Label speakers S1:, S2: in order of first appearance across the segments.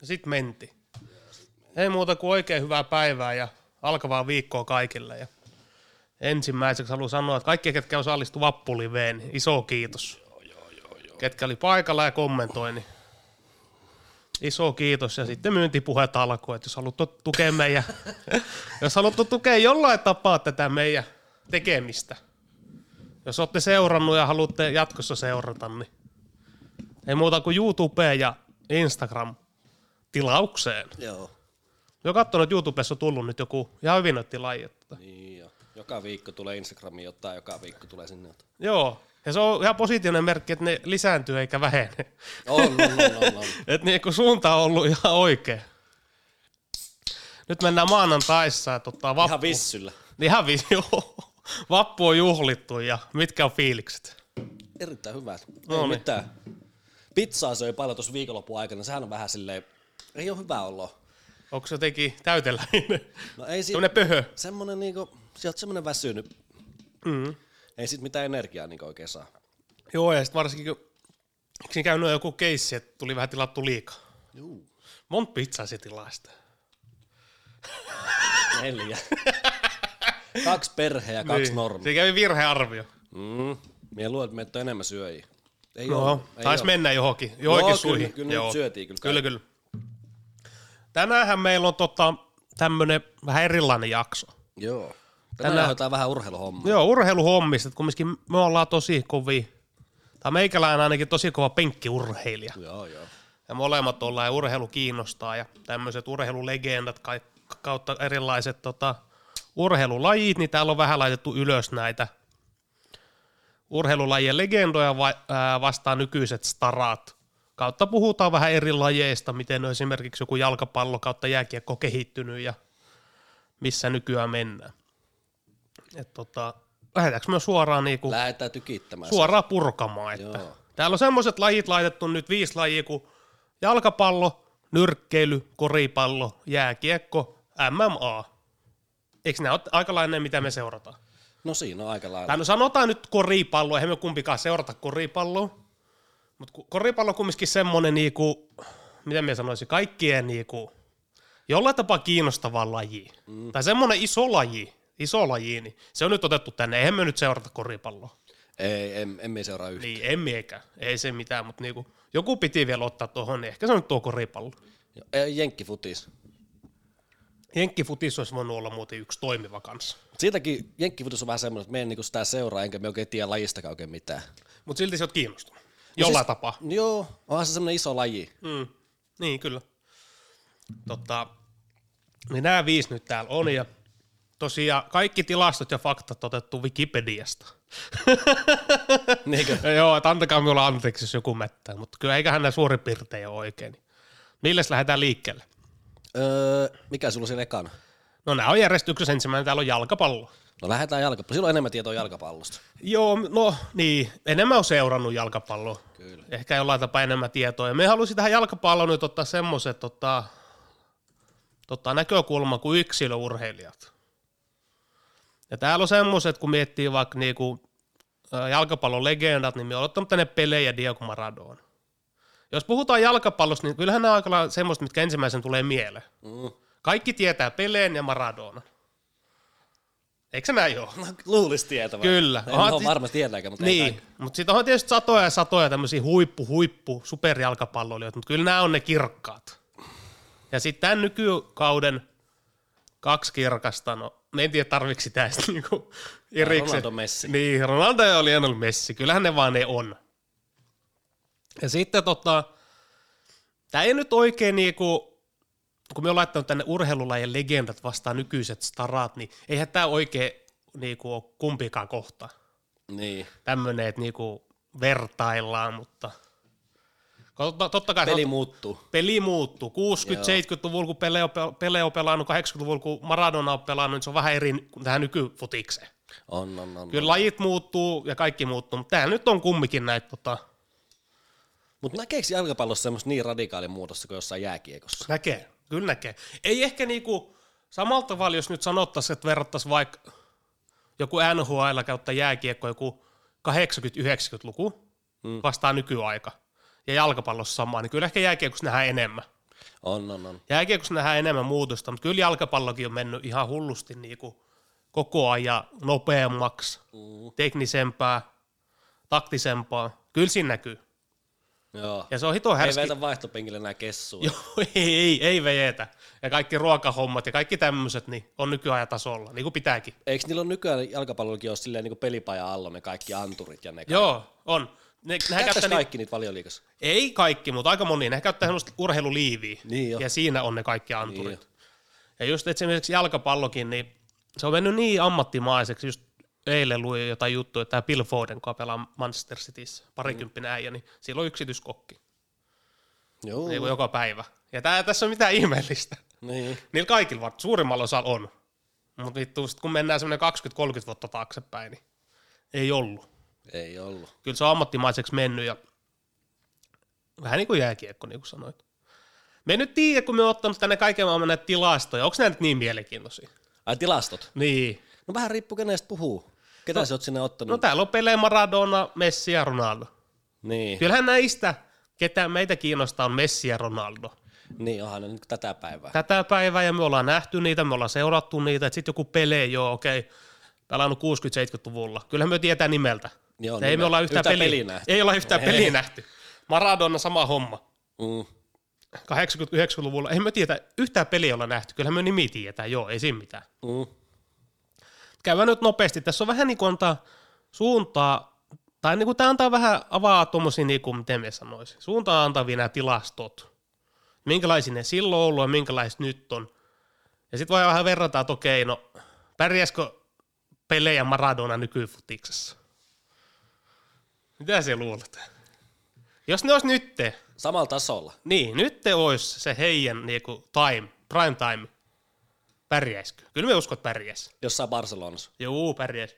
S1: Ja sit menti. Ei muuta kuin oikein hyvää päivää ja alkavaa viikkoa kaikille. Ja ensimmäiseksi haluan sanoa, että kaikki, ketkä osallistu vappuliveen, niin iso kiitos. Ketkä oli paikalla ja kommentoi, niin iso kiitos. Ja sitten myyntipuheet alkoi, että jos haluatte tukea meidän, jos haluatte tukea jollain tapaa tätä meidän tekemistä, jos olette seurannut ja haluatte jatkossa seurata, niin ei muuta kuin YouTubeen ja Instagram tilaukseen.
S2: Joo.
S1: Olen katsonut, että YouTubessa on tullut nyt joku ihan hyvin noita tilaajia.
S2: Niin jo. Joka viikko tulee Instagramiin jotain, joka viikko tulee sinne jotain.
S1: Joo, ja se on ihan positiivinen merkki, että ne lisääntyy eikä vähene.
S2: On, on, on, on, on.
S1: Et niin kun suunta on ollut ihan oikea. Nyt mennään maanantaissa ja tota, vappu.
S2: Ihan vissyllä.
S1: Niin Ihan vi- joo. Vappu on juhlittu ja mitkä on fiilikset?
S2: Erittäin hyvät.
S1: No
S2: No, ei
S1: niin.
S2: mitään. Pizzaa söi paljon tuossa viikonlopun aikana. Sehän on vähän silleen, ei ole hyvä olo.
S1: Onko se jotenkin täyteläinen?
S2: No ei siinä,
S1: Tämmönen pöhö.
S2: semmonen niinku, sä oot semmonen väsynyt.
S1: Mm.
S2: Ei sit mitään energiaa niinku oikein saa.
S1: Joo, ja sitten varsinkin kun eikö siinä käynyt joku keissi, että tuli vähän tilattu liikaa.
S2: Juu.
S1: Monta pizzaa se tilaa sitä.
S2: Neljä. kaksi perhe ja kaksi niin. normia.
S1: Se kävi virhearvio.
S2: Mm. Mie luulen, että meitä on enemmän syöjiä. Ei
S1: Joo,
S2: ole. Ei
S1: taisi
S2: ole.
S1: mennä johonkin, johonkin
S2: Joo,
S1: suihin.
S2: kyllä- kyllä nyt syötiin kyllä
S1: Kyllä, kyllä. Tänäänhän meillä on tota, tämmönen vähän erilainen jakso.
S2: Joo. Tänään Tänä... hoitaa vähän urheiluhommaa.
S1: Joo, urheiluhommista, että kumminkin me ollaan tosi kovia. Tai meikäläinen ainakin tosi kova penkkiurheilija.
S2: Joo, joo.
S1: Ja molemmat ollaan ja urheilu kiinnostaa ja tämmöiset urheilulegendat kai- kautta erilaiset tota, urheilulajit, niin täällä on vähän laitettu ylös näitä urheilulajien legendoja va- ää, vastaan nykyiset starat. Kautta puhutaan vähän eri lajeista, miten on esimerkiksi joku jalkapallo kautta jääkiekko kehittynyt ja missä nykyään mennään. Et tota, lähdetäänkö me suoraan niinku
S2: Lähetään tykittämään.
S1: suoraan purkamaan. Että.
S2: Joo.
S1: Täällä on semmoiset lajit laitettu nyt viisi lajia kuin jalkapallo, nyrkkeily, koripallo, jääkiekko, MMA. Eikö nämä ole aikalainen, mitä me seurataan?
S2: No siinä on aika lailla.
S1: Tai no sanotaan nyt koripallo, eihän me kumpikaan seurata koripalloa. Mutta koripallo on kumminkin semmoinen, niinku, mitä me sanoisin, kaikkien niinku, jollain tapaa kiinnostava laji. Mm. Tai semmoinen iso laji, iso laji, niin se on nyt otettu tänne. Eihän me nyt seurata koripalloa.
S2: Ei, en, en mie seuraa yhtään.
S1: Niin, en miekään. Ei se mitään, mutta niinku, joku piti vielä ottaa tuohon, niin ehkä se on nyt tuo koripallo.
S2: Joo, ei, Jenkkifutis.
S1: Jenkkifutis olisi voinut olla muuten yksi toimiva kanssa.
S2: Siitäkin jenkkifutis on vähän semmoinen, että me en niinku sitä seuraa, enkä me oikein tiedä lajistakaan oikein mitään.
S1: Mutta silti sä oot kiinnostunut. Jollain siis... tapaa.
S2: No Joo, onhan se semmoinen iso laji.
S1: Mm. Niin, kyllä. Totta, niin nämä viisi nyt täällä on ja tosiaan kaikki tilastot ja faktat otettu Wikipediasta.
S2: Niinkö?
S1: Joo, että antakaa minulla anteeksi, jos joku mättää, mutta kyllä eiköhän nämä suurin piirtein ole oikein. Milles lähdetään liikkeelle?
S2: Öö, mikä sulla on siellä ekana?
S1: No nämä on järjestyksessä ensimmäinen, täällä on jalkapallo.
S2: No lähdetään jalkapallosta. Silloin on enemmän tietoa jalkapallosta.
S1: Joo, no niin, enemmän on seurannut jalkapalloa.
S2: Kyllä.
S1: Ehkä jollain tapaa enemmän tietoa. Ja me halusin tähän jalkapalloon nyt ottaa semmoiset tota, tota, näkökulma kuin yksilöurheilijat. Ja täällä on semmoiset, kun miettii vaikka niinku, ö, jalkapallon legendat, niin me ollaan ottanut tänne pelejä ja Diego Maradona. Jos puhutaan jalkapallosta, niin kyllähän nämä on aika lailla semmoiset, mitkä ensimmäisen tulee mieleen.
S2: Mm.
S1: Kaikki tietää Peleen ja Maradonan. Eikö se näin ole?
S2: No, luulisi tietävän.
S1: Kyllä.
S2: En
S1: Onhan
S2: ole
S1: siis-
S2: varma tietääkään, mutta ei
S1: Niin, mutta sitten on tietysti satoja ja satoja tämmöisiä huippu, huippu, superjalkapalloilijoita, mutta kyllä nämä on ne kirkkaat. Ja sitten tämän nykykauden kaksi kirkasta, no me en tiedä tarviksi sitä sitten niinku erikseen.
S2: Ronaldo, Messi.
S1: Niin, Ronaldo ja Lionel Messi, kyllähän ne vaan ne on. Ja sitten tota, tämä ei nyt oikein niinku, kun me on laittanut tänne urheilulajien legendat vastaan nykyiset starat, niin eihän tämä oikein niinku ole kumpikaan kohta
S2: Niin.
S1: tämmöinen, että niinku vertaillaan, mutta totta, totta kai
S2: Peli
S1: peli,
S2: muuttuu.
S1: peli muuttuu. 60-70-luvulla, kun Pele on, pel- Pele on pelannut, 80-luvulla, kun Maradona on pelannut, niin se on vähän eri kuin tähän nykyfutikseen.
S2: On, on, on.
S1: Kyllä lajit muuttuu ja kaikki muuttuu, mutta tämä nyt on kumminkin näitä, tota,
S2: Mutta näkeekö jalkapallossa semmoista niin radikaalin muutosta kuin jossain jääkiekossa?
S1: näkee, kyllä näkee. Ei ehkä niinku, samalla tavalla, jos nyt sanottaisiin, että verrattaisiin vaikka joku NHL kautta jääkiekko, joku 80-90-luku
S2: Mm.
S1: vastaa nykyaika ja jalkapallossa samaa, niin kyllä ehkä jääkiekossa nähdään enemmän.
S2: On, on, on.
S1: Jääkiekossa nähdään enemmän muutosta, mutta kyllä jalkapallokin on mennyt ihan hullusti niin kuin koko ajan nopeammaksi,
S2: Mm.
S1: teknisempää, taktisempaa. Kyllä siinä näkyy.
S2: Joo.
S1: Ja se on hito
S2: Ei
S1: härski.
S2: vetä vaihtopenkillä enää kessuja.
S1: Joo, ei, ei, ei vejetä. Ja kaikki ruokahommat ja kaikki tämmöiset niin on nykyajan tasolla, niin kuin pitääkin.
S2: Eikö niillä ole nykyään jalkapallollakin ole silleen niin pelipaja alla ne kaikki anturit ja ne kaikki?
S1: Joo, on. Ne, nehän
S2: Käyttäis
S1: käyttää ni-
S2: kaikki niitä valioliikassa?
S1: Ei kaikki, mutta aika moni. Ne käyttää semmoista urheiluliiviä,
S2: Niin jo.
S1: ja siinä on ne kaikki anturit.
S2: Niin
S1: Niin ja just esimerkiksi jalkapallokin, niin se on mennyt niin ammattimaiseksi. Just eilen luin jotain juttua, että tämä Bill Foden, joka pelaa Manchester Cityssä, parikymppinen äijä, niin sillä on yksityiskokki
S2: Joo.
S1: niin kuin joka päivä. Ja tää, tässä on mitään ihmeellistä.
S2: Niin.
S1: Niillä kaikilla var- suurimmalla osalla on. Mutta vittu, sit kun mennään semmoinen 20-30 vuotta taaksepäin, niin ei ollut.
S2: Ei ollut.
S1: Kyllä se on ammattimaiseksi mennyt ja vähän niin kuin jääkiekko, niin kuin sanoit. Me ei nyt tiedä, kun me on ottanut tänne kaiken maailman näitä tilastoja. Onko nämä nyt niin mielenkiintoisia?
S2: Ai tilastot.
S1: Niin.
S2: No vähän riippuu kenestä puhuu. Ketä no, sä oot sinne
S1: No
S2: ottanut?
S1: täällä on Pele, Maradona, Messi ja Ronaldo. no-
S2: niin.
S1: Kyllähän näistä, ketä meitä kiinnostaa, on Messi ja Ronaldo.
S2: Niin onhan ne nyt tätä päivää.
S1: Tätä päivää ja me ollaan nähty niitä, me ollaan seurattu niitä. Sitten joku Pele, joo okei, okay. pelannut 60-70-luvulla. Kyllähän me tietää nimeltä.
S2: Joo, niin
S1: ei me
S2: No nimeltä.
S1: olla yhtään,
S2: Yhtään
S1: yhtään peliä,
S2: peliä nähty.
S1: Ei olla yhtään peliä nähty. Maradona sama homma.
S2: Mm.
S1: 80-90-luvulla, ei me tiedä, yhtään peliä olla nähty, kyllähän me nimi tietää, joo, ei siinä mitään.
S2: Mm.
S1: Käydään nyt nopeasti, tässä on vähän niin kuin antaa suuntaa, tai niin kuin tämä antaa vähän, avaa tuommoisia, niin kuin miten me sanoisin, suuntaa antavia nämä tilastot, minkälaisia ne silloin ollut ja minkälaiset nyt on. Ja sitten voi vähän verrata, että okei, no pärjäskö pelejä Maradona nykyfutiksessa? Mitä se luulet? Jos ne olisi nytte,
S2: Samalla tasolla.
S1: niin, nyt te olisi se heidän niinku, time, prime time. Pärjäisikö? Kyllä me uskot pärjäis.
S2: Jossain Barcelonassa.
S1: Juu, pärjäis.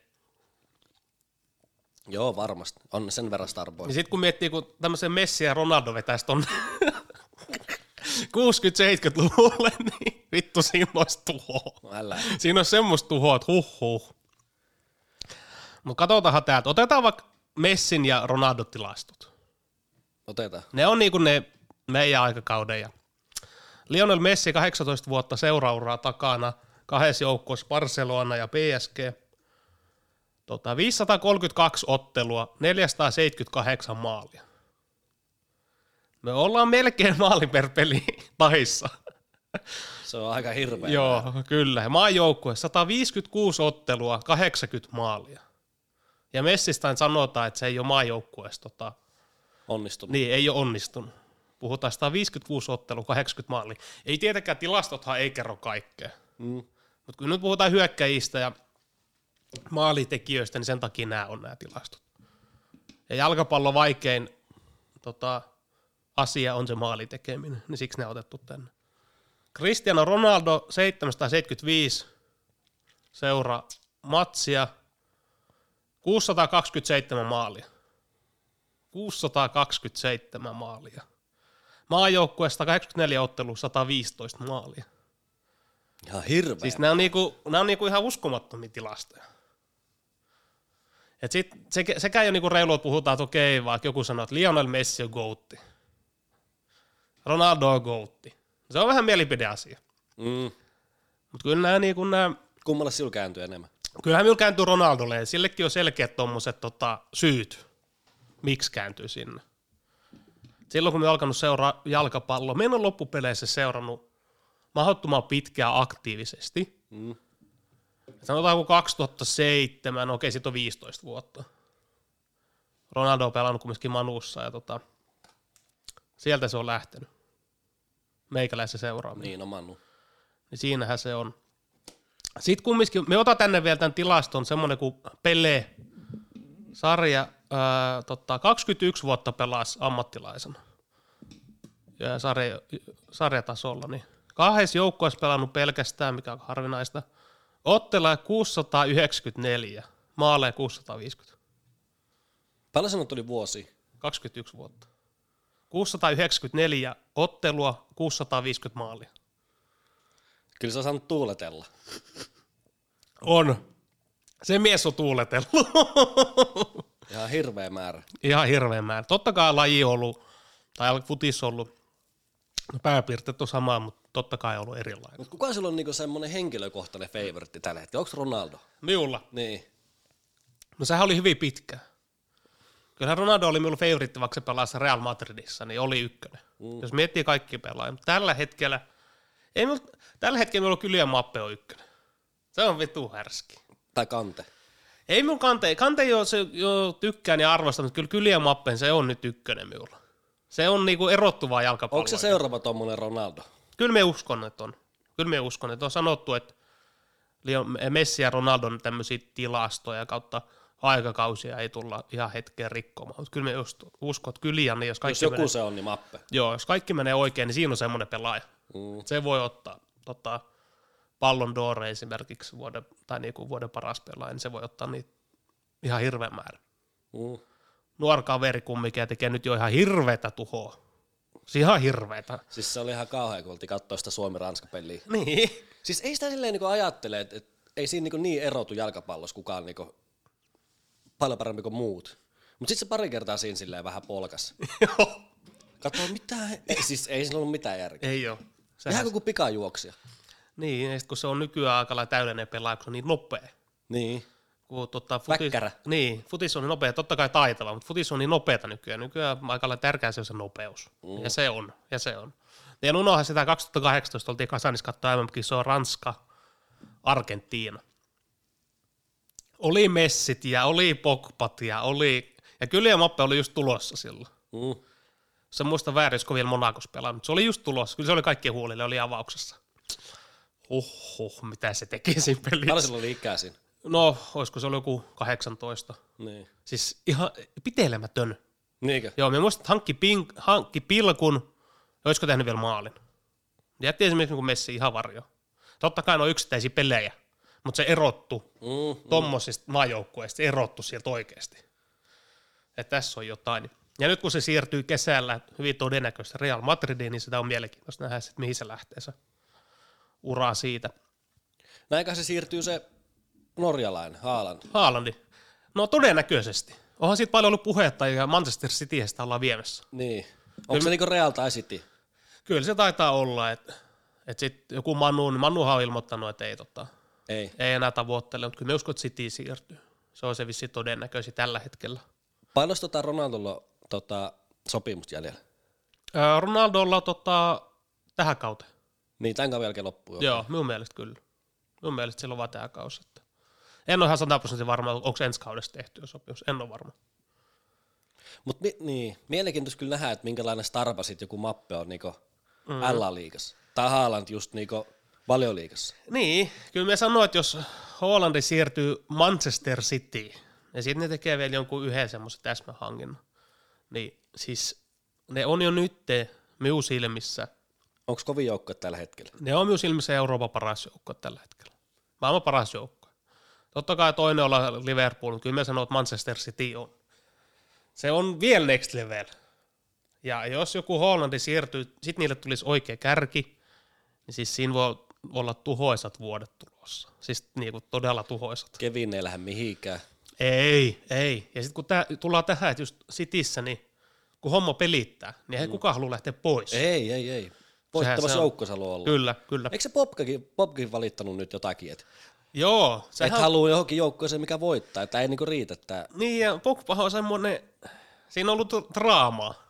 S2: Joo, varmasti. On sen verran starboy.
S1: Niin sit kun miettii, kun tämmöisen Messi ja Ronaldo vetäisi ton 60-70-luvulle, niin vittu siinä olisi tuhoa.
S2: No, älä.
S1: Siinä on semmoista tuhoa, että huh huh. Mut katsotaanhan täältä. Otetaan vaikka Messin ja Ronaldo tilastot.
S2: Otetaan.
S1: Ne on niinku ne meidän aikakauden. Ja Lionel Messi 18 vuotta seurauraa takana, kahdessa joukkueessa Barcelona ja PSG. Tota, 532 ottelua, 478 maalia. Me ollaan melkein maali per peli tahissa.
S2: Se on aika hirveä.
S1: Joo, kyllä. Maajoukkue 156 ottelua, 80 maalia. Ja Messistä sanotaan, että se ei ole maajoukkueessa tota,
S2: Onnistunut.
S1: niin, ei ole onnistunut. Puhutaan 156 ottelu, 80 maali. Ei tietenkään, tilastothan ei kerro kaikkea.
S2: Mm.
S1: Mutta kun nyt puhutaan hyökkäjistä ja maalitekijöistä, niin sen takia nämä on nämä tilastot. Ja jalkapallon vaikein tota, asia on se maalitekeminen, niin siksi nämä on otettu tänne. Cristiano Ronaldo 775 seura matsia, 627 maalia. 627 maalia. Maajoukkueesta 84 ottelu 115 maalia.
S2: Ihan hirveä.
S1: Siis nämä on, niinku, nämä on niinku ihan uskomattomia tilastoja. Et sit, se, sekä ei ole niinku reilua, että puhutaan, että okei, vaikka joku sanoo, että Lionel Messi on goutti. Ronaldo on goutti. Se on vähän mielipideasia.
S2: Mm.
S1: Mutta kyllä nämä, niinku nämä
S2: Kummalle sinulla kääntyy enemmän?
S1: kyllähän minulla kääntyy Ronaldolle, ja sillekin on selkeät tuommoiset tota, syyt, miksi kääntyy sinne. Silloin kun me alkanut seuraa jalkapalloa, me en ole loppupeleissä seurannut mahdottoman pitkään aktiivisesti.
S2: Mm.
S1: Sanotaanko 2007, okei, siitä on 15 vuotta. Ronaldo on pelannut kumminkin Manussa ja tota, sieltä se on lähtenyt. Meikäläisen seuraaminen
S2: Niin, no Manu.
S1: niin siinähän se on. Sitten kumminkin, me otan tänne vielä tämän tilaston, semmoinen kuin Pele, sarja, ää, totta, 21 vuotta pelasi ammattilaisena ja sarja, sarjatasolla, niin kahdessa joukkueessa pelannut pelkästään, mikä on harvinaista, ottelua 694, maaleja 650,
S2: Paljon sinun tuli vuosi?
S1: 21 vuotta. 694 ottelua, 650 maalia.
S2: Kyllä sä oot saanut tuuletella.
S1: On. Se mies on tuuletellut.
S2: Ihan hirveä määrä.
S1: Ihan hirveä määrä. Totta kai laji on ollut, tai futis on ollut No pääpiirteet on sama, mutta totta kai ollut erilainen.
S2: Mutta kuka silloin on niinku semmoinen henkilökohtainen favoritti tällä hetkellä? Onko Ronaldo?
S1: Miulla.
S2: Niin.
S1: No sehän oli hyvin pitkä. Kyllähän Ronaldo oli minun favoritti, vaikka se pelasi Real Madridissa, niin oli ykkönen. Mm. Jos miettii kaikki pelaajia. Mutta Tällä hetkellä, ei minulla, tällä hetkellä minulla kyllä Mappe on ykkönen. Se on vitu härski.
S2: Tai Kante.
S1: Ei minun kante, kante jo, se, jo tykkään ja arvostan, mutta kyllä Kylian Mappen se on nyt ykkönen minulla. Se on niinku erottuvaa jalkapalloa.
S2: Onko se seuraava tommonen Ronaldo?
S1: Kyllä me uskon, että on. Kyllä me uskon, että on sanottu, että Leo- Messi ja Ronaldon tämmöisiä tilastoja kautta aikakausia ei tulla ihan hetkeen rikkomaan. Mutta kyllä me just uskon, että kyllä Janni, jos
S2: Jos
S1: kaikki, menee,
S2: joku se on, niin Mappe.
S1: joo, jos kaikki menee oikein, niin siinä on semmoinen pelaaja.
S2: Mm.
S1: Se voi ottaa tota, pallon doore esimerkiksi vuoden, tai niinku vuoden paras pelaaja, niin se voi ottaa niitä ihan hirveän määrän.
S2: Mm.
S1: Nuori kaveri kumminkin ja tekee nyt jo ihan hirveätä tuhoa. Siis ihan hirveätä.
S2: Siis se oli ihan kauhea, kun oltiin katsoa sitä Suomi-Ranska-peliä.
S1: Niin.
S2: Siis ei sitä silleen niinku ajattele, että et, ei siinä niinku niin erotu jalkapallossa kukaan niinku paljon parempi kuin muut. Mutta sitten se pari kertaa siinä silleen vähän polkas.
S1: Joo.
S2: Katsoin, mitä he... ei, siis ei siinä ollut mitään järkeä.
S1: Ei ole. Sehän
S2: Ihan kuin pikajuoksija.
S1: Niin, ja sit kun se on nykyään aika lailla täydellinen pelaaja, kun se on niin nopea.
S2: Niin.
S1: Kun tota, futis,
S2: Väkkärä.
S1: niin, futis on niin nopea, totta kai taitava, mutta futis on niin nopeata nykyään. Nykyään aika lailla tärkeää se on se nopeus. Mm. Ja se on, ja se on. Ja en unohda sitä 2018 oltiin Kasanissa katsoa MM-kisoa Ranska, Argentiina. Oli Messit ja oli Pogbat ja oli... Ja kyllä Mappe oli just tulossa silloin.
S2: Mm.
S1: Se muista väärin, jos vielä Monakos pelannut. Se oli just tulossa. Kyllä se oli kaikkien huolille, oli avauksessa. Oho, mitä se teki siinä
S2: Paljon
S1: pelissä?
S2: sillä oli ikää siinä.
S1: No, olisiko se ollut joku 18?
S2: Niin.
S1: Siis ihan pitelemätön.
S2: Niinkö?
S1: Joo, me muistan, että hankki, pink, hankki pilkun, ja olisiko tehnyt vielä maalin. Jätti esimerkiksi niin Messi ihan varjo. Totta kai ne on yksittäisiä pelejä, mutta se erottu
S2: Mm.
S1: tommosista maajoukkueista, se erottu sieltä oikeasti. Että tässä on jotain. Ja nyt kun se siirtyy kesällä hyvin todennäköisesti Real Madridiin, niin sitä on mielenkiintoista nähdä sitten, mihin se lähtee se uraa siitä.
S2: Näinkö se siirtyy se norjalainen, Haaland.
S1: Haalandi. No todennäköisesti. Onhan siitä paljon ollut puhetta ja Manchester Citystä ollaan viemässä.
S2: Niin. Onko se niinku Real tai City?
S1: Kyllä se taitaa olla, että et sitten joku Manu, niin Manuhan on ilmoittanut, että ei, tota,
S2: Ei.
S1: ei enää tavoittele, mutta kyllä me uskon, että City siirtyy. Se on se vissi todennäköisesti tällä hetkellä.
S2: Paljon tota Ronaldolla on tota, sopimusta jäljellä?
S1: Ää, Ronaldolla on tota, tähän kauteen.
S2: Niin, tämän kauden jälkeen loppuu jo.
S1: Joo, minun mielestä kyllä. Minun mielestä sillä on vaan tämä kausi. Että. En ole ihan 100 prosenttia varma, onko ensi kaudesta tehty jo sopimus. En ole varma.
S2: Mutta mi- niin, mielenkiintoista kyllä nähdä, että minkälainen starpa sit joku mappe on niinku mm. LA-liigassa. Tai Haaland just niinku valioliigassa.
S1: Niin, kyllä me sanoin, että jos Hollandi siirtyy Manchester Cityin, ja sitten ne tekee vielä jonkun yhden semmoisen täsmähankinnan, niin siis ne on jo nyt minun silmissä,
S2: Onko kovin joukkoja tällä hetkellä?
S1: ne on minun silmissä Euroopan paras joukkue tällä hetkellä. Maailman paras joukkue. Totta kai toinen olla Liverpool, mutta kyllä me sanon, että Manchester City on. Se on vielä next level. Ja jos joku Hollandi siirtyy, sitten niille tulisi oikea kärki, niin siis siinä voi olla tuhoisat vuodet tulossa. Siis niinku todella tuhoisat.
S2: Kevin ei lähde mihinkään.
S1: Ei, ei. Ja sitten kun tää, tullaan tähän, että just Cityssä, niin kun homma pelittää, niin eihän kukaan halua lähteä pois.
S2: Ei, ei, ei. Voittamassa
S1: on-
S2: joukko se haluaa olla.
S1: Kyllä, kyllä.
S2: Eikö se Popkakin, Popkakin valittanut nyt jotakin, että
S1: Joo,
S2: et
S1: sehän
S2: haluu johonkin joukkoeseen, mikä voittaa, että ei niinku riitä tää.
S1: Niin, ja Pogbahan on semmoinen, siinä on ollut tu- draamaa.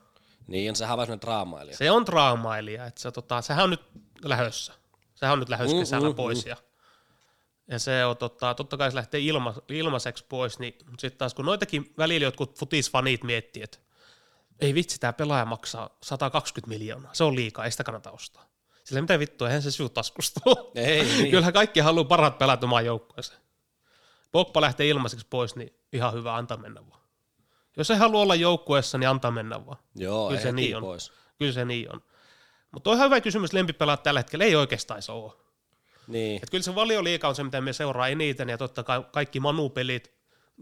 S2: Niin, sehän on vähän semmonen draamailija.
S1: Se on draamailija, että se, tota, sehän on nyt lähössä. Sehän on nyt lähössä
S2: Mm,
S1: kesällä
S2: mm,
S1: pois. Ja, ja se on, tota, totta kai se lähtee ilma, ilmaiseksi pois, niin sitten taas kun noitakin välillä jotkut futisfanit miettii, että ei vitsi, tämä pelaaja maksaa 120 miljoonaa, se on liikaa, ei sitä kannata ostaa. Sillä mitä vittua, eihän se sinun taskusta ole.
S2: Ei, niin.
S1: Kyllähän kaikki haluaa parhaat pelaat omaan joukkueeseen. Pogba lähtee ilmaiseksi pois, niin ihan hyvä, antaa mennä vaan. Jos ei halua olla joukkueessa, niin antaa mennä vaan.
S2: Joo,
S1: Kyllä
S2: ei
S1: se
S2: heti
S1: niin on.
S2: pois.
S1: Kyllä se niin on. Mutta on ihan hyvä kysymys lempipelaat tällä hetkellä, ei oikeastaan se ole.
S2: Niin.
S1: Et kyllä se valioliika on se, mitä me seuraa eniten, ja totta kai kaikki Manu-pelit.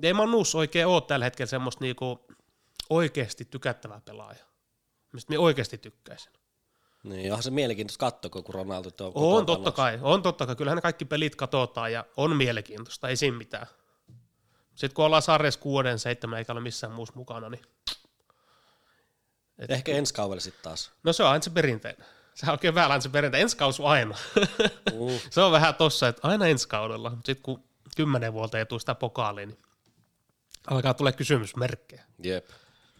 S1: Ei Manus oikein ole tällä hetkellä semmoista niinku oikeasti tykättävää pelaajaa, mistä me oikeasti tykkäisin.
S2: Niin, onhan se mielenkiintoista katsoa, kun Ronaldo tuo
S1: On
S2: kokoonpanossa.
S1: totta kai, on totta kai. Kyllähän ne kaikki pelit katsotaan ja on mielenkiintoista, ei siinä mitään. Sitten kun ollaan sarjassa kuuden, seitsemän eikä ole missään muussa mukana, niin
S2: Ehkä ensi kaudella sitten taas.
S1: no se on aina se perinteinen. Sehän on keväällä aina se perjantai, ensi kausi aina.
S2: Mm.
S1: se on vähän tossa, että aina ensi kaudella, mutta sitten kun kymmenen vuotta ei tule sitä pokaaliin, niin alkaa tulee kysymysmerkkejä.
S2: Jep.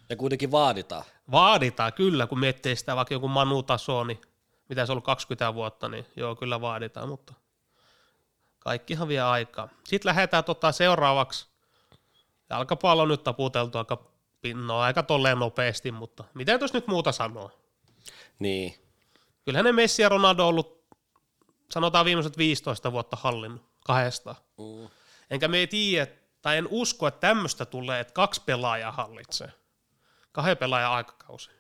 S2: Ja kuitenkin vaaditaan.
S1: Vaaditaan kyllä, kun miettii sitä vaikka joku manutasoa, niin mitä se on ollut 20 vuotta, niin joo, kyllä vaaditaan, mutta kaikkihan vie aikaa. Sitten lähdetään tota seuraavaksi. Jalkapallo on nyt taputeltu aika, no, aika tolleen nopeasti, mutta mitä tuossa nyt muuta sanoo?
S2: Niin.
S1: Kyllähän ne Messi ja Ronaldo on ollut, sanotaan viimeiset 15 vuotta hallinnut kahdesta.
S2: Mm.
S1: Enkä me ei tiedä, tai en usko, että tämmöistä tulee, että kaksi pelaajaa hallitsee. Kahden pelaajan aikakausi.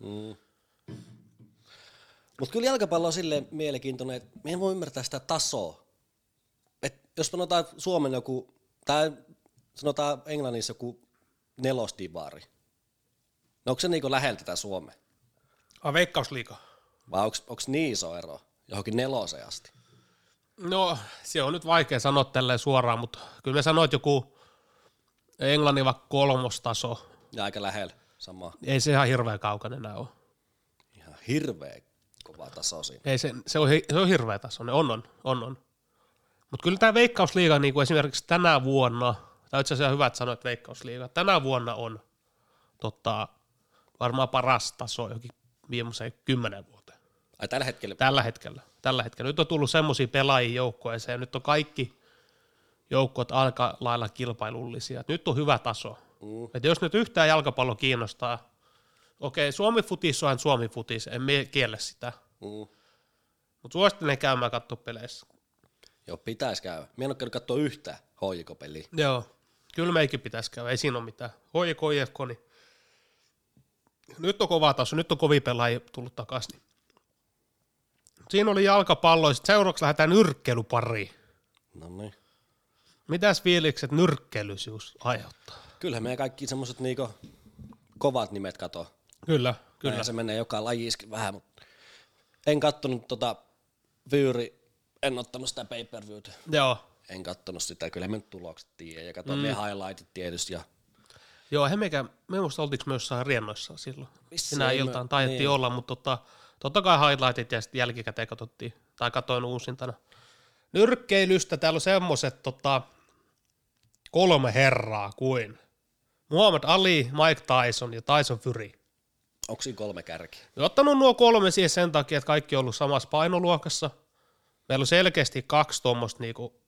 S2: Mm. Mutta kyllä jalkapallo on silleen mielenkiintoinen, että me en voi ymmärtää sitä tasoa. Et jos sanotaan että Suomen joku, tai sanotaan Englannissa joku nelosdivari, no onko se niinku läheltä tätä Suomea?
S1: Ai veikkausliiga.
S2: Vai onko niin iso ero johonkin neloseen asti?
S1: No, se on nyt vaikea sanoa tälleen suoraan, mutta kyllä me sanoit joku Englannin vaikka kolmostaso.
S2: Ja aika lähellä sama.
S1: Ei se ihan hirveän kaukana enää ole.
S2: Ihan hirveä kova taso siinä.
S1: Ei se, se, on, hi- se on hirveä taso, ne on, on, on, on. Mutta kyllä tämä Veikkausliiga niin kuin esimerkiksi tänä vuonna, tai itse asiassa hyvä, että sanoit Veikkausliiga, tänä vuonna on tota, varmaan paras taso johonkin viimeiseen kymmenen vuoteen.
S2: Ai tällä hetkellä.
S1: Tällä hetkellä. Tällä hetkellä. Nyt on tullut semmoisia pelaajia joukkueeseen, ja nyt on kaikki joukkueet aika lailla kilpailullisia. Nyt on hyvä taso. Mm. Et jos nyt yhtään jalkapallo kiinnostaa, okei, Suomi futis on Suomi futis, en me kiellä sitä,
S2: Mm.
S1: mutta suosittelen käymään katsoa peleissä.
S2: Joo, pitäis käydä. Mä en oo käynyt katsoa yhtä hoikopeliä.
S1: Joo, kyllä meikin pitäisi käydä, ei siinä ole mitään. HJK, IFK, niin nyt on kova taso, nyt on kovia pelaajia tullut takaisin. Niin. Siinä oli jalkapallo, ja sitten seuraavaksi lähdetään nyrkkeilypariin.
S2: No niin.
S1: Mitäs fiilikset nyrkkeilysyys aiheuttaa?
S2: Kyllähän meidän kaikki semmoset niinku kovat nimet kato.
S1: Kyllä,
S2: Kyllä. se menee joka lajiski vähän, mutta en kattonut tota Fyyri, en ottanut sitä pay per viewtä.
S1: Joo,
S2: En kattonut sitä, kyllä me nyt tulokset tiedä ja katsoin mm. vielä highlightit tietysti. Ja
S1: Joo, eihän meikä, me ei muista oltiinko me jossain riennoissa silloin.
S2: Vissiin
S1: Sinä
S2: me-
S1: iltaan taidettiin
S2: niin.
S1: niin. olla, mutta tota, totta kai highlightit ja sitten jälkikäteen katsottiin, tai katoin uusintana. Nyrkkeilystä täällä on semmoset tota, kolme herraa kuin Muhammad Ali, Mike Tyson ja Tyson Fury.
S2: onko siinä kolme kärkiä?
S1: Me ottanut nuo kolme siihen sen takia, että kaikki on ollut samassa painoluokassa. Meillä on selkeästi kaksi tuommoista niinku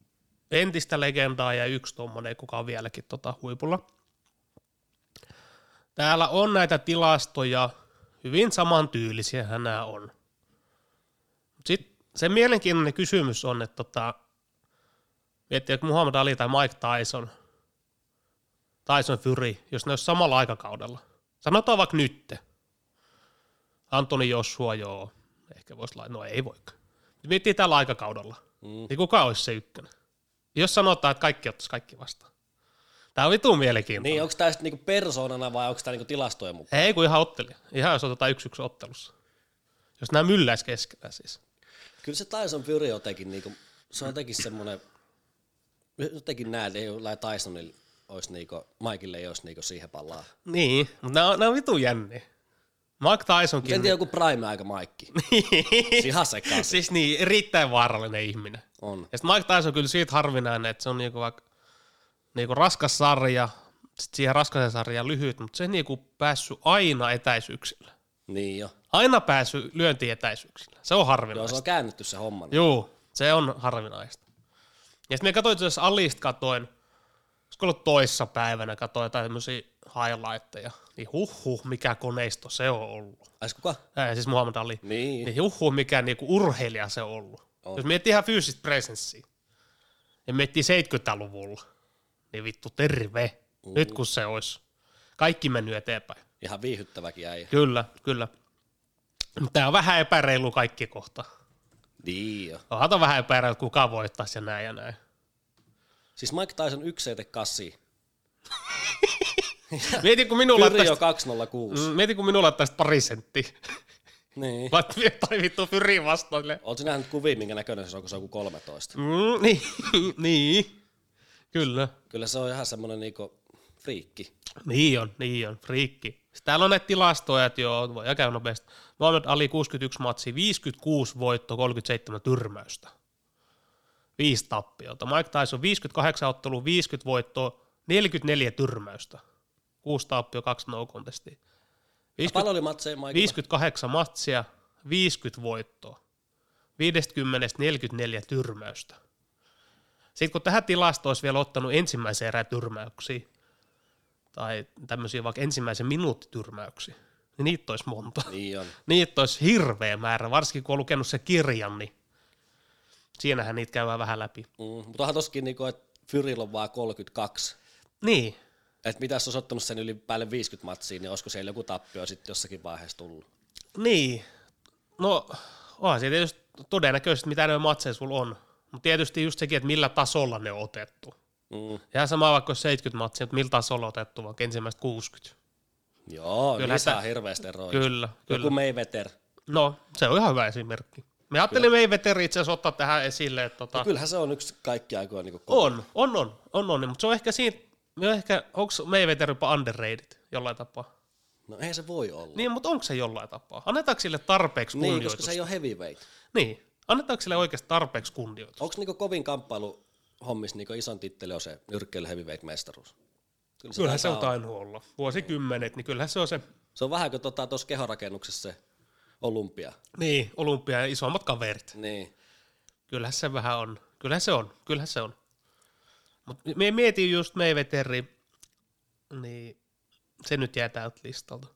S1: entistä legendaa ja yksi tuommoinen, kuka on vieläkin tota huipulla. Täällä on näitä tilastoja, hyvin samantyylisiä nämä on. Sitten se mielenkiintoinen kysymys on, että tota, miettii, että Muhammad Ali tai Mike Tyson, Tyson Fury, jos ne olisi samalla aikakaudella. Sanotaan vaikka nytte. Antoni Joshua, joo. Ehkä voisi laittaa, no ei voikaan. Miettii tällä aikakaudella. Mm. Niin kuka olisi se ykkönen? Jos sanotaan, että kaikki ottaisi kaikki vastaan. Tämä on vitun mielenkiintoinen.
S2: Niin, onko tämä sitten niinku persoonana vai onko tämä niinku tilastojen mukaan?
S1: Ei kun ihan otteli. Ihan jos otetaan yksi yksi ottelussa. Jos nämä mylläis keskellä siis.
S2: Kyllä se Tyson Fury jotenkin, niinku, se on jotenkin semmoinen, jotenkin näet, ei ole Tysonilla olisi niinku, Maikille ei olisi niinku siihen palaa.
S1: Niin, mutta nämä on, nämä on vitu jänni. Mark Tysonkin.
S2: En tiedä, joku prime aika Maikki. Ihan sekaisin.
S1: siis niin, erittäin vaarallinen ihminen.
S2: On.
S1: Ja sitten Mike Tyson on kyllä siitä harvinainen, että se on niinku vaikka niinku raskas sarja, sit siihen raskaseen sarjaan lyhyt, mutta se on niinku päässyt aina etäisyyksillä.
S2: Niin jo.
S1: Aina päässyt lyöntietäisyyksillä. Se on harvinaista.
S2: Joo, se on käännetty se homma. Niin.
S1: Joo, se on harvinaista. Ja sitten me katsoin itse asiassa Alista katoin, olisiko ollut toissa päivänä, katoin jotain tämmöisiä highlightteja. Niin huhhuh, mikä koneisto se on ollut.
S2: Ais kuka?
S1: Ää, siis Muhammad Ali.
S2: Niin.
S1: Niin huhhuh, mikä niinku urheilija se on ollut.
S2: On.
S1: On. Jos miettii ihan fyysistä presenssiä, ja miettii 70-luvulla, niin vittu terve. Mm. Nyt kun se olisi. Kaikki mennyt eteenpäin.
S2: Ihan viihyttäväkin äijä.
S1: Kyllä, kyllä. Tämä on vähän epäreilu kaikki kohta.
S2: Niin jo.
S1: Onhan tämä vähän epäreilu, että kuka voittaisi ja näin ja näin.
S2: Siis Mike Tyson 178,
S1: Mietin, kun minulla on
S2: Kyrio
S1: tästä,
S2: 206.
S1: Mm, mietin, kun minulla on tästä pari senttiä.
S2: Niin.
S1: Laitin jotain vittu fyriin vastaan. silleen,
S2: Oletko nähnyt kuvia, minkä näköinen se on, kun se on joku 13?
S1: Mm, niin, niin, kyllä.
S2: Kyllä se on ihan semmoinen niinku friikki.
S1: Niin on, niin on, friikki. Täällä on näitä tilastoja, että joo, voi käydä nopeasti. Muhammad Ali 61 matsi, 56 voitto, 37 tyrmäystä. Viisi tappiota. Mike Tyson 58 ottelua, 50 voittoa, 44 tyrmäystä. Kuusi tappio, kaksi no contestia.
S2: Ja
S1: 50,
S2: Paljon oli matseja Mike.
S1: 58 matsia, 50 voittoa. 50 44 tyrmäystä. Sitten kun tähän tilastoon olisi vielä ottanut ensimmäisen erän tyrmäyksiä, tai tämmöisiä vaikka ensimmäisen minuuttityrmäyksiä, niin niitä olisi monta.
S2: Niin on.
S1: Niitä olisi hirveä määrä, varsinkin kun on lukenut se kirjan, niin siinähän niitä käydään vähän läpi.
S2: Mm, mutta onhan tossakin, niinku, että Fyrillä on vaan 32.
S1: Niin,
S2: Että mitä jos olisi ottanut sen yli päälle 50 matsiin, niin olisiko siellä joku tappio sitten jossakin vaiheessa tullut?
S1: Niin. No, onhan se tietysti todennäköisesti, mitä ne matseja sulla on. Mutta tietysti just sekin, että millä tasolla ne on otettu.
S2: Mm.
S1: Ihan sama vaikka olisi 70 matsia, mutta millä tasolla on otettu, vaikka ensimmäistä 60.
S2: Joo,
S1: Kyllä
S2: kyllä niissä
S1: tä-
S2: on hirveästi eroja.
S1: Kyllä, kyllä.
S2: Joku Mayweather.
S1: No, se on ihan hyvä esimerkki. Me ajattelin Mayweather itse asiassa ottaa tähän esille, että tota,
S2: Kyllähän se on yksi kaikki aikoja niin koko...
S1: on, on, on, on, on, mutta se on ehkä siinä, me on ehkä, onko Mayweather jopa underrated jollain tapaa?
S2: No ei se voi olla. Niin,
S1: Niin, mutta onko se jollain tapaa? Annetaanko sille tarpeeksi
S2: niin
S1: kunnioitusta?
S2: koska se ei ole heavyweight.
S1: niin. annetaanko sille oikeasti tarpeeksi kunnioitusta?
S2: Onko niinku kovin kamppailu hommissa niinku ison titteli on se nyrkkeily heavyweight-mestaruus? Kyllä
S1: Kyllähän se on
S2: taitaa olla.
S1: tainnut olla. Vuosikymmenet, niin kyllähän se on se
S2: Se on vähän kuin tuossa tota, tossa kehorakennuksessa se olympia.
S1: niin, olympia ja isommat kaverit.
S2: Niin.
S1: Kyllähän se vähän on. Kyllähän se on. Kyllähän se on. Mutta me mietin just Mayweatheri, niin se nyt jää tältä listalta.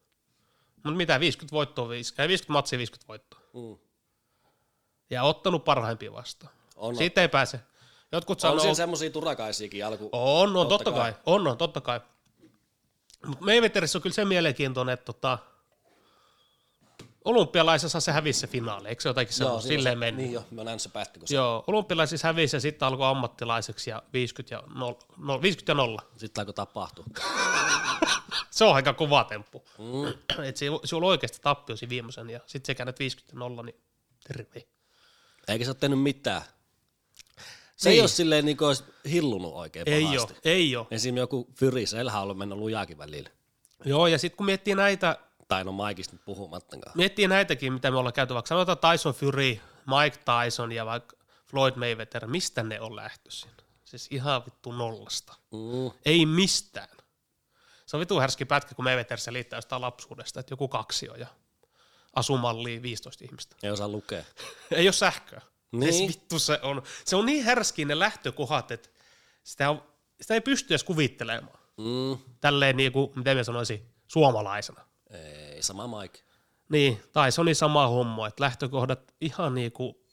S1: Mutta mitä, 50 voittoa, viis- äh, 50 matsia, 50 voittoa.
S2: Mm.
S1: Ja ottanut parhaimpia vastaan.
S2: On,
S1: No. Siitä ei pääse. Jotkut
S2: on
S1: sanoo,
S2: siinä semmoisia turakaisiakin alku.
S1: On, on, totta,
S2: Totta
S1: kai.
S2: kai.
S1: On, on, totta kai. Mutta Mayweatherissä on kyllä se mielenkiintoinen, että tota, olympialaisessa se hävisi se finaali, eikö se jotakin se
S2: Joo, siinä
S1: silleen
S2: se-
S1: meni?
S2: Niin joo, mä oon nähnyt se päätti, kun se
S1: Joo, olympialaisissa hävisi ja sitten alkoi ammattilaiseksi ja 50 ja, nol, no, 50 ja nolla.
S2: sitten alkoi tapahtua.
S1: Se on aika kova temppu. Mm. Et se, sulla on oikeasti tappio siinä viimeisen ja sitten sekä nyt 50 ja nolla, niin terve.
S2: Eikä se ole tehnyt mitään. Se
S1: Niin.
S2: ei ole silleen niin kuin olisi hillunut oikein
S1: Ei
S2: pahasti.
S1: ole, ei ole.
S2: Esimerkiksi joku Fyri, Elha on ollut mennyt lujaakin välillä.
S1: Joo, ja sitten kun miettii näitä
S2: Tai no Maikista nyt puhumattakaan.
S1: miettii näitäkin, mitä me ollaan käyty, vaikka sanotaan Tyson Fury, Mike Tyson ja vaikka Floyd Mayweather, mistä ne on lähtöisin? Siis ihan vittu nollasta.
S2: Mm.
S1: Ei mistään. Se on vitu härski pätkä, kun Mayweather selittää jostain lapsuudesta, että joku kaksio ja asumalliin 15 ihmistä.
S2: Ei osaa lukea.
S1: Ei ole sähköä.
S2: Niin.
S1: Siis vittu se on. Se on niin härski ne lähtökohdat, että sitä, on, sitä ei pysty edes kuvittelemaan.
S2: Mm.
S1: Tälleen niin kuin, miten mä sanoisin, suomalaisena.
S2: Ei, sama Mike.
S1: Niin, tai se oli sama homma, että lähtökohdat ihan niinku,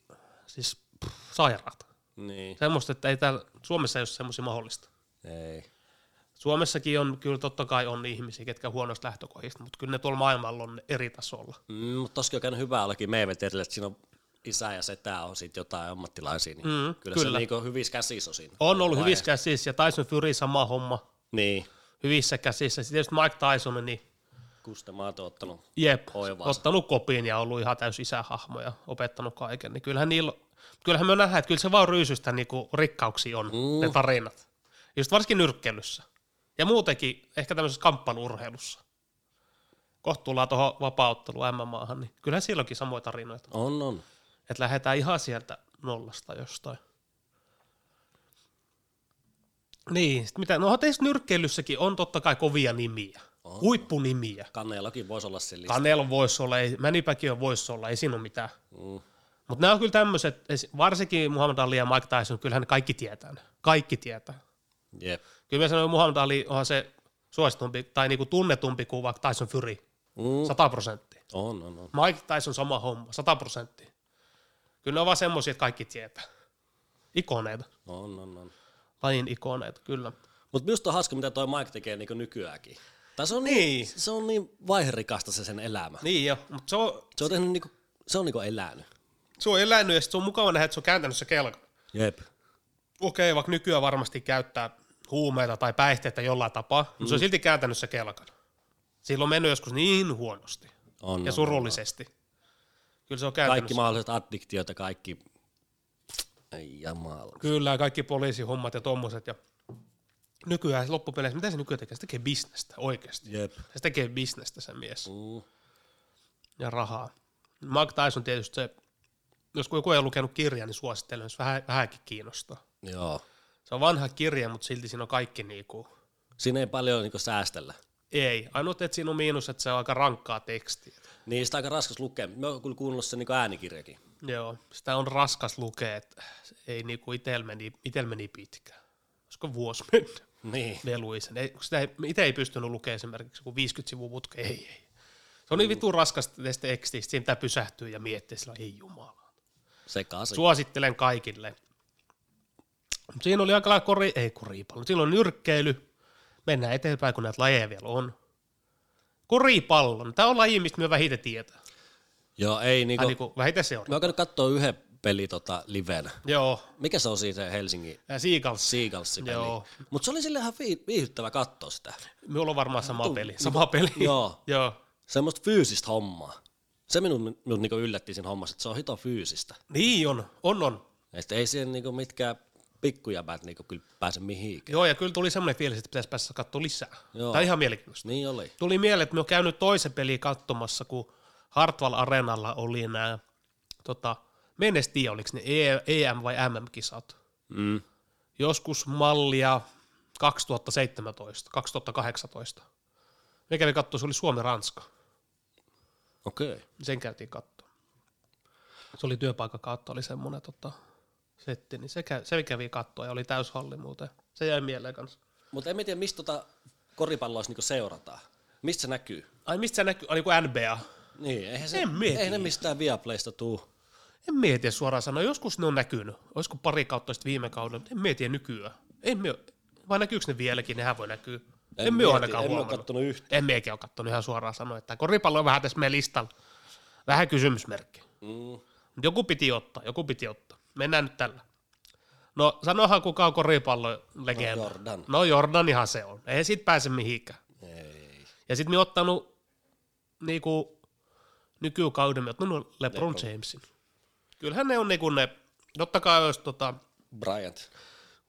S1: siis pff, sairaat.
S2: Niin.
S1: Semmoista, että ei täällä, Suomessa ei ole semmoisia mahdollista.
S2: Ei.
S1: Suomessakin on kyllä totta kai on ihmisiä, ketkä on huonoista lähtökohdista, mutta kyllä ne tuolla maailmalla on eri tasolla.
S2: Mm, mutta toskin on käynyt hyvää ollakin Mayweatherille, että siinä on isä ja setä on sit jotain ammattilaisia, niin
S1: Mm,
S2: mm, kyllä,
S1: kyllä.
S2: se niinku hyvissä käsissä on siinä.
S1: On ollut
S2: Vai-
S1: hyvissä käsissä ja Tyson Fury sama homma
S2: Niin.
S1: hyvissä käsissä. Sitten tietysti Mike Tyson, niin
S2: Kusta maat on ottanut.
S1: jep,
S2: Hoivaansa.
S1: ottanut kopin ja ollut ihan täys isähahmo ja opettanut kaiken. Niin kyllähän, niillä, kyllähän me nähdään, että kyllä se vaan ryysystä niinku rikkauksia on, mm. ne tarinat. Just varsinkin nyrkkelyssä. Ja muutenkin ehkä tämmöisessä kamppailurheilussa. Kohta tullaan tuohon vapautteluun MMAhan, niin kyllähän silloinkin samoja tarinoita.
S2: On, on.
S1: Että lähdetään ihan sieltä nollasta jostain. Niin, sit mitä, no teistä nyrkkeilyssäkin on totta kai kovia nimiä, huippunimiä.
S2: Kanneellakin voisi olla se lista.
S1: Kanel voisi olla, ei, Mänipäkin on voisi olla, ei siinä ole mitään.
S2: Mm.
S1: Mutta nämä on kyllä tämmöiset, varsinkin Muhammad Ali ja Mike Tyson, kyllähän ne kaikki tietää ne. Kaikki tietää.
S2: Jep.
S1: Kyllä mä sanoin, että Muhammad Ali onhan se suositumpi tai niinku tunnetumpi kuin vaikka Tyson Fury,
S2: Mm.
S1: 100 prosenttia.
S2: On, on, on.
S1: Mike Tyson sama homma, 100 prosenttia. Kyllä ne on vaan semmoisia, että kaikki tietää. Ikoneita,
S2: On, on, on.
S1: lajin ikoneita, kyllä.
S2: Mutta minusta on hauska, mitä toi Mike tekee niin nykyäänkin. Tai se on niin.
S1: Niin.
S2: se on niin vaiherikasta se sen elämä. Niin.
S1: Niin jo, mutta se on,
S2: Se on, tehnyt niin kuin, se on niin kuin elänyt.
S1: se on elänyt ja sit se on mukava nähdä, että se on kääntänyt se kelkan.
S2: Jep.
S1: okei, vaikka nykyään varmasti käyttää huumeita tai päihteitä jollain tapaa, mutta se on silti kääntänyt se kelkan. Sillä on mennyt joskus niin huonosti
S2: On,
S1: ja
S2: on, on.
S1: surullisesti. Kyllä se on kääntänyt.
S2: Kaikki
S1: Kaikki
S2: mahdolliset addiktiot ja kaikki... Ei jamala.
S1: Kyllä, kaikki poliisihommat ja tommoset. Ja nykyään loppupeleissä, mitä se nykyään tekee? Se tekee bisnestä oikeasti.
S2: Jep.
S1: Se tekee bisnestä se mies
S2: Mm.
S1: ja rahaa. Mark Tyson tietysti se, jos joku ei ole lukenut kirjaa, niin suosittelen, jos vähän, vähänkin kiinnostaa.
S2: Joo.
S1: Se on vanha kirja, mutta silti siinä on kaikki niinku,
S2: Siinä ei paljon niin säästellä.
S1: ei. Ainut, että siinä on miinus, että se on aika rankkaa tekstiä.
S2: Niin sitä on aika raskas lukea. Mä oon kyllä kuunnellut sen niin äänikirjakin.
S1: Joo, sitä on raskas lukea, että ei niinku itel meni, itel meni pitkään. Olisiko vuosi mennyt?
S2: Niin.
S1: Ne luin sen. Ei, kun sitä ei, itse ei pystynyt lukemaan esimerkiksi kuin 50 sivua putkeen. Ei, ei. Se on niin vitun raskasta tästä tekstistä, siinä pitää pysähtyä ja miettiä sillä, ei jumala.
S2: Sekaisin.
S1: Suosittelen kaikille. Mut Siinä oli aika lailla kori, ei koripallo, siinä on nyrkkeily. Mennään eteenpäin, kun näitä lajeja vielä on. Koripallo, tämä on laji, mistä me vähiten tietää.
S2: Joo, ei niinku.
S1: Tai niinku, vähiten seuraa.
S2: Mä oon käynyt katsoa yhden peli tota, livenä.
S1: Joo,
S2: Mikä se on siinä se Helsingin
S1: ja Seagulls.
S2: Seagalsin peli?
S1: Joo.
S2: Mutta se oli sille ihan vii- viihdyttävä katsoa sitä. niin
S1: Minulla on varmaan sama peli. Sama peli.
S2: Joo.
S1: Joo.
S2: Semmoista fyysistä hommaa. Se minut, minut niinku yllätti siinä hommassa, että se on hito fyysistä.
S1: Niin on, on on.
S2: Ja sitten ei siihen niinku mitkään pikkujäbät niinku kyllä pääse mihinkään.
S1: Joo, ja kyllä tuli semmoinen fiilis, että pitäisi päästä katsoa lisää.
S2: Joo.
S1: Joo. Tämä on ihan mielenkiintoista.
S2: Niin oli.
S1: Tuli mieleen, että me oon käynyt toisen peliä katsomassa, kun Hartwall Arenalla oli nämä, tota, mä en edes tiedä, oliko ne E- EM vai MM-kisat.
S2: Mm.
S1: Joskus mallia 2017, 2018. Me kävin katsoa, se oli Suomi-Ranska.
S2: Okei. Okay.
S1: sen käytiin kattoa. Se oli työpaikan kautta, oli semmoinen tota, setti, niin se, käy, se kävi kattoa ja oli täyshalli muuten. Se jäi mieleen kanssa.
S2: Mutta en mä tiedä, mistä tota koripalloa niinku seurataan. Mistä se näkyy?
S1: Ai mistä se näkyy, oli NBA.
S2: Niin, eihän se,
S1: En mä tiedä.
S2: ei ne mistään Viaplaysta tuu.
S1: En mietiä suoraan sanoa, joskus ne on näkynyt. Olisiko pari kautta sitten viime kaudella, mutta en mietiä nykyään. En me, vai näkyykö ne vieläkin, nehän voi näkyä. En, en me ole ainakaan
S2: en ole
S1: huomannut.
S2: kattonut yhtään.
S1: En meikin ole kattonut ihan suoraan sanoa, että koripallo on vähän tässä meidän listalla. Vähän kysymysmerkki.
S2: Mm.
S1: Mut Joku piti ottaa, joku piti ottaa. Mennään nyt tällä. No sanohan kuka on koripallon legenda.
S2: No Jordan.
S1: No Jordanihan se on. Ei siitä pääse mihinkään.
S2: Ei.
S1: Ja sitten me ottanut niinku, nykykauden, me ottanut LeBron, LeBron. Jamesin. Kyllähän ne on niinku ne, totta kai jos tota,
S2: Bryant.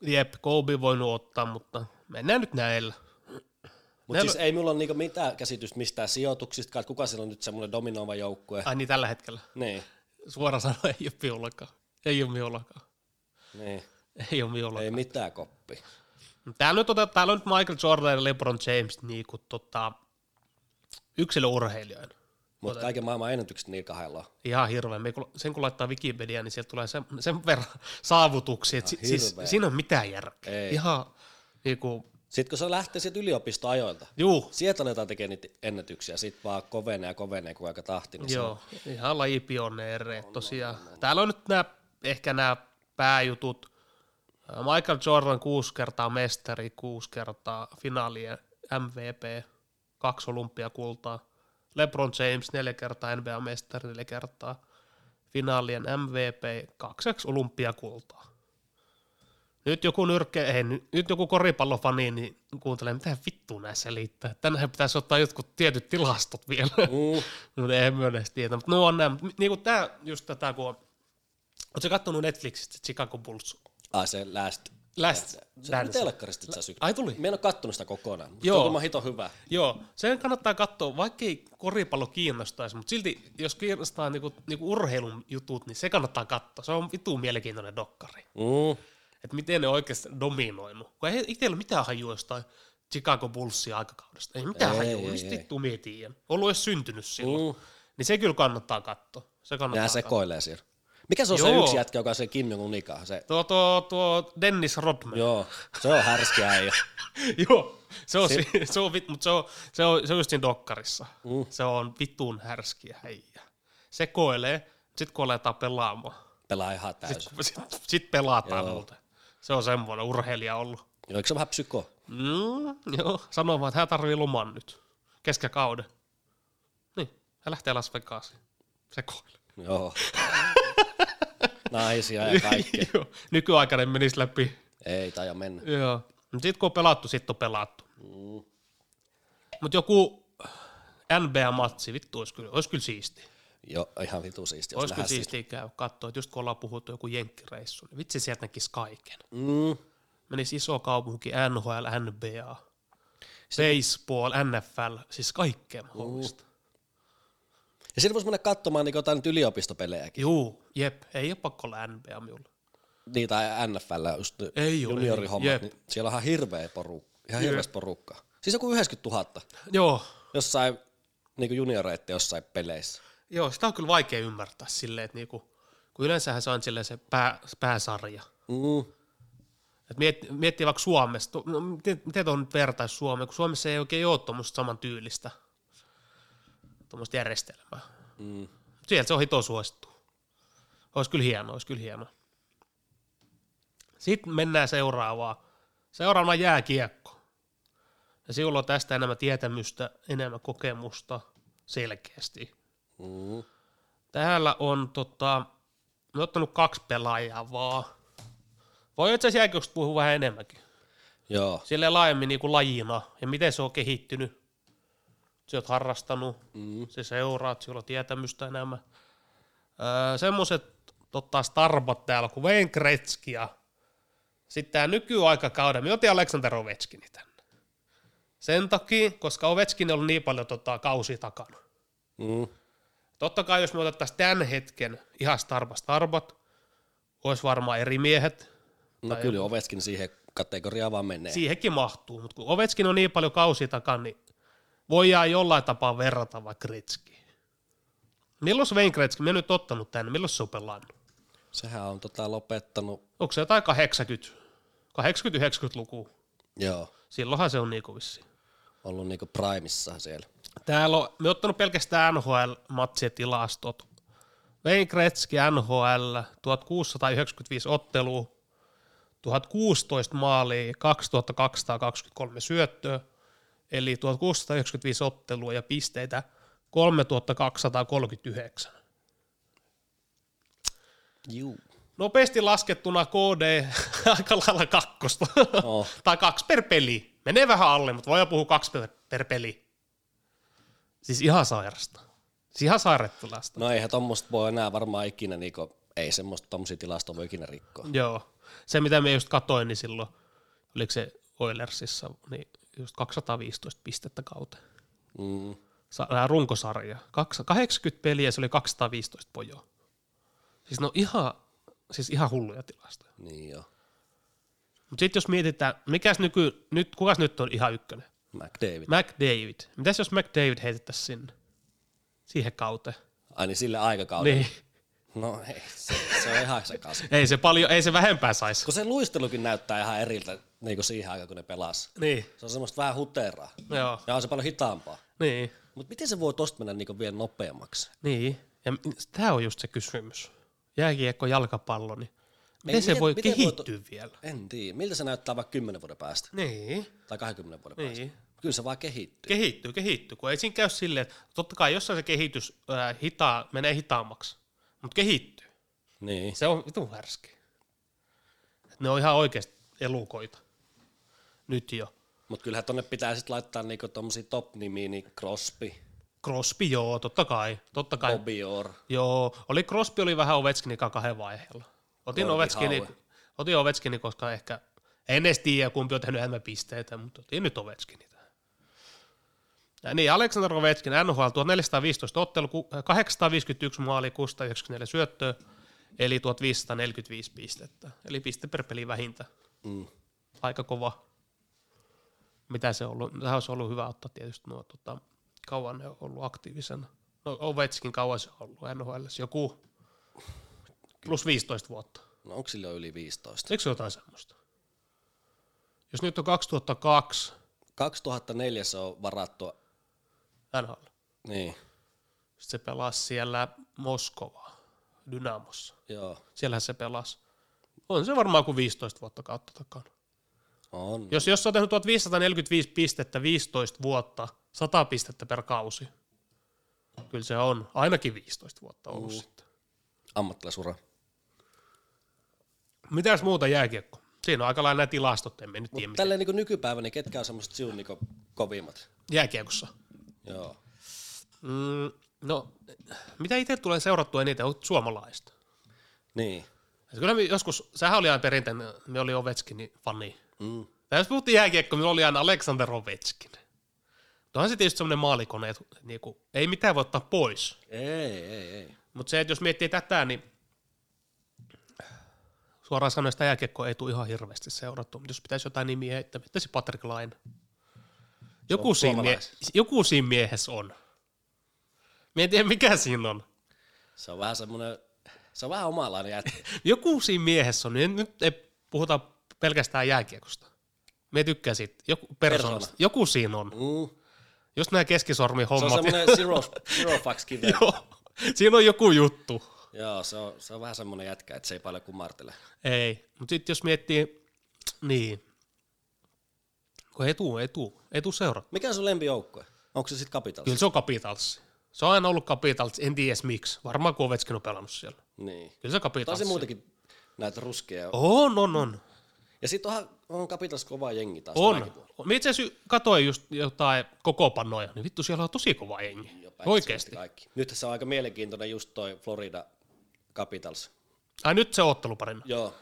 S1: jep, Kobe voinut ottaa, mutta mennään nyt näillä.
S2: Mutta siis ei mulla ole niinku mitään käsitystä mistään sijoituksista, että kuka siellä on nyt semmoinen dominoiva joukkue.
S1: Ai niin tällä hetkellä.
S2: Niin,
S1: Suoraan sanoen ei ole miullakaan. Ei ole miullakaan.
S2: niin.
S1: Ei ole miullakaan.
S2: Ei mitään koppi.
S1: Täällä, nyt otetaan, täällä on nyt Michael Jordan ja LeBron James niinku, tota, yksilöurheilijoina.
S2: Mutta kaiken maailman ennätykset niin niillä kahdella on.
S1: Ihan hirveä. Me kun- Sen kun laittaa Wikipediaan, niin sieltä tulee sen, sen verran saavutuksia. Että si,
S2: Ihan
S1: siis,
S2: hirveä.
S1: siinä on mitään järkeä.
S2: Ei.
S1: Ihan niinku,
S2: Sitten kun se lähtee sieltä yliopistoajoilta,
S1: juu,
S2: sieltä aletaan tekemään niitä ennätyksiä, sit vaan kovenee ja kovenee kuin aika tahtinen. se on.
S1: joo, ihan lajipioneereet tosiaan. Täällä on nyt nämä, ehkä nämä pääjutut. Michael Jordan kuusi kertaa mestari, kuusi kertaa finaalien MVP, kaksi olympiakultaa. LeBron James neljä kertaa NBA-mestari, neljä kertaa finaalien MVP, kakseksi olympiakultaa. Nyt joku nyrkke, ei, ny- nyt joku koripallofani niin kuuntelee, mitä vittua näissä liittää. Tänään pitäisi ottaa jotkut tietyt tilastot vielä.
S2: Mm.
S1: Mutta en mä edes tiedä, mutta no on nämä. Mut Niinku tää, just tätä, kun on... Oletko kattonut Netflixistä Chicago Bulls?
S2: Ai se last.
S1: Last
S2: Se on
S1: Dance.
S2: telkkarista itse asiassa.
S1: Ai tuli?
S2: Mä en ole kattonut sitä kokonaan, mutta
S1: Joo.
S2: Joo. on hito hyvä.
S1: Joo, sen kannattaa katsoa, vaikka ei koripallo kiinnostaisi, mutta silti jos kiinnostaa niinku, niinku urheilun jutut, niin se kannattaa katsoa. Se on vitu mielenkiintoinen dokkari.
S2: Mm.
S1: Että miten ne oikeasti dominoinut. Kun ei itsellä ole mitään hajua jostain Chicago Bullsia aikakaudesta. Ei mitään
S2: Ei,
S1: ei, hajua,
S2: ei,
S1: mistä
S2: ei.
S1: vittu mie tiedän. Ollut edes syntynyt silloin.
S2: Mm.
S1: Mm. Niin se kyllä kannattaa katsoa. Se kannattaa
S2: Nää
S1: katsoa.
S2: sekoilee siellä. Mikä se on se
S1: Joo.
S2: yksi jätkä, joka on se Kim Jong-un ika? Se,
S1: Tuo, tuo, tuo Dennis Rodman.
S2: joo, se on härski äijä.
S1: Joo, se on, se, se on, vit- mut se on, se on, se on just siinä dokkarissa. Mm. Se on vitun härskiä häijä. Se koelee, sitten kun aletaan pelaamaan.
S2: Pelaa ihan täysin.
S1: Sitten sit, sit pelataan
S2: Joo.
S1: joo. muuten. Se on semmoinen urheilija ollut.
S2: Joo, eikö se ole vähän psyko?
S1: Mm, joo, sanoo vaan, että hän tarvii loman nyt. Keskäkauden. Niin, hän lähtee Las Vegasiin. Se koelee.
S2: Joo. Naisia ja kaikki.
S1: joo, nykyaikainen menisi läpi.
S2: Ei taja mennä.
S1: Joo. Sitten kun on pelattu, sitten on pelattu.
S2: Mm.
S1: Mutta joku NBA-matsi, vittu, olisi kyllä, olisi kyllä siisti.
S2: Joo, ihan vitu siisti. Jos
S1: Olisi kyllä
S2: lähes
S1: siistiä käy katsoa, että just kun ollaan puhuttu joku jenkkireissu, niin vitsi sieltä näkisi kaiken.
S2: Mm,
S1: menisi iso kaupunki, NHL, NBA, baseball, NFL, siis kaikkea mahdollista.
S2: Ja sitten voisi mennä katsomaan niin jotain nyt yliopistopelejäkin.
S1: Juu, jep, ei ole pakko olla NBA minulla.
S2: Niin, tai NFL, just ne
S1: Ei ole, ei,
S2: juniorihommat.
S1: jep.
S2: Niin siellä on ihan hirveä porukka. Ihan
S1: Jep.
S2: hirveästä porukkaa. Siis joku 90 000
S1: Joo,
S2: jossain niin junioreitte jossain peleissä.
S1: joo, sitä on kyllä vaikea ymmärtää silleen, että niinku, kun yleensähän se on silleen se pää, pääsarja.
S2: Mm.
S1: Et miet, miettii vaikka Suomesta, no, miten, miten tuohon nyt vertaisi Suomeen, kun Suomessa ei oikein ole tuommoista saman tyylistä tuommoista järjestelmää.
S2: Mm.
S1: Mut Sieltä se on hito suosittu. Olisi kyllä hienoa, olisi kyllä hienoa. Sitten mennään seuraavaan. Seuraavana jääkiekko. Ja sinulla on tästä enemmän tietämystä, enemmän kokemusta selkeästi.
S2: Mm.
S1: Täällä on tota, mä oon ottanut kaksi pelaajaa vaan. Voi itse asiassa jääkiekosta puhua vähän enemmänkin.
S2: Joo.
S1: Silleen laajemmin niin kuin lajina ja miten se on kehittynyt. Sä oot harrastanut,
S2: Mm.
S1: se seuraat, sillä on tietämystä enemmän. Öö, semmoset tota, starbat täällä kuin Wayne Gretzky ja sitten tämä nykyaikakauden, me otin Aleksander Ovechkini tänne. Sen takia, koska Ovechkin on ollut niin paljon tota, kausi takana.
S2: Mm.
S1: Totta kai jos me otettaisiin tämän hetken ihan starba starbat, olisi varmaan eri miehet.
S2: No kyllä Oveskin siihen kategoriaan vaan menee. Si-
S1: Siihenkin mahtuu, mutta kun Ovechkin on niin paljon kausi takana, niin voidaan jollain tapaa verrata vaikka Gretzky. Milloin Sven Gretzky, me en nyt ottanut tänne, milloin se on pelannut?
S2: Sehän on tota lopettanut.
S1: Onko se jotain 80, 80-90-luku?
S2: Joo.
S1: Silloinhan se on niinku vissiin.
S2: Ollut niinku primissa siellä.
S1: Täällä on, me ottanut pelkästään NHL-matsitilastot. Wayne Gretzky NHL, 1695 ottelua, 1016 maalia, 2223 syöttöä, eli 1695 ottelua ja pisteitä 3239.
S2: Juu.
S1: Nopeasti laskettuna KD aika lailla kakkosta.
S2: Oh.
S1: tai kaksi per peli. Menee vähän alle, mutta voidaan puhua kaksi per, per peli. Siis ihan sairasta. Siis ihan sairettulasta.
S2: No eihän tommosta voi enää varmaan ikinä, niinku, ei semmoista tommosia tilastoja voi ikinä rikkoa.
S1: Joo. Se, mitä me just katoin, niin silloin, oliko se Oilersissa, niin just 215 pistettä kauteen.
S2: Mm.
S1: Sa- runkosarja. Kaks- 80 peliä, se oli 215 pojoa. Siis no ihan, siis ihan hulluja tilastoja.
S2: Niin joo.
S1: Mutta sitten jos mietitään, mikäs nyky, nyt, kukas nyt on ihan ykkönen?
S2: McDavid.
S1: McDavid. Mitäs jos McDavid heitettäisiin sinne? Siihen kauteen.
S2: Ai niin sillä aikakaudella.
S1: Niin.
S2: No ei, se, se on ihan sekaisin.
S1: Ei se paljon, ei se vähempää saisi.
S2: Kun se luistelukin näyttää ihan eriltä niin kuin siihen aikaan, kun ne pelas.
S1: Niin.
S2: Se on semmoista vähän huteraa.
S1: Joo.
S2: Ja on se paljon hitaampaa.
S1: Niin.
S2: Mutta miten se voi tosta mennä niin vielä nopeammaksi?
S1: Niin. Ja tämä on just se kysymys. Jääkiekko, jalkapallo, niin miten
S2: Ei,
S1: se
S2: miten-
S1: voi
S2: miten
S1: kehittyä vielä?
S2: En tiedä. Miltä se näyttää vaikka 10 vuoden päästä?
S1: Niin.
S2: Tai 20 vuoden päästä?
S1: Niin.
S2: Kyllä se vaan kehittyy.
S1: Kehittyy, kehittyy, kun ei siinä käy silleen, että totta kai jossain se kehitys ää, hitaa, menee hitaammaksi, mutta kehittyy.
S2: Niin.
S1: Se on vitun härski. Et ne on ihan oikeasti elukoita. Nyt jo.
S2: Mutta kyllähän tonne pitää sitten laittaa niinku tommosia top-nimiä, niin Crosby,
S1: Crosby, joo, totta kai. Totta kai.
S2: Bobby Orr.
S1: Joo, oli Crosby oli vähän Ovechkinin kanssa kahden vaiheella. Otin
S2: Korpi
S1: Ovechkinin,
S2: Haue.
S1: otin Ovechkinin, koska ehkä, en edes tiedä kumpi on tehnyt enemmän pisteitä, mutta otin nyt Ovechkinin tähän. Ja niin, Aleksander Ovechkin, NHL 1415 ottelu, ku- 851 maali, 694 syöttöä, eli 1545 pistettä. Eli piste per peli vähintä.
S2: Mm.
S1: Aika kova. Mitä se on ollut? Tämä olisi ollut hyvä ottaa tietysti nuo, tota, kauan ne on ollut aktiivisena. No Ovechkin kauan se on ollut NHL, joku plus 15 vuotta.
S2: No onko sillä jo yli 15?
S1: Eikö se jotain semmoista? Jos nyt on 2002
S2: 2004 se on varattu.
S1: NHL,
S2: Niin.
S1: Sitten se pelasi siellä Moskovaa, Dynamossa.
S2: Joo.
S1: Siellähän se pelasi. On se varmaan kuin 15 vuotta kautta takana.
S2: On.
S1: Jos, jos sä oot tehnyt 1545 pistettä 15 vuotta, 100 pistettä per kausi, kyllä se on ainakin 15 vuotta ollut mm. sitten.
S2: Ammattilaisura.
S1: Mitäs muuta jääkiekko? Siinä on aika lailla nämä tilastot, emme nyt tiedä mitä.
S2: Tälleen niin nykypäivänä, niin ketkä on semmoiset siun niin kovimmat?
S1: Jääkiekossa.
S2: Joo.
S1: eh, Mm, no, mitä itse tulee seurattua eniten, on suomalaista.
S2: Niin.
S1: Et Kyllä me joskus, sehän oli aina perinteinen, me oli Ovechkinin fani.
S2: Mm.
S1: Tai jos puhuttiin jääkiekko, minulla oli aina Aleksander Ovechkin. Tuohan se tietysti semmoinen maalikone, että niinku, ei mitään voi ottaa pois.
S2: Ei, ei, ei.
S1: Mutta se, että jos miettii tätä, niin suoraan sanoen sitä jääkiekkoa ei tule ihan hirveästi seurattu. Mut Jos pitäisi jotain nimiä heittää, pitäisi Patrick Laine. Joku,
S2: on
S1: siinä mie-
S2: suomalais.
S1: joku siinä miehessä on. Mie en tiedä, mikä siinä on.
S2: Se on vähän semmoinen, se on vähän omanlainen jätkä.
S1: Joku siinä miehessä on. Nyt- Nyt ei puhuta pelkästään jääkiekosta. Me tykkää siitä. Joku, persoonasta.
S2: Persoona.
S1: Joku siinä on.
S2: Mm.
S1: Just nämä
S2: Se on
S1: keskisormihommat.
S2: semmoinen zero, zero fucks kive.
S1: Joo. Siinä on joku juttu.
S2: Joo, se on, se on vähän semmoinen jätkä, että se ei paljon kumartele.
S1: Ei, mutta sitten jos miettii, niin, kun ei tuu, ei tuu, ei tuu seuraa.
S2: Mikä on sun lempijoukkue? Onko se sitten Capitals?
S1: Kyllä se on Capitals. Se on aina ollut Capitals, en tiedä edes miksi. Varmaan kun Ovechkin on pelannut siellä.
S2: Niin.
S1: Kyllä se
S2: Tai
S1: Capitals.
S2: se muutenkin näitä ruskeja. Oh.
S1: On, on, on.
S2: Ja sitten onhan on Capitals kova jengi taas. tänäkin
S1: On.
S2: vuonna.
S1: Me itse asiassa katsoin just jotain kokoopanoja, niin vittu siellä on tosi kova jengi.
S2: Ja päivässä
S1: Oikeesti.
S2: Kaikki. Nyt se on aika mielenkiintoinen just toi Florida Capitals.
S1: Ai nyt se otteluparina.
S2: Joo.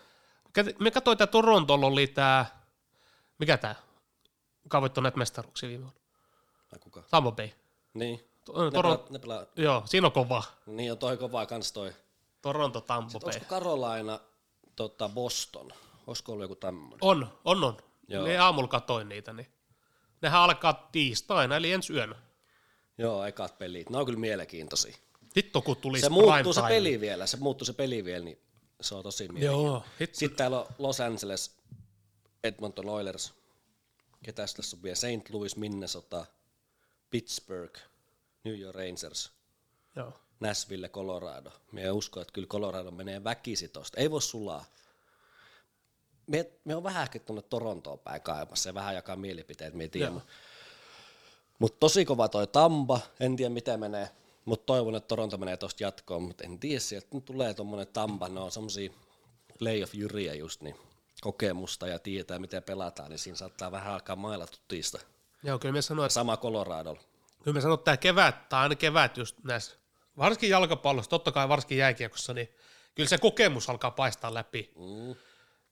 S1: Kä- Me katsoin, että Torontolla oli tää, mikä tää, kuka voitti näitä mestaruuksia viime vuonna?
S2: Ja kuka?
S1: Tampa Bay.
S2: Niin.
S1: To-
S2: Ne, Toro...
S1: Toron...
S2: pelaa, ne pelaa.
S1: Joo, siinä on kova.
S2: Niin on toi kovaa kans toi.
S1: Toronto, Tampa Bay.
S2: Onko Karolaina tota Boston? Olisiko ollut joku tämmöinen?
S1: On, on, on.
S2: Joo.
S1: Ne aamulla katoin niitä, niin nehän alkaa tiistaina, eli ensi yönä.
S2: Joo, ekat pelit. Ne on kyllä mielenkiintoisia.
S1: Hitto, kun tuli
S2: Se muuttuu se peli vielä, se muuttuu se peli vielä, niin se on tosi mielenkiintoista.
S1: Joo, hitto.
S2: Sitten täällä on Los Angeles, Edmonton Oilers. Ketäs tässä on vielä? St. Louis, Minnesota, Pittsburgh, New York Rangers,
S1: Joo.
S2: Nashville, Colorado. Me en usko, että kyllä Colorado menee väkisi tosta. Ei voi sulaa. Me, me on vähän ehkä tuonne Torontoon päin kaivamassa ja vähän jakaa mielipiteet, me ei tiedä.
S1: Joo.
S2: Mutta tosi kova toi Tampa, en tiedä mitä menee, mutta toivon, että Toronto menee tosta jatkoon, mutta en tiedä, sieltä nyt tulee tuommoinen Tampa, ne on semmosia playoff-jyriä just, niin kokemusta ja tietää, miten pelataan, niin siinä saattaa vähän alkaa mailla tutista.
S1: Joo, kyllä me sanoin, että,
S2: Sama Coloradolla.
S1: kyllä me sanoin, että tämä kevät, tai aina kevät just näissä, varsinkin jalkapallossa, totta kai varsinkin jääkiekossa, niin kyllä se kokemus alkaa paistaa läpi.
S2: Mm.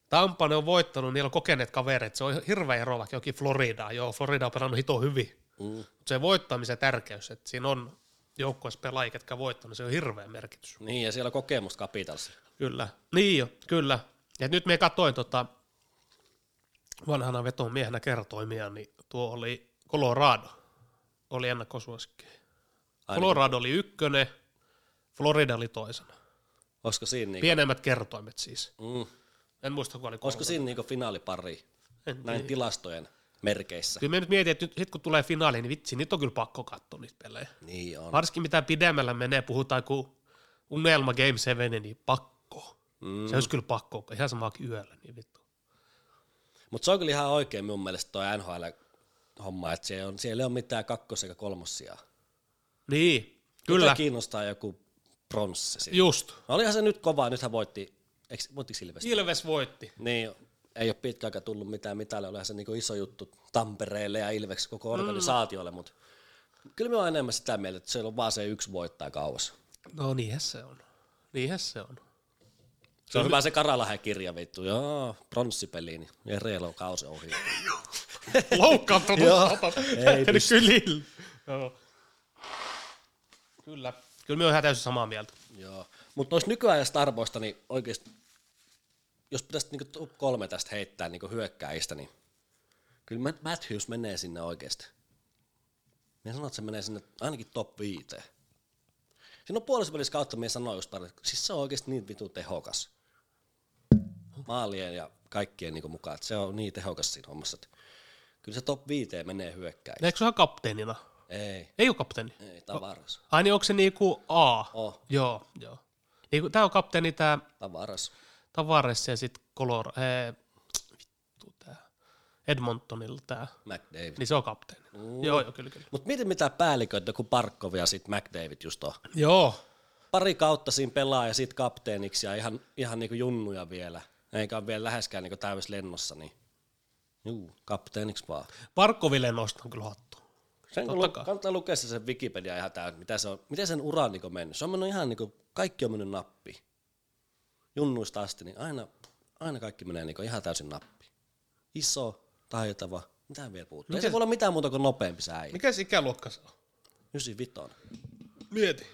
S1: Tampa ne on voittanut, niillä on kokeneet kavereet, se on hirveä ero vaikka jokin Floridaa, joo, Florida on pelannut hito hyvin,
S2: Mm.
S1: mutta se voittamisen tärkeys, että siinä on joukkueessa pelaajia, ketkä on voittanut, se on hirveä merkitys.
S2: Niin, ja siellä on kokemusta Capitalsilla.
S1: Kyllä. Niin jo, kyllä. Ja nyt me katsoin tota, vanhana veton miehenä kertoimia, niin tuo oli Colorado. Oli ennakkosuosikki.
S2: Ainakin.
S1: Colorado oli ykkönen, Florida oli toisena.
S2: Olisiko siinä, niinku,
S1: Pienemmät kertoimet siis.
S2: mm,
S1: En muista, kuka oli
S2: olisiko
S1: Colorado.
S2: siinä niinku finaalipari
S1: En
S2: näin tilastojen merkeissä?
S1: Niin. Kyllä me nyt mietin, että nyt, sit kun tulee finaali, niin vitsi, niitä on kyllä pakko katsoa niitä pelejä.
S2: Niin on.
S1: Varsinkin mitä pidemmällä menee, puhutaan kuin unelma Game 7, niin pakko. Mm. Se olisi kyllä pakko, ihan sama kuin yöllä, niin vittu.
S2: Mutta se on kyllä ihan oikein mun mielestä toi NHL-homma, että siellä, on, siellä ei ole mitään kakkos- eikä kolmossia.
S1: Niin,
S2: Mitä
S1: kyllä,
S2: kiinnostaa joku pronssi siinä.
S1: just.
S2: No olihan se nyt kovaa, nythän voitti, eikö, voittiko Ilves?
S1: Ilves voitti.
S2: Niin, ei ole pitkä aika tullut mitään mitään, olihan se niinku iso juttu Tampereelle ja Ilveks koko
S1: Mm.
S2: organisaatiolle, mutta kyllä me on enemmän sitä mieltä, että siellä on vaan se yksi voittaa kauas.
S1: No niinhän se on. Niinhän se on.
S2: Se on hyvä se Karalahen kirja vittu, joo, pronssipeli, niin ja Reelo on kausi ohi.
S1: Loukkaantunut
S2: Joo,
S1: sata.
S2: ei
S1: Lähtenyt kylille. Joo. Kyllä. Kyllä me on ihan täysin samaa mieltä.
S2: Joo, mutta noista nykyajan starboista, niin oikeasti, jos pitäisi niinku top kolme tästä heittää niinku hyökkäistä, niin kyllä Matt Matthews menee sinne oikeasti. Minä sanon, että se menee sinne ainakin top viiteen. Siinä on puolisvälissä kautta, minä sanoin just pari, siis se on oikeasti niin vitu tehokas. Maalien ja kaikkien niinku mukaan, että se on niin tehokas siinä hommassa, että kyllä se top viiteen menee hyökkäin.
S1: Eikö se ole kapteenina?
S2: Ei,
S1: Ei ole kapteeni.
S2: ei, tavaras,
S1: Ai niin, onko se niinku A?
S2: Oh.
S1: Joo, joo. Niinku, tää on kapteeni tää
S2: tavaras.
S1: Tavares ja sit Color... Ee, vittu tää. Edmontonilla tää.
S2: McDavid.
S1: Niin se on kapteeni. Joo, joo, kyllä, kyllä.
S2: Mutta mietin mitä päälliköitä, kun Parkov ja sitten McDavid just on.
S1: Joo.
S2: Pari kautta siinä pelaa ja sitten kapteeniksi ja ihan, ihan niinku junnuja vielä. Eikä ole vielä läheskään niinku täydessä lennossa, niin juu, kapteeniksi vaan.
S1: Parkkoville nostan kyllä hattua.
S2: Sen kun
S1: Totta
S2: lu-
S1: kai.
S2: kannattaa lukea se sen Wikipedia ihan täysin, mitä se on, miten sen ura on niinku mennyt. Se on mennyt ihan niinku, kaikki on mennyt nappi. junnuista asti, niin aina, aina kaikki menee niin ihan täysin nappiin. Iso, taitava, mitä vielä puuttuu? Ei
S1: Miten-
S2: se voi olla mitään muuta kuin nopeampi se äijä.
S1: Mikä se ikäluokka se on?
S2: 95.
S1: Mieti.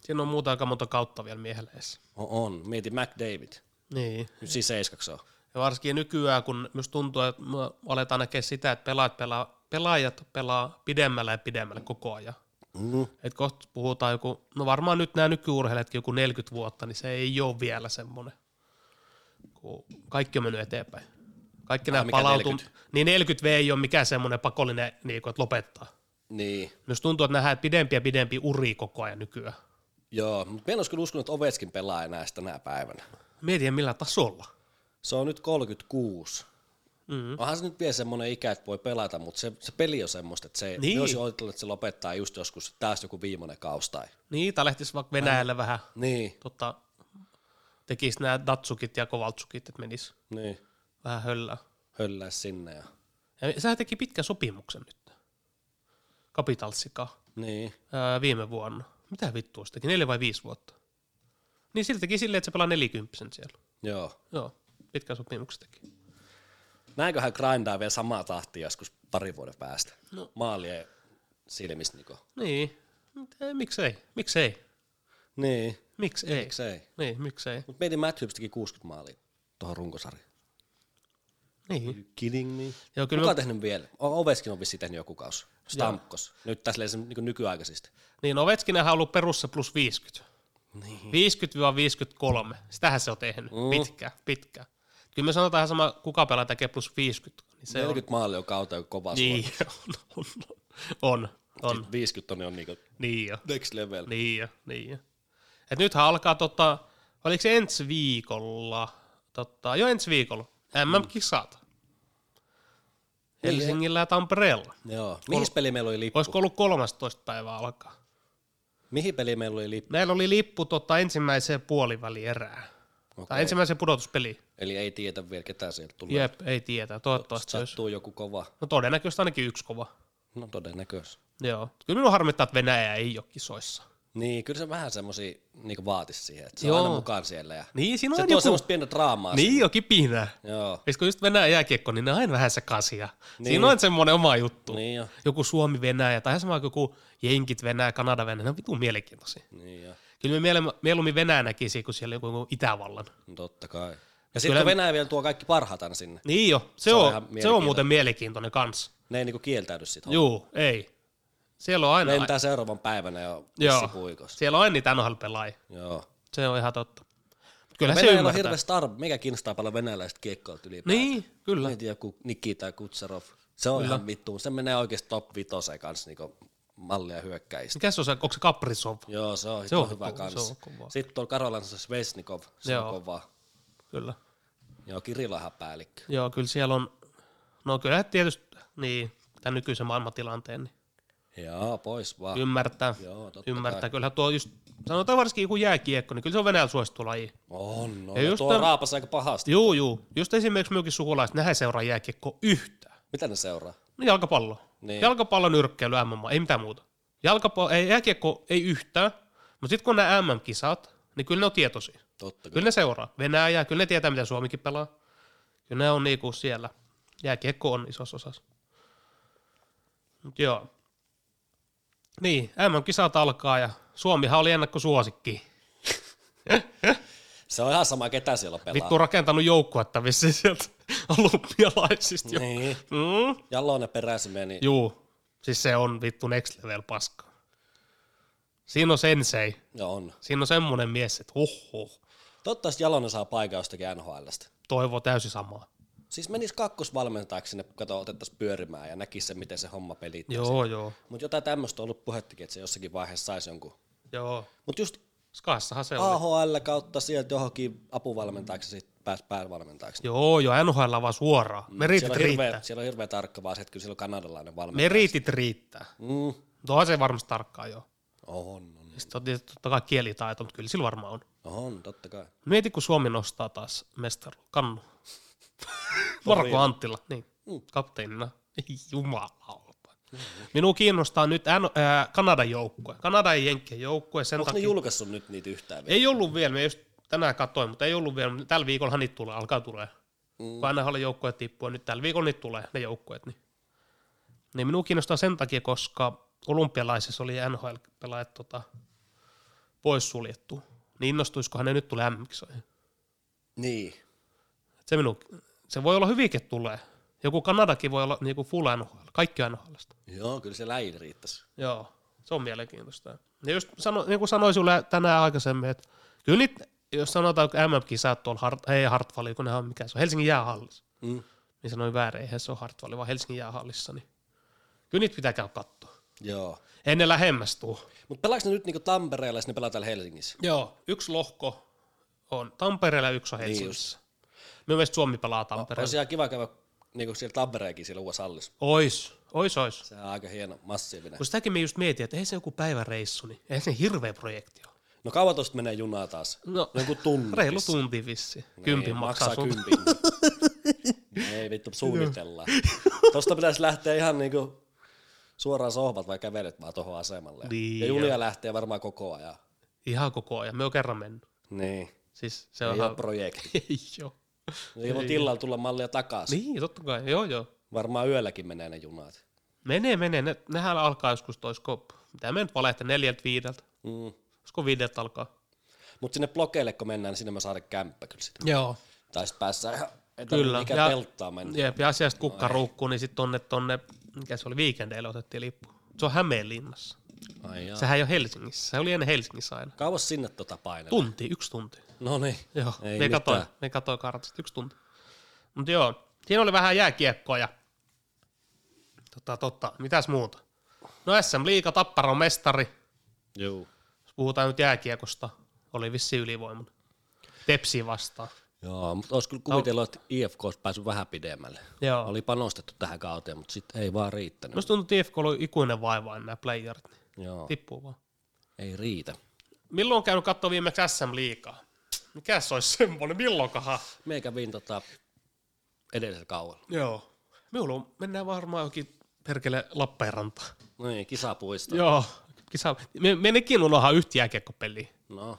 S1: Siinä on muuta aika monta kautta vielä miehelle edes.
S2: On, on. Mieti McDavid.
S1: Niin.
S2: Nyt siis seiskaksi on.
S1: Ja varsinkin nykyään, kun myös tuntuu, että me aletaan näkee sitä, että pelaajat pelaa, pelaajat pelaa pidemmälle ja pidemmälle koko ajan.
S2: Mm.
S1: Et kohta puhutaan joku, no varmaan nyt nämä nykyurheilijatkin joku 40 vuotta, niin se ei ole vielä semmoinen, kun kaikki on mennyt eteenpäin. Kaikki nämä
S2: mikä
S1: palautuu.
S2: 40?
S1: Niin 40 V ei ole mikään semmoinen pakollinen, niin kuin, että lopettaa.
S2: Niin.
S1: Myös tuntuu, että nähdään pidempiä ja pidempiä uri koko ajan nykyään.
S2: Joo, mutta en olisi kyllä uskonut, että Ovechkin pelaa enää sitä tänä päivänä.
S1: Mietin millä tasolla.
S2: Se on nyt 36.
S1: Mm.
S2: Onhan se nyt vielä semmoinen ikä, että voi pelata, mutta se, se peli on semmoista, että se,
S1: Niin.
S2: niin. jos ajatellaan, että se lopettaa just joskus taas joku viimeinen kausi tai.
S1: Niin, tai lähtisi vaikka Venäjälle vähän,
S2: Niin,
S1: tota, tekisi nämä Datsukit ja Kovaltsukit, että menisi
S2: niin.
S1: vähän höllää.
S2: Höllää sinne ja.
S1: Ja sehän teki pitkän sopimuksen nyt. Capitalsikaan.
S2: Niin.
S1: ää, viime vuonna. Mitä vittua se teki? Neljä vai viisi vuotta? Niin siltäkin silleen, että se pelaa nelikymppisen siellä.
S2: Joo.
S1: Joo, pitkä sopimuksen teki.
S2: Näinköhän grindaa vielä samaa tahtia joskus pari vuoden päästä.
S1: No.
S2: No. Maalien silmissä Niko.
S1: Niin, Mut ei, miksei, miksei,
S2: Niin.
S1: miksei.
S2: Miksi ei?
S1: Niin, miksei.
S2: Mutta meidän Matt Hughes teki 60 maalia tuohon runkosarjaan.
S1: Niin.
S2: kidding me?
S1: Joo, kyllä
S2: Kyllä Kuka
S1: Kuka
S2: on tehnyt vielä? O- Oveskin on vissiin tehnyt joku kausi. Stamkos. Nyt tässä leisi niin nykyaikaisesti.
S1: niin Ovechkinenhän on ollut perussa plus 50.
S2: Niin.
S1: 50-53. Sitähän se on tehnyt. Mm. Pitkään, pitkään. Kyllä me sanotaan ihan sama, kuka pelaa tekee plus 50. Niin se on.
S2: 40 maalia on kautta on kova
S1: Niin, on, on, on, on.
S2: Sitten 50 tonni on niinku
S1: Niin jo.
S2: next level. Niin.
S1: Niin jo, niin jo. Et nythän alkaa tota, oliko se ensi viikolla, tota, jo ensi viikolla, MM-kisat. Helsingillä ja Tampereella.
S2: Joo. Mihin peli meillä oli lippu?
S1: Olisiko ollut 13 päivää alkaa?
S2: Mihin peli meillä oli lippu?
S1: Meillä oli lippu tota, ensimmäiseen puolivälierään. Okay. Tai
S2: Okei.
S1: ensimmäiseen pudotuspeliin.
S2: Eli ei tietä vielä ketään sieltä tulee.
S1: Jep, ei tietä. Toivottavasti se olisi.
S2: Sattuu joku kova.
S1: No todennäköisesti ainakin yksi kova.
S2: No todennäköisesti.
S1: Joo. Kyllä minun harmittaa, että Venäjä ei ole kisoissa.
S2: Niin, kyllä se vähän semmosia niinku vaatis siihen, että se
S1: Joo.
S2: on aina mukaan siellä. Ja
S1: Niin, siinä on
S2: se tuo
S1: joku...
S2: semmoista pientä draamaa.
S1: Niin, jo kipinää.
S2: sinne. Joo.
S1: Eikö kun just Venäjä jääkiekko, niin ne on aina vähän sekaisia. Niin. Siinä on semmoinen oma juttu. Niin.
S2: Niin jo.
S1: Joku Suomi Venäjä tai ihan sama kuin joku Jenkit Venäjä, Kanada Venäjä, ne on vitun mielenkiintoisia.
S2: Niin jo.
S1: Kyllä me miele- mieluummin Venäjä näkisi kuin siellä joku- joku Itävallan.
S2: No Totta kai. Ja sitten
S1: Kyllä-
S2: kun Venäjä vielä tuo kaikki parhaat aina sinne.
S1: Niin jo, se,
S2: on
S1: on,
S2: ihan
S1: se on
S2: mielenkiintoinen.
S1: muuten mielenkiintoinen kans.
S2: Ne ei niinku kieltäydy siitä
S1: Juu, ei. Siellä on aina,
S2: Lentää seuraavan päivänä jo
S1: joo,
S2: puikossa.
S1: siellä on aina niitä nhl pelaajia.
S2: Joo.
S1: Se on ihan totta. Mut Kyllä se
S2: Venäjällä on
S1: ymmärtää.
S2: hirveä star, mikä kiinnostaa paljon venäläiset kiekkoilut ylipäätään.
S1: Niin, kyllä.
S2: Mietin joku Nikita Kutsarov. Se on ihan vittuun. Se menee oikeasti top vitoseen kanssa niinku mallia hyökkäistä.
S1: Mikä se on se, onko se Kaprizov?
S2: Joo, se on,
S1: Se
S2: se
S1: on
S2: on
S1: kova,
S2: hyvä kans.
S1: se on kova.
S2: Sitten on Karolansa Svesnikov, se
S1: Joo.
S2: on kova.
S1: Kyllä.
S2: Joo, Kirillahan päällikkö.
S1: Joo, kyllä siellä on, no kyllä tietysti, niin, tämän nykyisen maailmantilanteen, niin
S2: Joo, pois vaan.
S1: ymmärtää.
S2: Ah. Joo, totta
S1: ymmärtää. Kyllä tuo just, sanotaan varsinkin joku jääkiekko, niin kyllä se on Venäjällä suosittu laji.
S2: On, no,
S1: Ja
S2: ja
S1: just
S2: tuo
S1: tämän-
S2: raapas aika pahasti.
S1: Juu, juu. Just esimerkiksi minunkin sukulaiset, nehän ei seuraa jääkiekkoa yhtään.
S2: Mitä ne seuraa?
S1: No jalkapallo. Niin.
S2: Niin.
S1: Jalkapallo, nyrkkeily, MMA, ei mitään muuta. Jalkapallo, ei, jääkiekko ei yhtään, mutta sitten kun on nämä MM-kisat, niin kyllä ne on tietoisia.
S2: Totta kai.
S1: Kyllä ne seuraa. Venäjä, kyllä ne tietää, mitä Suomikin pelaa. Kyllä ne on niinku siellä. Jääkiekko on isossa osassa. Mut joo. Niin, MM-kisat alkaa ja Suomihan oli ennakkosuosikki.
S2: Se on ihan sama, ketä siellä pelaa.
S1: Vittu on rakentanut joukkuetta vissiin sieltä olympialaisista. jo.
S2: Niin.
S1: Mm?
S2: Jalonen peräsi meni.
S1: Juu, siis se on vittu next level paska. Siinä on sensei.
S2: Joo, on.
S1: Siinä on semmonen mies, että huhhuh.
S2: Toivottavasti Jalonen saa paikan jostakin NHLstä.
S1: Toivoo täysin samaa.
S2: Siis menis kakkosvalmentajaksi sinne, kato, otettaisiin pyörimään ja näkisi sen, miten se homma pelittää.
S1: Joo, joo.
S2: Mutta jotain tämmöistä on ollut puhettakin, että se jossakin vaiheessa saisi jonkun.
S1: Joo.
S2: Mutta just
S1: Skassahan se oli.
S2: AHL kautta sieltä johonkin apuvalmentajaksi ja sitten pääs päävalmentajaksi.
S1: Joo, joo, NHL vaan suoraan. Meritit
S2: Mm, Siellä on,
S1: riittää.
S2: hirveä, siellä on hirveä tarkka vaan se, että kyllä siellä on kanadalainen valmentaja.
S1: Meritit riittää.
S2: Mm. no niin.
S1: Tuohan se varmasti tarkkaan joo.
S2: On, on,
S1: Sitten on tietysti totta kai kielitaito, mutta kyllä sillä varmaan on.
S2: on, totta kai.
S1: Mieti, kun Suomi nostaa taas mestaru. Kannu. Marko Anttila, niin.
S2: Mm.
S1: Kapteenina. Ei Jumalauta. Minua kiinnostaa nyt N- ää, Kanadan joukkue. Kanadan ja Jenkkien joukkue. Sen
S2: Onko ne
S1: takia...
S2: julkaissut nyt niitä yhtään vielä?
S1: Ei ollut vielä. Me just tänään katsoin, mutta ei ollut vielä, mutta tällä viikollahan niitä tulee, alkaa tulee. Mm. Kun aina oli joukkueet tippua, nyt tällä viikolla niitä tulee, ne joukkueet. Niin. niin minua kiinnostaa sen takia, koska olympialaisissa oli NHL-pelaajat tota, poissuljettu. Niin innostuisikohan ne nyt tulee MM-kisoihin?
S2: Niin.
S1: Se, minun, se voi olla hyvinkin tulee. Joku Kanadakin voi olla niin kuin full NHL, kaikki NHLista.
S2: Joo, kyllä se läjin riittäisi.
S1: Joo, se on mielenkiintoista. Ja just sano, niin kuin sanoin sinulle tänään aikaisemmin, että kyllä niitä, jos sanotaan, että MM-kisat tuolla, Hart, ei Hartwalli, kun nehän on mikä se on, Helsingin jäähallissa,
S2: Mm.
S1: niin sanoin väärin, eihän se ole Hartwalli, vaan Helsingin jäähallissa, niin kyllä niitä pitää käydä katsoa.
S2: Joo.
S1: Ei ne lähemmäs tuu.
S2: Mutta pelaako ne nyt niinku Tampereella ja sitten ne pelaa täällä Helsingissä?
S1: Joo, yksi lohko on Tampereella ja yksi on Helsingissä. Minun Niin mielestä Suomi pelaa Tampereella.
S2: Olisi ihan kiva käydä niinku siellä Tampereellakin siellä USAllissa.
S1: Ois, ois, ois.
S2: Se on aika hieno, massiivinen.
S1: Kun sitäkin me just mietin, että ei se joku päiväreissu, niin ei se hirveä projekti ole.
S2: No kauan tosta menee junaa taas.
S1: No,
S2: Joku tunti.
S1: Reilu tunti vissi. Kympin
S2: Ei,
S1: Niin, maksaa sun.
S2: kympin. Ei vittu, suunnitellaan. Tosta pitäisi lähteä ihan niinku suoraan sohvat vai kävelet vaan tuohon asemalle.
S1: Niin,
S2: ja junia lähtee varmaan koko ajan.
S1: Ihan koko ajan. Me on kerran mennyt.
S2: Niin.
S1: Siis se on
S2: Ei ole
S1: ihan...
S2: projekti.
S1: Ei joo.
S2: Ei voi tilalla tulla mallia takaisin.
S1: Niin, totta kai. Joo, joo.
S2: Varmaan yölläkin menee ne junat.
S1: Menee, menee. Ne, nehän alkaa joskus toisko, mitä me nyt valehtaa, neljältä viideltä.
S2: Mm.
S1: Olisiko viideltä alkaa?
S2: Mutta sinne blokeille kun mennään, niin sinne me saadaan kämppä kyllä sitä.
S1: Joo.
S2: Tai sitten päässään ihan, että
S1: Kyllä.
S2: mikä
S1: Ja-
S2: telttaa mennä.
S1: Jep, ja asiasta kukkaruukkuun, niin sitten tonne, tonne, mikä se oli, viikendeille otettiin lippu. Se on Hämeenlinnassa.
S2: Ai jaa.
S1: Sehän ei ole Helsingissä. Se oli ennen Helsingissä aina.
S2: Kauas sinne tota painella.
S1: Tunti, yksi tunti.
S2: No niin.
S1: Joo,
S2: Ei
S1: me katsoin,
S2: mitään.
S1: me katsoin kartasta yksi tunti. Mutta joo, siinä oli vähän jääkiekkoa ja totta, totta, mitäs muuta. No SM Liiga, Tappara on mestari,
S2: Joo.
S1: jos puhutaan nyt jääkiekosta, oli vissi ylivoimana. Tepsi vastaan.
S2: Joo, mutta olisi kyllä kuvitellut, että IFK olisi päässyt vähän pidemmälle.
S1: Joo.
S2: Oli panostettu tähän kauteen, mutta sitten ei vaan riittänyt.
S1: Musta tuntuu, että TFK oli ikuinen vaiva nämä playerit, niin
S2: Joo,
S1: tippuu vaan.
S2: ei riitä.
S1: Milloin on käynyt katsoa viimeksi SM Liigaa? Mikäs se olisi semmoinen, milloinkahan?
S2: Meikä kävin tota edellisellä kaudella.
S1: Joo. Minulla mennään varmaan johonkin perkele Lappeenrantaan.
S2: No niin, kisapuisto.
S1: Joo. Kisa. Me, me nekin unohan yhtä jääkiekkopeliä.
S2: No,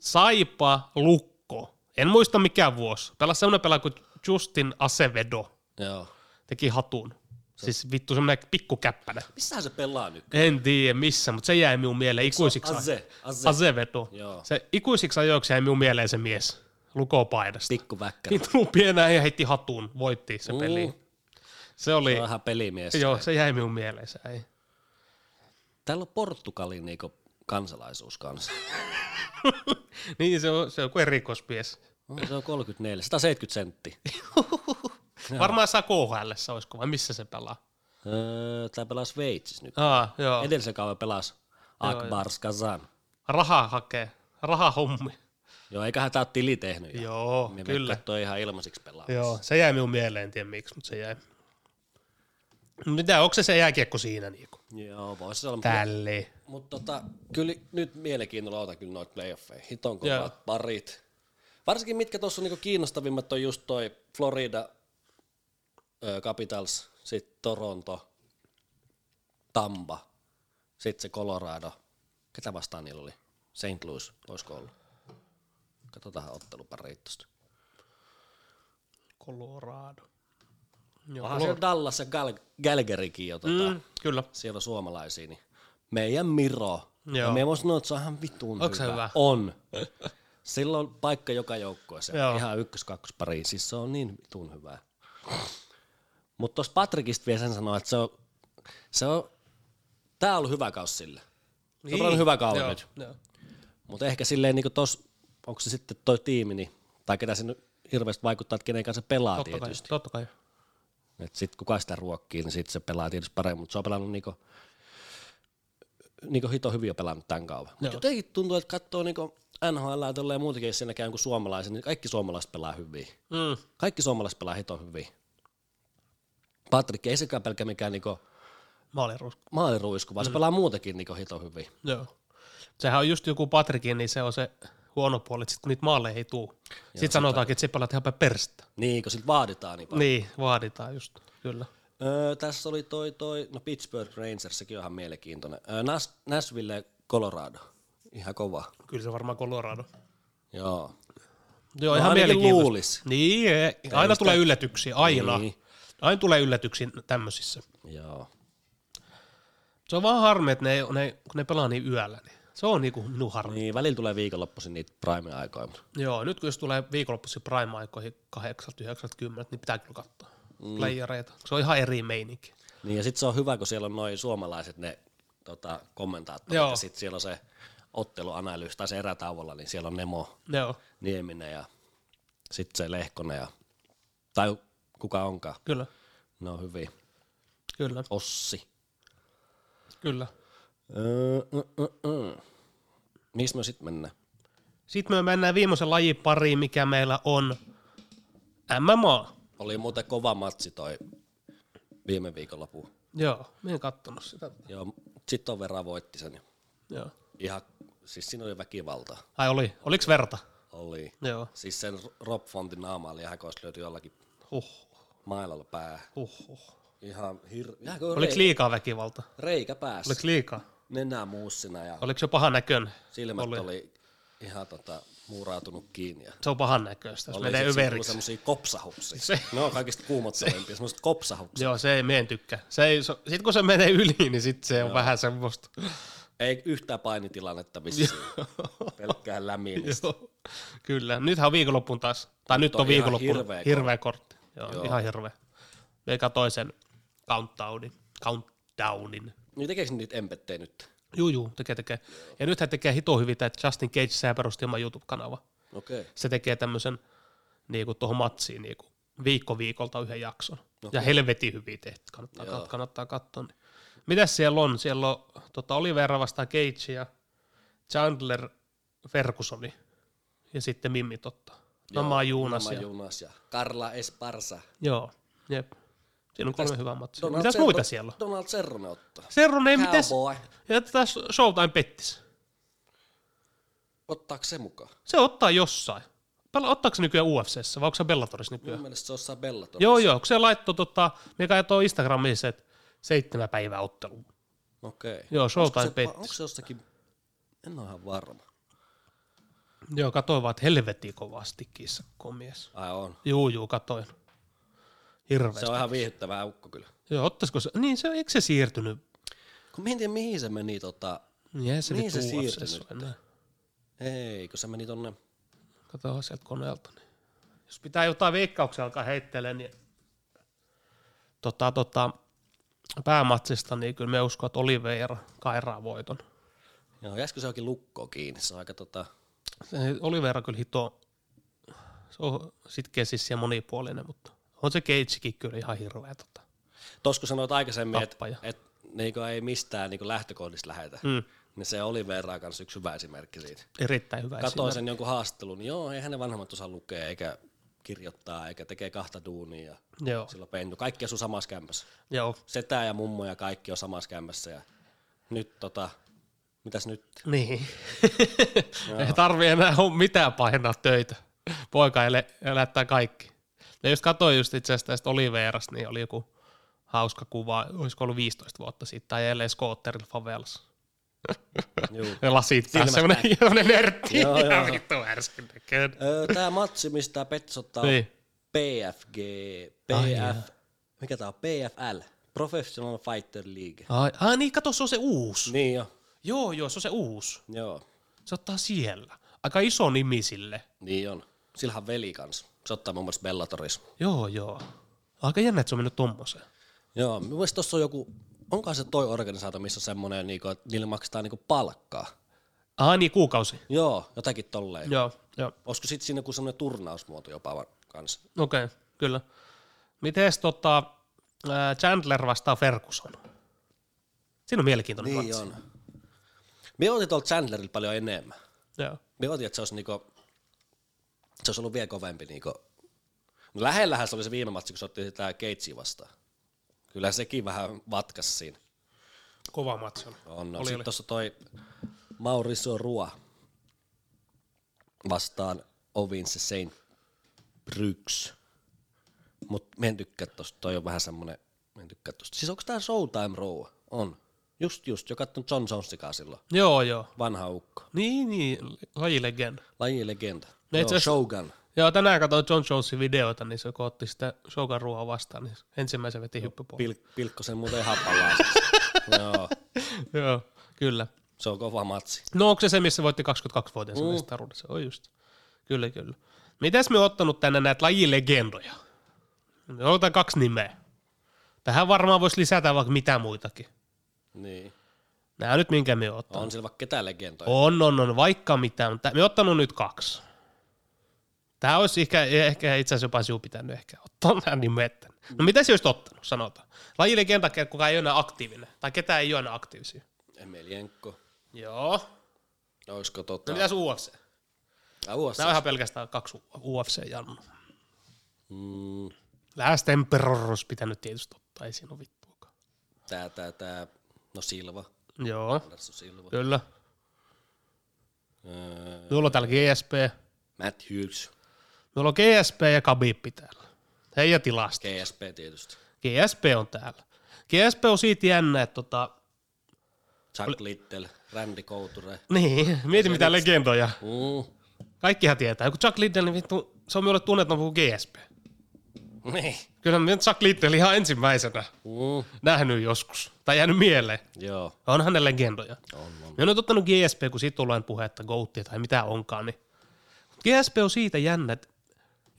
S1: Saipa, Lukko. En muista mikä vuosi. Pelas semmoinen pelaaja kuin Justin Asevedo.
S2: joo.
S1: Teki hatun. Siis vittu semmoinen pikkukäppänä.
S2: Missähän se pelaa nyt?
S1: En tiedä missä, mutta se jäi minun mieleen ikuisiksi. ajo-
S2: Aze, Aze. Aze.
S1: Asevedo.
S2: Joo.
S1: Se ikuisiksi ajoiksi jäi minun mieleen se mies. Lukopaidasta.
S2: Pikku väkkärä.
S1: Niin tullut pienää ja heitti hatun. Voitti se peli. Se oli,
S2: Se on ihan pelimies.
S1: joo, se jäi minun mieleen. Se ei.
S2: Täällä on Portugalin niinku kansalaisuus kanssa.
S1: Niin, se on, se on joku erikoismies.
S2: No, se on 34, 170 senttiä.
S1: Varmaan saa KHL, olisiko, vai missä se pelaa?
S2: Öö, Tää pelaa Sveitsissä nyt.
S1: Aa, joo.
S2: Edellisen kauden pelasi Akbar Skazan.
S1: Rahaa hakee. Rahahommi.
S2: Joo, eiköhän tää ole tili tehnyt. jo.
S1: Joo, kyllä.
S2: Me kyllä. Toi ihan ilmaiseksi pelaa.
S1: Joo, se jäi minun mieleen, en tiedä miksi, mutta se jäi. Mitä, onko se se jääkiekko siinä niinku?
S2: Joo, voisi se olla.
S1: Tälle.
S2: Mutta tota, kyllä nyt mielenkiinnolla otan kyllä noita playoffeja. Hiton
S1: Joo.
S2: kovat parit. Varsinkin mitkä tuossa on niinku kiinnostavimmat on just toi Florida ö, Capitals, sitten Toronto, Tampa, sitten se Colorado. Ketä vastaan niillä oli? St. Louis, olisiko ollut? Katsotaan otteluparit tosta.
S1: Colorado. Joo,
S2: Onhan siellä Dallas ja Gal- Galgarykin jo tota,
S1: Mm, kyllä.
S2: siellä on suomalaisia, niin meidän Miro.
S1: Joo.
S2: Joo. Me voi sanoa, että se on ihan vitun
S1: Onks se
S2: hyvä.
S1: hyvä?
S2: On. Sillä on paikka joka joukkueessa.
S1: Joo.
S2: Ihan ykkös, kakkos, pari. Siis se on niin vitun hyvää. Mutta tuossa Patrikista vielä sen sanoa, että se on, se on, tää on ollut hyvä kaus sille. Se on hyvä kauden
S1: Niin. Joo,
S2: nyt.
S1: joo.
S2: Mutta ehkä silleen niin tos, onko se sitten toi tiimi, niin, tai ketä se nyt hirveästi vaikuttaa, että kenen kanssa se pelaa
S1: Totta kai,
S2: tietysti.
S1: totta kai.
S2: Et sit kuka sitä ruokkii, niin sit se pelaa tietysti paremmin, mutta se on pelannut niinku, niinku hito hyvin on pelannut tämän kauan. Mutta jotenkin tuntuu, että katsoo niinku NHL ja tolleen muutenkin sen näkään kuin suomalaisen, niin kaikki suomalaiset pelaa hyvin.
S1: Mm.
S2: Kaikki suomalaiset pelaa hito hyvin. Patrick ei sekään pelkä mikään niinku
S1: Maalirusko.
S2: maaliruisku, vaan se pelaa muutenkin niinku hito hyvin.
S1: Joo. Sehän on just joku Patrikin, niin se on se huono puoli, että sit kun niitä maalle ei tuu. Sitten sanotaankin, että se pelaat ihan päin perstä.
S2: Niin, kun sit vaaditaan niin paljon.
S1: Niin, vaaditaan just, kyllä.
S2: Öö, tässä oli toi, toi no Pittsburgh Rangers, sekin on ihan mielenkiintoinen. Öö, Nas, Nashville ja Colorado, ihan kova.
S1: Kyllä se varmaan Colorado.
S2: Joo.
S1: Joo,
S2: No
S1: ihan
S2: ainakin
S1: mielenkiintoista.
S2: luulis.
S1: Niin, ei- aina tulee yllätyksiä, aina.
S2: Niin.
S1: Aina tulee yllätyksiä tämmöisissä.
S2: Joo.
S1: Se on vaan harmi, että ne, ei- ne, kun ne pelaa niin yöllä, niin se on niinku minun harmi.
S2: Niin, välillä tulee viikonloppuisin niitä prime-aikoja, mutta
S1: Niin. Joo, nyt kun jos tulee viikonloppuisin prime-aikoihin 8-90, niin pitää kyllä katsoa mm. playereita. Se on ihan eri meininki.
S2: Niin ja sitten se on hyvä, kun siellä on noin suomalaiset ne tota, kommentaattorit
S1: Joo.
S2: ja sitten siellä on se otteluanalyysi tai se erätauolla, niin siellä on Nemo
S1: Joo,
S2: Nieminen ja sitten se Lehkonen ja, tai kuka onkaan,
S1: kyllä,
S2: ne on hyviä.
S1: kyllä,
S2: Ossi.
S1: kyllä.
S2: Öö, ö, ö, ö. Mistä me sitten mennään?
S1: Sitten me mennään viimeisen lajin pariin, mikä meillä on MMA.
S2: Oli muuten kova matsi toi viime viikonloppu.
S1: Joo, mä en kattonut sitä.
S2: Joo, sitten on verran voitti sen. ja
S1: Joo.
S2: Ihan, siis siinä oli väkivaltaa.
S1: Ai oli, oliks verta?
S2: Oli.
S1: Joo.
S2: Siis sen Rob Fontin naama oli ihan kuin olisi löyty jollakin
S1: Huh,
S2: mailalla pää.
S1: huh, huh.
S2: Ihan hir... Ihan kuin
S1: Oliks
S2: rei...
S1: liikaa väkivalta?
S2: reikä päässä.
S1: Oliks liikaa?
S2: Nenää muussina ja
S1: Oliko se pahan näköinen?
S2: silmät
S1: oli.
S2: oli, ihan tota, muurautunut kiinni. Ja
S1: Se on pahan näköistä, jos menee
S2: sit siinä tullut
S1: yveriksi.
S2: semmosia kopsahuksia.
S1: Se-
S2: Se. Ne on kaikista kuumottavimpia, semmoset kopsahuksia.
S1: Joo, se ei meen tykkää. Se ei, se, sit kun se menee yli, niin sit se on vähän semmoista.
S2: Ei yhtään painitilannetta vissiin. Pelkkää lämimistä.
S1: Joo, Kyllä. Nythän on viikonloppuun taas. Tai nyt, on,
S2: on ihan
S1: viikonloppu. Hirveä,
S2: hirveä
S1: kortti. Joo, ihan hirveä. Eikä toisen countdownin. countdownin.
S2: Niin tekeekö niitä empettejä nyt?
S1: Juu, juu, tekee, tekee. Ja nythän tekee hito hyvin, tää, että Justin Cage sää perusti oman YouTube-kanava.
S2: Okei. Okay.
S1: Se tekee tämmöisen niinku tuohon matsiin niinku, viikko viikolta yhden jakson. Okay. Ja helvetin hyvin tehty, kannattaa, kat, kannattaa katsoa. Niin. Mitäs siellä on? Siellä on tota, Olivera vastaan Cage ja Chandler Fergusoni ja sitten Mimmi totta. Nama Juunas.
S2: Nama
S1: Ja,
S2: Junas ja Karla Esparsa.
S1: joo, jep. Siinä on kolme hyvää matsia.
S2: Donald
S1: Mitäs
S2: Cerro-
S1: muita siellä on?
S2: Donald Cerronen ottaa.
S1: Serron ei mitäs.
S2: Cowboy.
S1: Ja tätä Showtime pettis.
S2: Ottaako se mukaan?
S1: Se ottaa jossain. Pela, ottaako se nykyään UFCssä vai onko se Bellatorissa nykyään?
S2: Mun mielestä se osaa Bellator.
S1: Joo, joo, kun se laittoi, tota, me katsoi Instagramiin se, että seitsemän päivää ottelu.
S2: Okei.
S1: Joo, Showtime
S2: Onko se-
S1: Pettis.
S2: Onko se jostakin, en ole ihan varma.
S1: Joo, katsoin vaan, että helvetin kovasti kissa komies.
S2: Ai on.
S1: Juu, juu, katoin. Hirveästi.
S2: Se on ihan viihdyttävää ukko kyllä.
S1: Joo, ottaisiko se, niin se, eikö se siirtynyt?
S2: Kun mä en tiedä mihin se meni tota,
S1: Niin, ei se
S2: Niin
S1: nyt
S2: se
S1: UFC
S2: siirtynyt.
S1: ole enää.
S2: ei kun se meni tonne,
S1: Katsotaan sieltä koneelta. Niin. Jos pitää jotain veikkauksia alkaa heittelemään, niin tota, tota, päämatsista, niin kyllä me uskon, että Oliveira kairaa voiton.
S2: joo jäskö se onkin lukkoon kiinni, se on aika tota,
S1: Se Olivera kyllä hito, se on sitkeä siis ja monipuolinen, mutta on se Cagekin kyllä ihan hirveä. Tota.
S2: tos kun sanoit aikaisemmin, että
S1: Tappaja.
S2: et, niinku ei mistään niinku lähtökohdista lähetä, mm. niin se oli verran kanssa yksi hyvä esimerkki siitä.
S1: Erittäin hyvä
S2: Katoin
S1: Kato.
S2: sen jonkun haastattelun, niin joo, eihän ne vanhemmat osaa lukea eikä kirjoittaa eikä tekee kahta duunia ja
S1: Joo,
S2: silloin pentu. Kaikki asuu samassa kämpässä.
S1: joo,
S2: setä ja mummo ja kaikki on samassa kämpässä. Ja nyt tota, mitäs nyt?
S1: niin. Ei tarvi enää ole mitään painaa töitä. Poika ele, elättää kaikki. Ja just katsoin just itse asiassa tästä Oliverasta, niin oli joku hauska kuva, olisiko ollut 15 vuotta sitten, tai ellei skootterilla favelas.
S2: Juu.
S1: Ja lasit päässä, semmonen, semmonen nörtti,
S2: Joo,
S1: ihan
S2: joo.
S1: vittu ärskynnäköinen.
S2: Öö, Tää matsi, mistä Pettis ottaa on
S1: Niin.
S2: PFG,
S1: Ai jaa.
S2: PF, mikä tää on? PFL, Professional Fighter League.
S1: Ai, ai niin, kato, se on se uusi.
S2: Niin jo,
S1: Joo, joo, se on se uusi.
S2: joo,
S1: Se ottaa siellä. Aika iso nimi sille.
S2: niin on. Sillähän veli kans. Se ottaa muun muassa Bellatoris.
S1: Joo, joo. Aika jännä, että se on mennyt tommoseen.
S2: Joo, mun mielestä tossa on joku, onkaan se toi organisaatio, missä on semmonen, niinku, että niille maksetaan niinku palkkaa.
S1: Ah, niin, kuukausi.
S2: Joo, jotakin tolleen.
S1: Joo, joo.
S2: Olisiko sit siinä joku semmonen turnausmuoto jopa va- kans?
S1: Okei, okay, kyllä. Mites tota, ää, Chandler vastaa Ferguson? Siinä on mielenkiintoinen
S2: Niin
S1: matsi.
S2: on. Me otin tuolta Chandlerilta paljon enemmän.
S1: Joo.
S2: Me otin, että se olisi, niinku, se olisi ollut vielä kovempi. Niinku. No lähellähän se oli se viime matsi, kun se otti sitä Gatesi vastaan. Kyllä sekin vähän vatkas siinä.
S1: Kova matsi on.
S2: On, no.
S1: Oli, oli.
S2: Sitten tuossa toi Mauricio Rua vastaan Ovince Saint Bryx. Mut mä en tykkää tosta, toi on vähän semmonen, mä en tykkää tosta. Siis onko tää Showtime Rua? On. Just just, joka on John Jonesikaa silloin.
S1: Joo, joo.
S2: Vanha ukko.
S1: Niin, niin, lajilegenda.
S2: Lajilegenda.
S1: No
S2: Joo,
S1: itse asiassa-
S2: Shogun.
S1: Joo, tänään katsoin John Jonesin videoita, niin se kun otti sitä Shogun ruoaa vastaan, niin ensimmäisen veti hyppypuolella.
S2: Pil, pilkko sen muuten happallaan. Joo,
S1: Joo, kyllä.
S2: se on kova matsi.
S1: No onko se se, missä voitti 22 vuotiaana mm. mestaruudessa? Oi just. Kyllä, kyllä. Mitäs me on ottanut tänne näitä lajilegendoja? Me otetaan kaksi nimeä. Tähän varmaan voisi lisätä vaikka mitä muitakin.
S2: Niin.
S1: Nämä nyt minkä me oon ottanut.
S2: On sillä vaikka ketään legendoja.
S1: On, on, on, vaikka mitä. mutta Me oon ottanut nyt kaksi. Tämä olisi ehkä, ehkä itse asiassa jopa sinun pitänyt ehkä ottaa nämä nimet. No mitä sinä olisit ottanut, sanotaan? Lajilegenda, kuka ei ole enää aktiivinen. Tai ketään ei ole enää aktiivisia.
S2: Emelienko.
S1: Joo.
S2: Olisiko
S1: No
S2: tota...
S1: mitäs UFC?
S2: Ai, USA.
S1: Nämä on ihan pelkästään kaksi UFC-jannu.
S2: Mm,
S1: Last Emperor olisi pitänyt tietysti ottaa, no ei siinä ole vittuakaan.
S2: tää, tää, tää. No Silva.
S1: Joo,
S2: Anderson Silva.
S1: kyllä.
S2: Öö,
S1: Minulla on täällä GSP.
S2: Matt Hughes.
S1: Minulla on GSP ja Khabib täällä. Hei ja tilasta.
S2: GSP tietysti.
S1: GSP on täällä. GSP on siitä jännä, että tota,
S2: Chuck Little. Randy Couture.
S1: niin, mieti mitä legendoja.
S2: Mm.
S1: Kaikkihan tietää. Joku Chuck Liddell, niin vittu, se on minulle tunnetumpi kuin GSP.
S2: Niin.
S1: Kyllä mä Chuck Liddell ihan ensimmäisenä
S2: Mm.
S1: nähnyt joskus, tai jäänyt mieleen.
S2: Joo.
S1: Onhan ne legendoja.
S2: On, on.
S1: Mä en ole ottanut GSP, kun siitä ollaan puhetta, Goattia tai mitä onkaan. Niin. Mut GSP on siitä jännä, että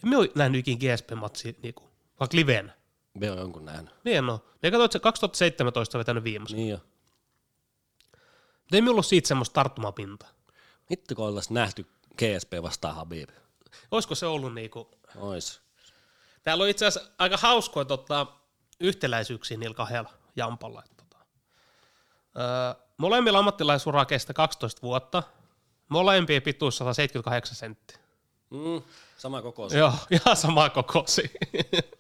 S1: en mä ole nähnyt ikinä GSP-matsia niinku, vaikka liveen.
S2: Me on jonkun nähnyt.
S1: Niin en ole. Ne katsoit, se 2017 on vetänyt viimeisen.
S2: Niin jo.
S1: Mutta ei me ollut siitä semmoista tarttumapintaa.
S2: Hittu kun oltais nähty GSP vastaan Habib.
S1: Olisiko se ollut niinku...
S2: Ois.
S1: Täällä on itse asiassa aika hauskoja tota, yhtäläisyyksiä niillä kahdella jampalla. Että, tota. öö, molemmilla ammattilaisuraa kestää 12 vuotta. Molempien pituus 178 senttiä.
S2: Mm. Sama koko se.
S1: Joo, ihan sama kokosi.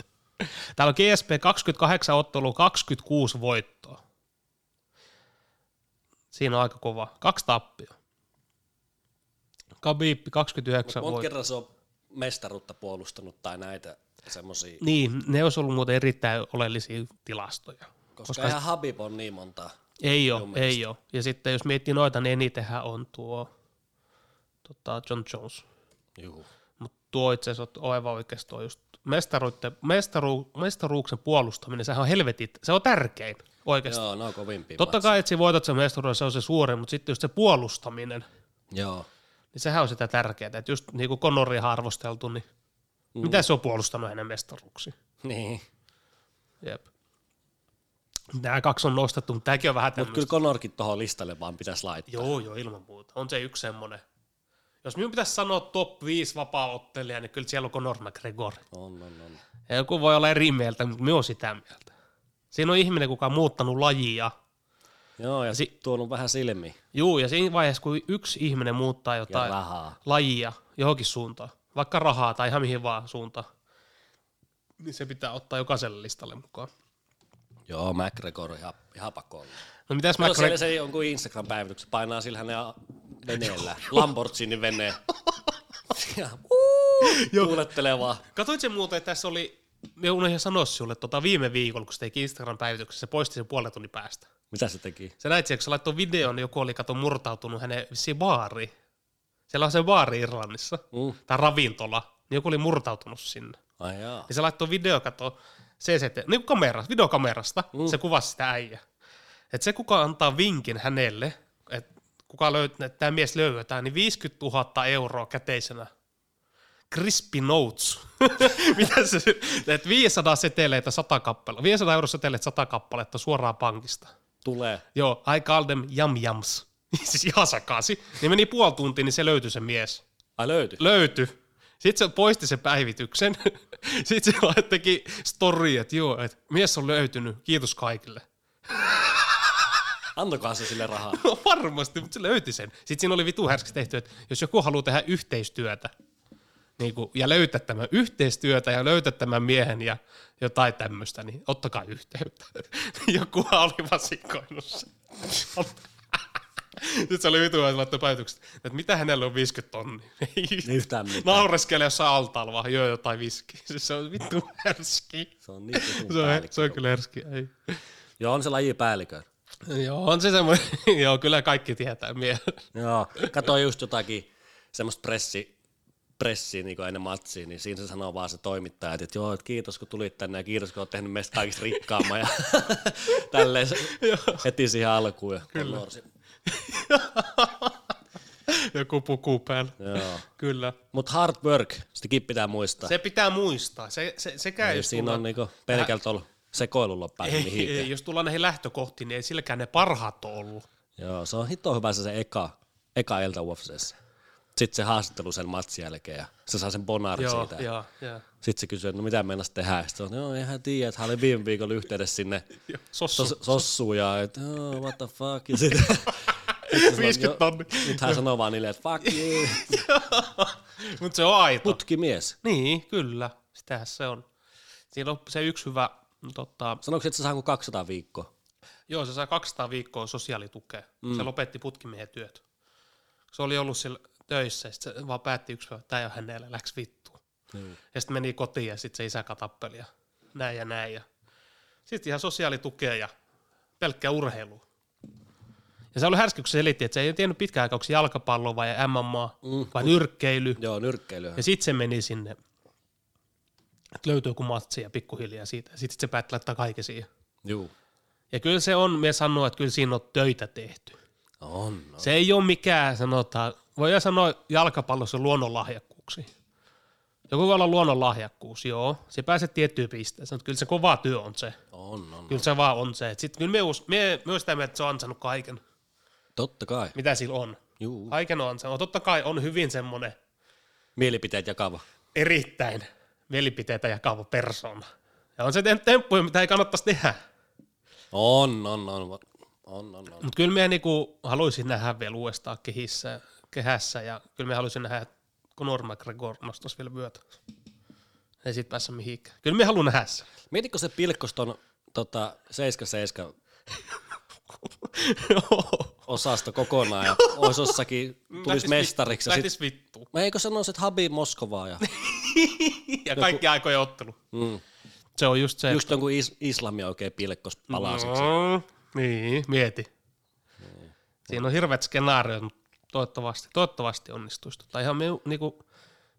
S1: Täällä on GSP 28 ottelua, 26 voittoa. Siinä on aika kova. Kaksi tappia. Khabib 29
S2: Monta
S1: voittoa.
S2: kerran se on mestaruutta puolustanut tai näitä semmosia.
S1: Niin, ne olisi ollut muuten erittäin oleellisia tilastoja.
S2: Koska, koska eihän Habib on niin monta.
S1: Ei ole, ei ole. Ja sitten jos miettii noita, niin enitenhän on tuo tota John Jones.
S2: Juu.
S1: Mutta tuo itse asiassa on aivan oikeasti tuo just mestaruutte- mestaru, mestaruuksen puolustaminen, sehän on helvetit, se on tärkein oikeasti.
S2: Joo, ne on kovimpia.
S1: Totta kai, että sä voitat sen mestaruuden, se on se suurin, mutta sitten just se puolustaminen,
S2: Joo.
S1: niin sehän on sitä tärkeää, että just niin kuin Connoria arvosteltu, niin mm. mitä se on puolustanut hänen mestaruuksia?
S2: Niin.
S1: Jep. Nämä kaksi on nostettu, mutta tämäkin on vähän
S2: Mutta
S1: tämmöistä.
S2: kyllä Conorkin tuohon listalle vaan pitäisi laittaa.
S1: Joo, joo, ilman muuta. On se yksi semmoinen. Jos minun pitäisi sanoa top 5 vapaa-ottelija, niin kyllä siellä on Conor McGregor.
S2: On, on, on.
S1: Ja joku voi olla eri mieltä, mutta minä olen sitä mieltä. Siinä on ihminen, kuka on muuttanut lajia.
S2: Joo, ja sitten tuonut vähän silmiin
S1: Juu, ja siinä vaiheessa, kun yksi ihminen muuttaa
S2: ja
S1: jotain
S2: rahaa.
S1: lajia johonkin suuntaan, vaikka rahaa tai ihan mihin vaan suuntaan, niin se pitää ottaa jokaiselle listalle mukaan.
S2: Joo, McGregor ihan, ihan pakko olla.
S1: No mitäs
S2: No siellä
S1: McGregor?
S2: se jonkun Instagram-päivityksen painaa sillä hänellä veneellä, Lamborghini veneen. Ja uu, kuulettelee vaan.
S1: Katoitko muuten, että tässä oli, me unohdin sanoa sinulle tota viime viikolla, kun se teki Instagram-päivityksessä, se poisti sen puolen tunnin päästä.
S2: Mitä se teki?
S1: Se näit, siellä, kun se laittoi videon, joku oli kato murtautunut hänen vissiin baariin. Siellä on se baari Irlannissa,
S2: Mm.
S1: tai ravintola, niin joku oli murtautunut sinne.
S2: Ai jaa.
S1: Ja se laittoi video, kato, CCT, niin kuin kamerasta, videokamerasta, mm. se kuvasi sitä äijä. Että se, kuka antaa vinkin hänelle, että kuka löy- että tämä mies löydetään, niin 50 000 euroa käteisenä. Crispy notes. Mitä se, että 500 seteleitä 100 kappaletta, 500 euroa seteleitä 100 kappaletta suoraan pankista.
S2: Tulee.
S1: Joo, I call them yum yums. siis ihan sakasi. Niin meni puoli tuntia, niin se löytyi se mies.
S2: Ai löytyi.
S1: Löytyi. Sitten se poisti sen päivityksen. Sitten se vaan teki story, että joo, että mies on löytynyt, kiitos kaikille.
S2: Antakaa se sille rahaa.
S1: No varmasti, mutta se löyti sen. Sitten siinä oli vitu härski tehty, että jos joku haluaa tehdä yhteistyötä niin kuin, ja löytää tämän yhteistyötä ja löytää tämän miehen ja jotain tämmöistä, niin ottakaa yhteyttä. Jokuhan oli vasikoinut sen. Sitten se oli vitu ja laittoi päätökset, että mitä hänellä on 50 tonnia. Ei
S2: yhtään mitään.
S1: Naureskelee jossain altaalla vaan, joo jotain viskiä. Siis se on vittu härski.
S2: Se on niin
S1: Se on, se on kyllä härski. Ei.
S2: Joo, on se lajipäällikö.
S1: Joo, on se semmoinen, joo, kyllä kaikki tietää mie.
S2: Joo, katsoin just jotakin semmoista pressi, pressiä niin ennen matsia, niin siinä se sanoo vaan se toimittaja, että joo, että kiitos kun tulit tänne ja kiitos kun olet tehnyt meistä kaikista rikkaamman ja tälleen se heti siihen alkuun. Ja Kyllä.
S1: Joku puku päällä.
S2: Joo.
S1: Kyllä.
S2: Mutta hard work, sitäkin pitää muistaa.
S1: Se pitää muistaa. Se, se, sekään
S2: ei,
S1: jos
S2: siinä
S1: tullaan-
S2: on niinku pelkältä ollut sekoilulla päässyt
S1: ei, ei,
S2: mihinkään.
S1: jos tullaan näihin lähtökohtiin, niin ei silläkään ne parhaat ole ollut.
S2: Joo, se on hito hyvä se, se eka, eka ilta UFCssä. Sitten se haastattelu sen matsin jälkeen ja se saa sen bonarin
S1: Joo,
S2: siitä.
S1: joo, joo.
S2: Sitten se kysyy, että no mitä meinas tehdä? Sitten on, joo, eihän tiedä, että hän oli viime viikolla yhteydessä sinne
S1: Sossu.
S2: sos, sossuun ja että oh, what the fuck. Ja sitten, sitten
S1: 50 tonni.
S2: Nyt hän sanoo vaan niille, että fuck you,
S1: Mutta se on aito.
S2: putkimies.
S1: Niin, kyllä. Sitähän se on. Siinä on se yksi hyvä, tota,
S2: Sanoiko, että se saa kuin 200 viikkoa?
S1: joo, se sai 200 viikkoa sosiaalitukea. Mm. Se lopetti putkimiehen työt. Se oli ollut sillä töissä, ja sit se vaan päätti yksi päivä, että tämä ei ole hänelle, läks vittuun. Mm. Ja sitten meni kotiin, ja sitten se isä katappeli, ja näin ja näin. Ja. Sitten ihan sosiaalitukea ja pelkkää urheilua. Ja se oli härsky, kun se selitti, että se ei tiennyt pitkään aikaa, onko se jalkapallo vai MMA, mm. vai nyrkkeily.
S2: Joo, nyrkkeilyä.
S1: Ja sitten se meni sinne, että löytyy joku matsi ja pikkuhiljaa siitä. Sitten se päätti laittaa kaiken siihen.
S2: Joo.
S1: Ja kyllä se on, me sanoo, että kyllä siinä on töitä tehty.
S2: On, no.
S1: Se ei ole mikään, sanotaan, voi sanoa jalkapallossa luonnonlahjakkuuksi. Joku voi olla luonnonlahjakkuus, joo. Se pääsee tiettyyn pisteeseen, mutta kyllä se kova työ on se.
S2: on, on.
S1: Kyllä se vaan on se. Sitten kyllä me, us, me, me sitä mieltä, että se on ansainnut kaiken,
S2: Totta kai.
S1: mitä sillä on.
S2: Juu.
S1: Kaiken on ansainnut. Totta kai on hyvin semmoinen
S2: Mielipiteet jakava.
S1: erittäin mielipiteitä jakava persoona. Ja on se tehnyt temppuja, mitä ei kannattaisi tehdä.
S2: On, on, on. On, on, on.
S1: Mutta kyllä minä niinku haluaisin nähdä vielä uudestaan kehissä, kehässä ja kyllä minä haluaisin nähdä, että Conor McGregor nostaisi vielä vyötä. Ei siitä päässä mihinkään. Kyllä minä haluan nähdä sen.
S2: Mietitkö se pilkkos ton tota, 77 osasto kokonaan ja olisi jossakin tulisi
S1: Lähtis
S2: mestariksi.
S1: vi-
S2: ja Sit,
S1: Lähtis vittuun.
S2: mä eikö sanoisi, että Habib Moskovaa ja
S1: Ja kaikki aikojen ottelu.
S2: mm,
S1: Se on just se.
S2: just jonkun is, islamia oikein pilkkos palasiksi.
S1: Mm, niin, mieti. Siinä on hirveät skenaariot, mutta toivottavasti, toivottavasti onnistuisi. Tota ihan me, niinku,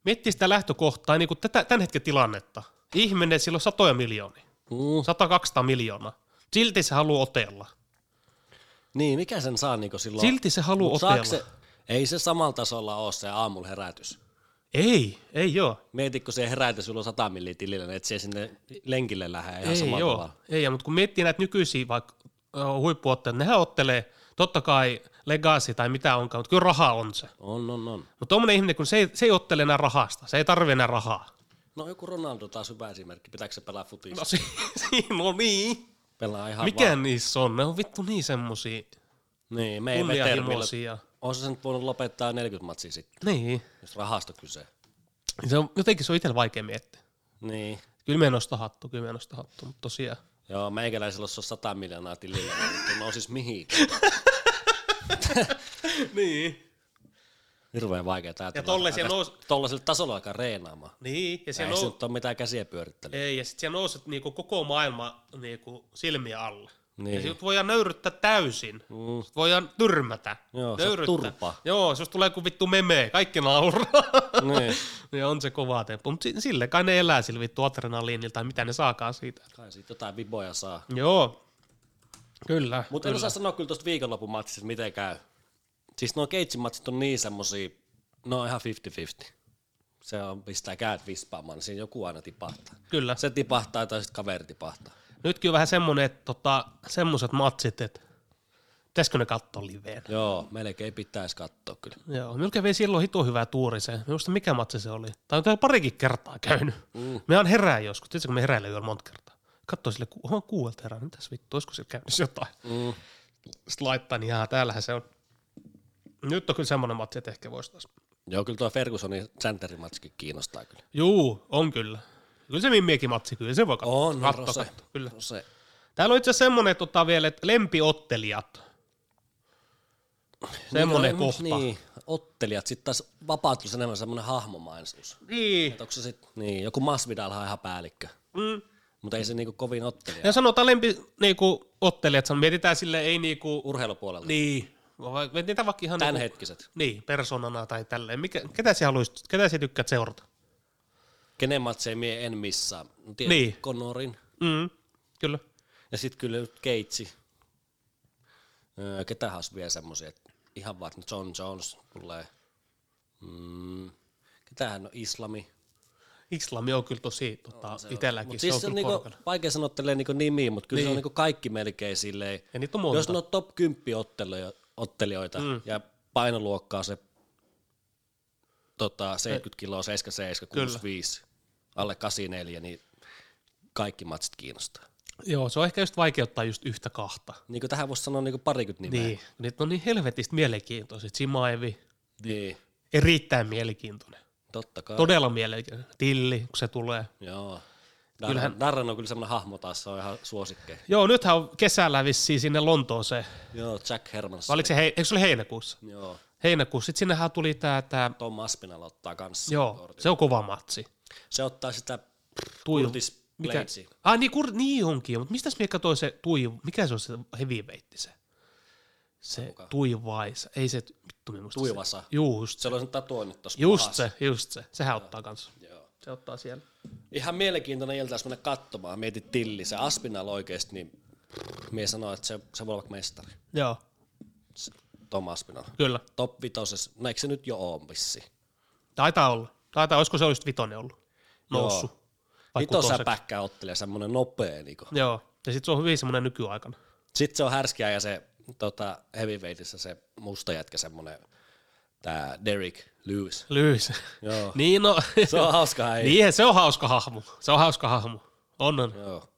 S1: miettii sitä lähtökohtaa, niinku tätä, tämän hetken tilannetta. Ihminen, sillä on satoja miljoonia,
S2: Mm,
S1: 100-200 miljoonaa. Silti se haluaa otella.
S2: niin, mikä sen saa niinku silloin?
S1: Silti se haluaa
S2: Mut saaks
S1: otella.
S2: se, ei se samalla tasolla ole se aamulla herätys.
S1: Ei, ei joo.
S2: Mietitkö se herätä, sulla on 100 milliä tilillä, niin et se sinne lenkille lähde ihan
S1: Ei
S2: samalla
S1: joo.
S2: tavalla.
S1: Ei, mutta kun miettii näitä nykyisiä vaikka ö, huippuotteita, nehän ottelee totta kai legacy tai mitä onkaan, mutta kyllä raha on se.
S2: On, on, on.
S1: Mutta tuommoinen ihminen, kun se ei, se ei ottele enää rahasta, se ei tarvitse enää rahaa.
S2: No joku Ronaldo taas hyvä esimerkki. Pitääkö se pelaa futista?
S1: No si- siinä on niin.
S2: Pelaa ihan
S1: Mikä
S2: vaan.
S1: niissä on? Ne on vittu niin semmosia
S2: Niin, me ei vetermillä.
S1: kunnianhimoisia.
S2: Oon se nyt voinut lopettaa 40 matsia sitten,
S1: Niin.
S2: jos rahasta kyse.
S1: Se on, jotenkin se on itsellä vaikea miettiä.
S2: Niin.
S1: Kyllä me nostaa hattu, kyllä me nostaa hattu, mutta tosiaan.
S2: Joo, meikäläisellä olisi 100 miljoonaa tilillä, mutta no siis mihin?
S1: niin.
S2: Hirveän vaikea tää
S1: Ja tollaisia nous...
S2: Tollaselle tasolla alkaa reenaamaan.
S1: Niin, ja
S2: Ei
S1: siellä
S2: nous... se
S1: nous...
S2: nyt ole mitään käsiä pyörittelyä.
S1: Ei, ja sitten siellä nouset niinku koko maailma niinku silmiä alle. Niin.
S2: Niin.
S1: Ja sit voidaan nöyryttää täysin.
S2: Mm.
S1: Sit voidaan tyrmätä.
S2: Joo, se on
S1: Nöyryttää.
S2: turpa.
S1: Joo, se jos tulee kuin vittu meme, kaikki nauraa.
S2: niin.
S1: Ja on se kova temppu, mutta sille kai ne elää sillä vittu adrenaliinilta, tai mitä ne saakaan siitä.
S2: Kai siitä jotain viboja saa.
S1: Joo, kyllä.
S2: Mutta en osaa sanoa kyllä tuosta viikonlopun matsista, että miten käy. Siis nuo Keitsin matsit on niin semmosia, no ihan 50-50. Se on, pistää käät vispaamaan, niin siinä joku aina tipahtaa.
S1: kyllä. Se...
S2: Se tipahtaa tai sitten kaveri tipahtaa.
S1: Nytkin on vähän semmonen, että tota, semmoset matsit, että pitäisikö ne katsoa liveen.
S2: Joo, melkein pitäisi katsoa kyllä.
S1: Joo, minulla kävi silloin hitu hyvä tuuri se. Minusta mikä matsi se oli. Tai on täällä parikin kertaa käynyt. Mm. Mehän herää joskus, tiedätkö kun me heräilee yöllä monta kertaa. Katsoo sille, ku- oon kuuelta herää, No mitäs vittu, olisiko siellä käynnissä jotain.
S2: Mm.
S1: Sitten laittaa, niin jaa, täällähän se on. Nyt on kyllä semmoinen matsi, että ehkä voisi taas.
S2: Joo, kyllä tuo Fergusonin Santeri-matsikin kiinnostaa kyllä.
S1: Juu, on kyllä. Kyllä se Mimmiäkin matsi, kyllä se voi katsoa.
S2: On, no,
S1: Katso,
S2: Rose.
S1: katso, kyllä.
S2: Rose.
S1: Täällä on itse asiassa semmoinen tota vielä, että lempiottelijat. Semmoinen
S2: niin,
S1: kohta.
S2: Niin, ottelijat. Sitten taas vapautus enemmän semmoinen hahmomaisuus.
S1: Niin.
S2: Et onko se sit, niin, joku Masvidalhan on ihan päällikkö.
S1: Mm. Niin.
S2: Mutta ei se niinku kovin ottelija.
S1: Ja sanotaan lempi niinku, ottelijat, san- mietitään sille ei niinku,
S2: Urheilupuolella. Niin.
S1: niin, vai- mietitään vaikka ihan
S2: Tämän
S1: niinku,
S2: hetkiset.
S1: niin, persoonana tai tälleen. Mikä, ketä sä haluaisit, ketä sä tykkäät seurata?
S2: Kenen matseja mie en missaa. No, Tiedän,
S1: Niin.
S2: Connorin.
S1: Mm, kyllä.
S2: Ja sitten kyllä nyt Keitsi. Öö, ketähän olisi vielä semmoisia, että ihan varmaan John Jones tulee. Mm, ketähän on Islami.
S1: Islami on kyllä tosi tota, itselläkin,
S2: Mut
S1: se,
S2: siis
S1: on
S2: se on
S1: kyllä
S2: niinku,
S1: korkealla.
S2: vaikea sanoa tälleen niinku nimiä, mutta kyllä niin. se on
S1: Niin.
S2: niinku kaikki melkein silleen.
S1: Ja niitä on tota. monta.
S2: Jos ne on top 10 ottelijo- ottelijoita mm. ja painoluokkaa se tota, 70 kiloa, 77,
S1: Eh. Kyllä.
S2: 65, alle 84, niin kaikki matsit kiinnostaa.
S1: Joo, se on ehkä just vaikeuttaa just yhtä kahta.
S2: Niin kuin tähän voisi sanoa niinku parikymmentä nimeä.
S1: Niin, niitä on niin helvetistä mielenkiintoisia. Simaevi,
S2: niin.
S1: erittäin mielenkiintoinen.
S2: Totta kai.
S1: Todella mielenkiintoinen. Tilli, kun se tulee.
S2: Joo. Kyllähän...
S1: Kyllähän-
S2: Darren on kyllä semmoinen hahmo taas, se on ihan suosikki.
S1: Joo, nythän on kesällä vissiin sinne Lontooseen.
S2: Joo, Jack Hermans.
S1: Vai oliko se, hei, eikö se oli heinäkuussa?
S2: Joo,
S1: Heinäkuussa. Sitten sinnehän tuli tää, tää
S2: Tom Aspinall ottaa kanssa.
S1: joo, se on kova matsi.
S2: Se ottaa sitä
S1: Tuivu.
S2: Curtis Bladesi.
S1: Ah, niin, kur, niin onkin, mutta mistäs minä katsoin se Tuivu, mikä se on se heavyweight se? Se Tuivais, ei se, vittu minä muista. se-
S2: Tuivasa.
S1: Just,
S2: Se on sen tatuoinnut tuossa
S1: just se, just se. Sehän ottaa kanssa.
S2: Joo.
S1: Se ottaa siellä.
S2: Ihan mielenkiintoinen ilta, jos mennä katsomaan. Mietit Tilli, se Aspinall oikeesti, niin mie sanoin, että se, se voi olla vaikka mestari.
S1: Joo,
S2: Se, Tom Aspinall.
S1: kyllä.
S2: Top vitoses, no eikö se nyt jo oo vissi?
S1: Taitaa olla. Taitaa, olisiko se just vitonen ollut noussut.
S2: Joo.
S1: Vai kutoseksi.
S2: Vitosäpäkkä ottelee semmonen nopea niinku.
S1: Joo, ja sitten se on hyvin semmoinen nykyaikana.
S2: Sitten se on härskiä ja se tota, heavyweightissa se musta jätkä semmonen, tää Derek Lewis.
S1: Lyys.
S2: Joo.
S1: niin no,
S2: Se on hauska ei.
S1: Niinhän se on hauska hahmo. Se on hauska hahmo. On, on.
S2: Joo.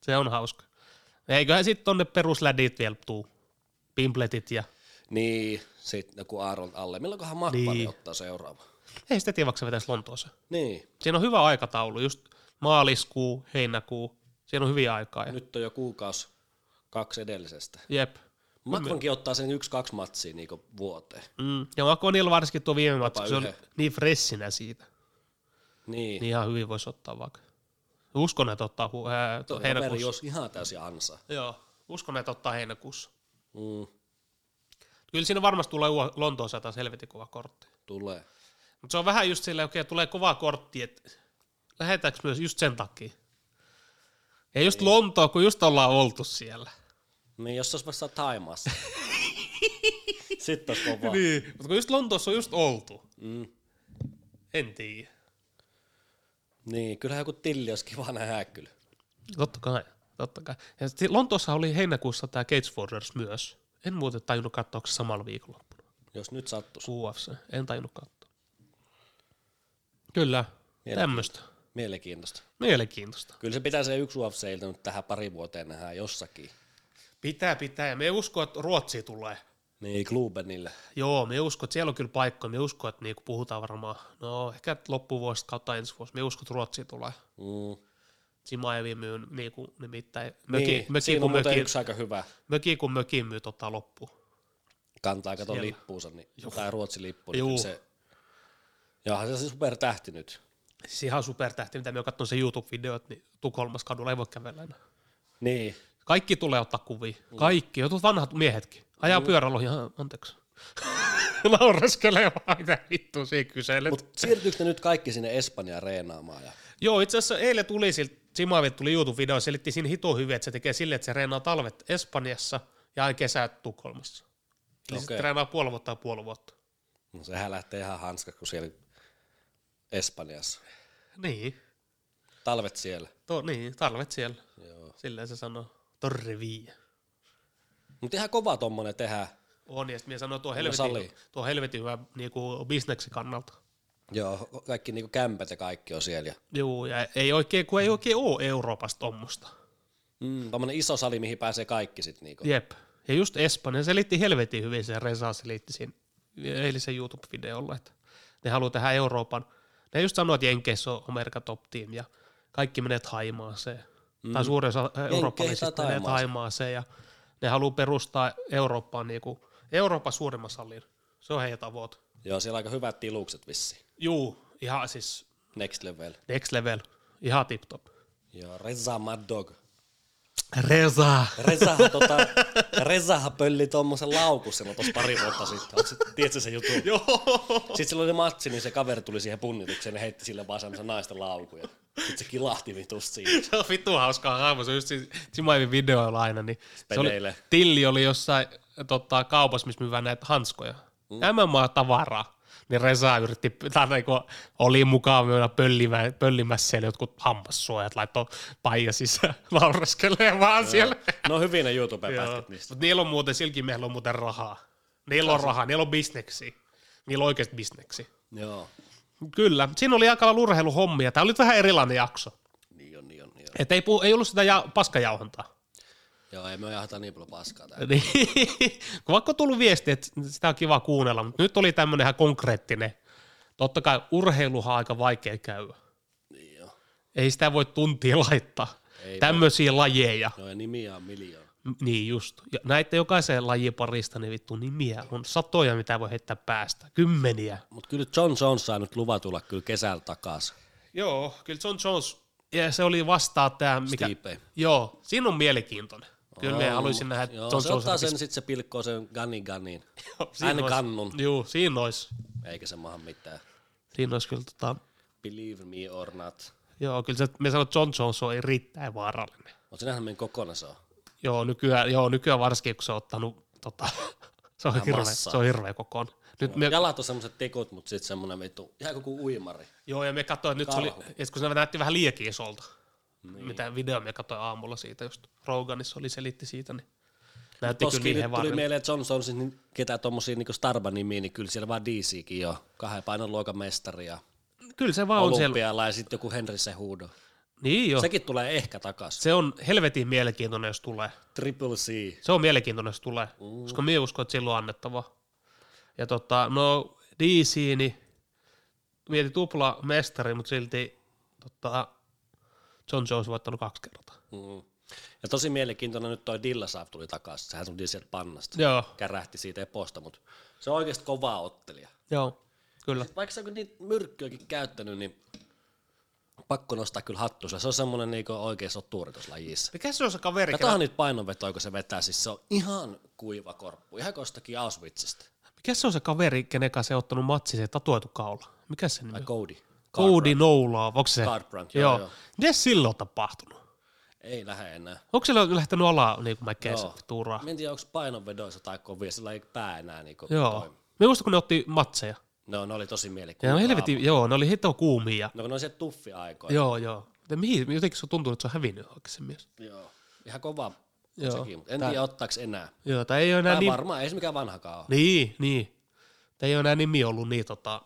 S1: Se on hauska. Eiköhän sitten tonne peruslädit vielä tuu. Pimpletit ja...
S2: Niin, sitten joku Aaron alle. Milloinkohan Makpari niin.
S1: Niin.
S2: ottaa seuraava?
S1: Ei sitä tiedä, vaikka se vetäisi Lontoossa.
S2: Niin,
S1: Siinä on hyvä aikataulu, just maaliskuu, heinäkuu. Siinä on hyviä aikaa. Ja...
S2: nyt on jo kuukausi kaksi edellisestä.
S1: Jep.
S2: Makvankin ottaa sen yksi-kaksi matsia niinku vuoteen.
S1: Mm. Ja Mako niillä varsinkin tuo viime matsi, kun se on
S2: yhden.
S1: niin freshinä siitä.
S2: Niin,
S1: Niin ihan hyvin voisi ottaa vaikka. Uskon, että ottaa hu- ää, to-
S2: niin kaveri
S1: heinäkuussa.
S2: jos ihan täysin ansa.
S1: Joo, uskon, että ottaa heinäkuussa.
S2: Mm,
S1: Kyllä siinä varmasti tulee ua- Lontoossa taas helvetin kova kortti.
S2: tulee.
S1: Mutta se on vähän just silleen, okei, tulee kova kortti, että lähetäänkö myös just sen takia. Ja just Lontoa, kun just ollaan oltu siellä.
S2: Niin, jos se olisi vasta Taimaassa. sitten olisi kova.
S1: Niin, mutta kun just Lontoossa on just oltu.
S2: Mm.
S1: En tiedä.
S2: Niin, kyllähän joku tilli olisi kiva nähdä kyllä.
S1: Totta kai, totta kai. Ja sit Lontoossa oli heinäkuussa tämä Cage Warriors myös. En muuten tajunnut katsoa, onko se samalla viikonloppuna.
S2: Jos nyt sattuisi.
S1: UFC, en tajunnut katsoa. Kyllä, tämmöistä.
S2: Mielenkiintoista.
S1: Mielenkiintoista.
S2: Kyllä se pitää se yksi UFC-ilta nyt tähän pari vuoteen nähdä jossakin.
S1: Pitää, pitää. Ja me usko, että Ruotsi tulee.
S2: Niin, Klubenille.
S1: Joo, me uskon, että siellä on kyllä paikkoja. Me uskon, että niinku puhutaan varmaan, no ehkä loppuvuodesta kautta ensi vuosi. Me uskon, että Ruotsi tulee.
S2: Mm.
S1: Simaevi myy niinku, nimittäin. Möki,
S2: Niin,
S1: niin, möki,
S2: siinä on
S1: kun
S2: muuten
S1: möki,
S2: yksi aika hyvä.
S1: möki, kun möki myy tota loppuun.
S2: Kantaa kato
S1: Siellä.
S2: lippuunsa, niin, tai Ruotsin lippu. Niin
S1: Juu.
S2: kyllä se, jahan se on se supertähti nyt.
S1: Siis ihan supertähti, mitä me oon katsonut sen YouTube-videot, niin Tukholmassa kadulla ei voi kävellä enää.
S2: Niin,
S1: Kaikki tulee ottaa kuvia. Kaikki, jotkut vanhat miehetkin. Ajaa
S2: Niin.
S1: pyörällä ohi, ihan, anteeksi. Naureskelee vaan, mitä vittu siinä kyselet.
S2: mutta siirtyykö ne nyt kaikki sinne Espanjaan reenaamaan? Ja...
S1: Joo, itse asiassa eilen tuli siltä, Simavit tuli YouTube-video, selitti siinä hito hyvin, että se tekee silleen, että se reenaa talvet Espanjassa ja aina kesät Tukholmassa. Eli
S2: Okei.
S1: sitten treenaa puoli vuotta ja puoli vuotta.
S2: No sehän lähtee ihan hanskas, kun siellä Espanjassa.
S1: Niin,
S2: Talvet siellä.
S1: to, niin talvet siellä.
S2: Joo.
S1: Silleen se sanoo. Torre Via.
S2: Mutta ihan kova tommonen tehdä.
S1: On, ja sitten minä sanoin, tuo on
S2: sallii.
S1: helvetin, tuo on helvetin hyvä niinku, bisneksi kannalta.
S2: Joo, kaikki niinku kämpät ja kaikki on siellä. Ja...
S1: Joo, ja ei oikein, kun ei oikein ole Euroopassa tuommoista.
S2: Mm, tommonen iso sali, mihin pääsee kaikki sit niinku.
S1: Jep. Ja just Espanja, se liitti helvetin hyvin, se Resa selitti siinä eilisen YouTube-videolla, että ne haluaa tehdä Euroopan. Ne just sanoo, että Jenkeissä on Amerikan top team ja kaikki menee Taimaaseen. Mm. Tai suurin osa eurooppalaisista
S2: tai
S1: menee
S2: Thaimaaseen.
S1: Taimaaseen ja ne haluaa perustaa Eurooppaan niinku, Euroopan suurimman salin. Se on heidän tavoite.
S2: Joo, siellä on aika hyvät tilukset vissi.
S1: Juu, ihan siis
S2: Next level.
S1: next level, ihan tip top.
S2: Joo, Reza Mad Dog.
S1: Reza.
S2: Rezaha, tota, Rezaha pölli tuommoisen laukussella tuossa pari vuotta sitten. Oot, sit- tiedätkö sen jutun?
S1: Joo.
S2: Sitten silloin oli matsi, niin se kaveri tuli siihen punnitukseen ja heitti sille vaan semmoisen naisten laukuja. Sitten se kilahti vitusta siinä.
S1: Se on vittu hauskaa hahmo, se on just siis Simaivin videoilla aina, niin se oli,
S2: Spedeille.
S1: Tilli oli jossain tota, kaupassa, missä myydään näitä hanskoja. Mm. MMA-tavaraa. Niin Reza yritti, tai niinku, oli mukaan myydä pöllimä, pöllimässä siellä jotkut hammassuojat, laittoi paija sisään lauraskelee vaan siellä.
S2: No hyvin ne YouTube-pätkät niistä.
S1: Mutta niillä on muuten, silläkin miehellä on muuten rahaa. Niillä on rahaa, niillä on bisneksi. Niillä on oikeasti bisneksi.
S2: Joo.
S1: Kyllä, siinä oli aika lailla urheiluhommia. Tämä oli vähän erilainen jakso.
S2: Niin on, niin on, niin on.
S1: Et ei, puhu, ei ollut sitä ja, paskajauhantaa.
S2: Joo, ei me jahata niin paljon paskaa täällä.
S1: Niin, kun vaikka on tullut viesti, että sitä on kiva kuunnella, mutta nyt oli tämmöinen ihan konkreettinen. Totta kai urheiluhan on aika vaikea käydä.
S2: Niin joo.
S1: Ei sitä voi tuntia laittaa.
S2: Ei
S1: Tämmöisiä lajeja.
S2: No ja nimiä on miljoona.
S1: M- Niin just. Ja näitä jokaisen lajiparista niin vittu nimiä on satoja, mitä voi heittää päästä. Kymmeniä.
S2: Mutta kyllä John Jones sai nyt luvan tulla kyllä kesällä takaisin.
S1: Joo, kyllä John Jones. Ja se oli vastaa tämä, mikä...
S2: Stipe.
S1: Joo, siinä on mielenkiintoinen. Kyllä me haluaisin nähdä
S2: Joo,
S1: John
S2: se
S1: Jones.
S2: ottaa sen, sitten se pilkkoo sen Gunnin Gunnin.
S1: Siinä
S2: aina
S1: olisi-
S2: kannun.
S1: Juu, siinä olisi.
S2: Eikä se maha mitään.
S1: Siinä olisi kyllä tota,
S2: Believe me or not.
S1: Joo, kyllä se, me sanoin, että John Jones on erittäin vaarallinen.
S2: Mutta sinähän meidän kokonaan se on.
S1: Joo, nykyään, joo, nykyään varsinkin, kun se on ottanut, tota, se, on hirveä,
S2: massaa.
S1: se on hirveä kokoon. Nyt me,
S2: Jalat on semmoset tekot, mutta sitten semmonen vittu, ihan kuin uimari.
S1: joo, ja me katsoin, että nyt se oli,
S2: Kauhu.
S1: että kun se näytti vähän liekin isolta, niin. mitä video me katsoin aamulla siitä, just Roganissa oli selitti siitä, niin näytti kyllä
S2: Toskin
S1: niin
S2: nyt tuli
S1: vaarallinen.
S2: mieleen John Jonesin, niin ketä tommosia niinku Starban nimiä, niin kyllä siellä vaan DCkin jo. Kahden painon luokan mestari ja
S1: Kyllä se vaan on siellä.
S2: olympiala ja sitten joku Henry Sehudo.
S1: Niin joo,
S2: Sekin tulee ehkä takaisin.
S1: se on helvetin mielenkiintoinen, jos tulee.
S2: Triple C.
S1: Se on mielenkiintoinen, jos tulee, mm. koska minä uskon, että sillä on annettavaa. Ja tota, no DC, niin mieti tupla mestari, mutta silti tota, John Jones on voittanut kaksi kertaa.
S2: Mm. Ja tosi mielenkiintoinen nyt toi Dillasav tuli takaisin. Sehän tuli sieltä pannasta.
S1: Joo,
S2: Kärähti siitä eposta, mutta se on oikeasti kovaa ottelija.
S1: joo, kyllä.
S2: Vaikka se on niitä myrkkyäkin käyttänyt, niin pakko nostaa kyllä hattu. sille. Se on semmoinen niinku oikea sottuuri tuossa lajissa.
S1: Mikä se on se kaveri?
S2: Katohan nyt painonvetoa, kun se vetää. Siis se on ihan kuiva korppu. Ihan kostakin Auschwitzista.
S1: kenen- Mikä se on se kaveri, kenen kanssa se on ottanut matsi, se tatuoitu kaula? Mikä se nimi
S2: Tai
S1: on?
S2: Cody.
S1: Cody Noulaa, onko se?
S2: Garbrandt, joo,
S1: Mm. joo.
S2: joo.
S1: joo. Miten silloin on tapahtunut?
S2: Ei lähde enää.
S1: Onko sillä lähtenyt alaa niin kuin mä
S2: Joo.
S1: käsin tuuraa?
S2: Mä en tiedä, onko painonvedoissa tai kovia. Sillä ei pää enää niinku
S1: Joo.
S2: toimi.
S1: Me muistan, kun ne otti matseja.
S2: No, ne oli tosi mielikuvia.
S1: Ja ne helvetin, joo, ne oli hito kuumia.
S2: No kun ne on sieltä tuffiaikoja.
S1: Joo, joo. Mutta mihin, jotenkin se on tuntunut, että se on hävinnyt oikein se mies.
S2: Joo. Ihan kova
S1: Joo.
S2: sekin, mutta en tiedä ottaako enää.
S1: Joo, tai ei ole enää
S2: Tämä
S1: niin...
S2: varmaan ei se mikään vanhakaan ole.
S1: Niin, niin. Tai ei ole enää nimi ollut niin tota,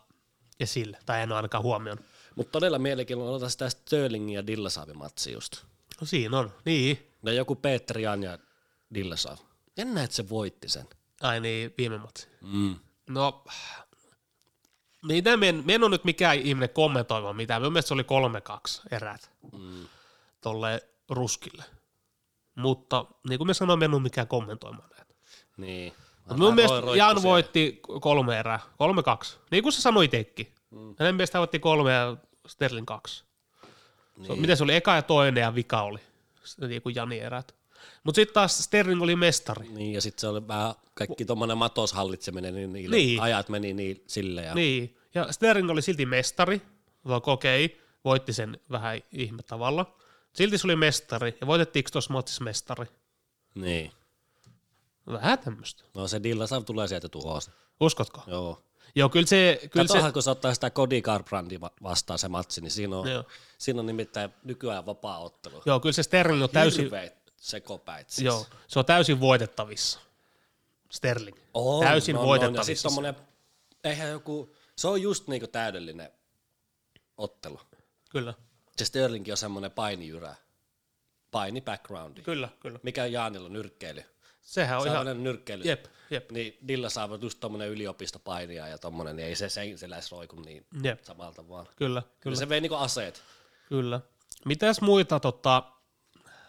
S1: esillä, tai en ole ainakaan huomioon.
S2: Mutta todella mielenkiinnolla otetaan sitä Sterlingin ja Dillasavin matsi just.
S1: No siinä on, niin.
S2: No joku Peter Jan ja Dillasav. Jännä, että se voitti sen.
S1: Ai niin, viime matsi.
S2: Mm.
S1: No, niin tämä en, en ole nyt mikään ihminen kommentoimaan mitään. Minun mielestä se oli 3-2 erät
S2: Mm.
S1: tolle ruskille. Mutta niin kuin me sanoin, me en ole mikään kommentoimaan näitä.
S2: Niin.
S1: Mut mun mielestä Jan voitti kolme erää, kolme kaksi. Niin kuin sä sanoi itsekin. Mm. Hänen mielestä hän voitti kolme ja Sterling kaksi. Niin. Miten se oli? Eka ja toinen ja vika oli. S- Niin kuin Jani erät. Mutta sitten taas Sterling oli mestari.
S2: Niin, ja sitten se oli vähän kaikki tuommoinen matos hallitseminen, niin, niillä
S1: Niin.
S2: ajat meni niin sille. Ja,
S1: Niin. Ja Sterling oli silti mestari, vaikka okei, voitti sen vähän ihme tavalla. Silti se oli mestari. Ja voitettiinko tuossa matsissa mestari?
S2: niin.
S1: Vähän tämmöistä.
S2: No se Dillasav tulee sieltä tuhosta.
S1: Uskotko? Joo,
S2: Joo.
S1: Joo kyllä se... Kyllä se...
S2: Katohan, kun se ottaa sitä Cody Garbrandia va- vastaan se matsi, niin siinä on,
S1: Joo.
S2: siinä on nimittäin nykyään vapaa ottelu.
S1: Joo, kyllä se Sterling on täysin...
S2: Hirveet sekopäit siis.
S1: Joo, se on täysin voitettavissa. Sterling.
S2: On,
S1: täysin
S2: on, on. Ja
S1: voitettavissa.
S2: sitten tommonen, eihän joku, se on just niinku täydellinen ottelu.
S1: Kyllä,
S2: Se Sterlingkin on semmoinen painijyrä, paini backgroundi.
S1: kyllä, kyllä.
S2: Mikä on Jaanilla on nyrkkeily?
S1: Sehän on
S2: Se on
S1: ihan...
S2: ihan... nyrkkeily.
S1: Jep, jep,
S2: Niin Dilla saa just tommonen yliopistopainija ja tommonen, niin ei se sen se lähes roiku niin
S1: jep.
S2: samalta vaan. Kyllä.
S1: Kyllä, kyllä,
S2: se vei niinku aseet.
S1: kyllä. Mitäs muita tota,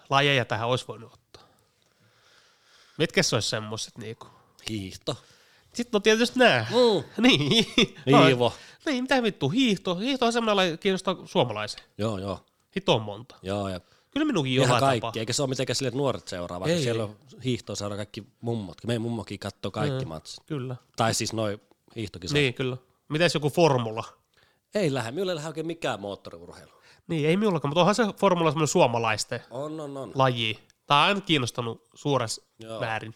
S1: lajeja tähän olisi voinut ottaa? Mitkä se olisi semmoiset niinku?
S2: Hiihto.
S1: Sitten on tietysti nää.
S2: Mm.
S1: Niin.
S2: Hiivo.
S1: niin, mitä vittu, hiihto. Hiihto on semmoinen laji, kiinnostaa suomalaisen.
S2: Joo, joo.
S1: Hito monta.
S2: Joo, ja
S1: Kyllä minunkin
S2: ihan
S1: jollain
S2: kaikki,
S1: tapaa.
S2: eikä se ole mitenkään silleen, että nuoret seuraa, vaikka
S1: Ei,
S2: siellä
S1: ei.
S2: on hiihtoa seuraa kaikki mummotkin. Meidän mummokin katsoo kaikki mm. matsit.
S1: Kyllä.
S2: Tai siis noin hiihtokisat. Niin.
S1: Niin, kyllä. Mites joku formula?
S2: Ei lähde, minulle ei lähde oikein mikään moottoriurheilu.
S1: Niin, ei minullakaan, mutta onhan se formula semmoinen suomalaisten
S2: On, on, on.
S1: laji. Tämä on aina kiinnostanut suuressa
S2: Joo.
S1: määrin.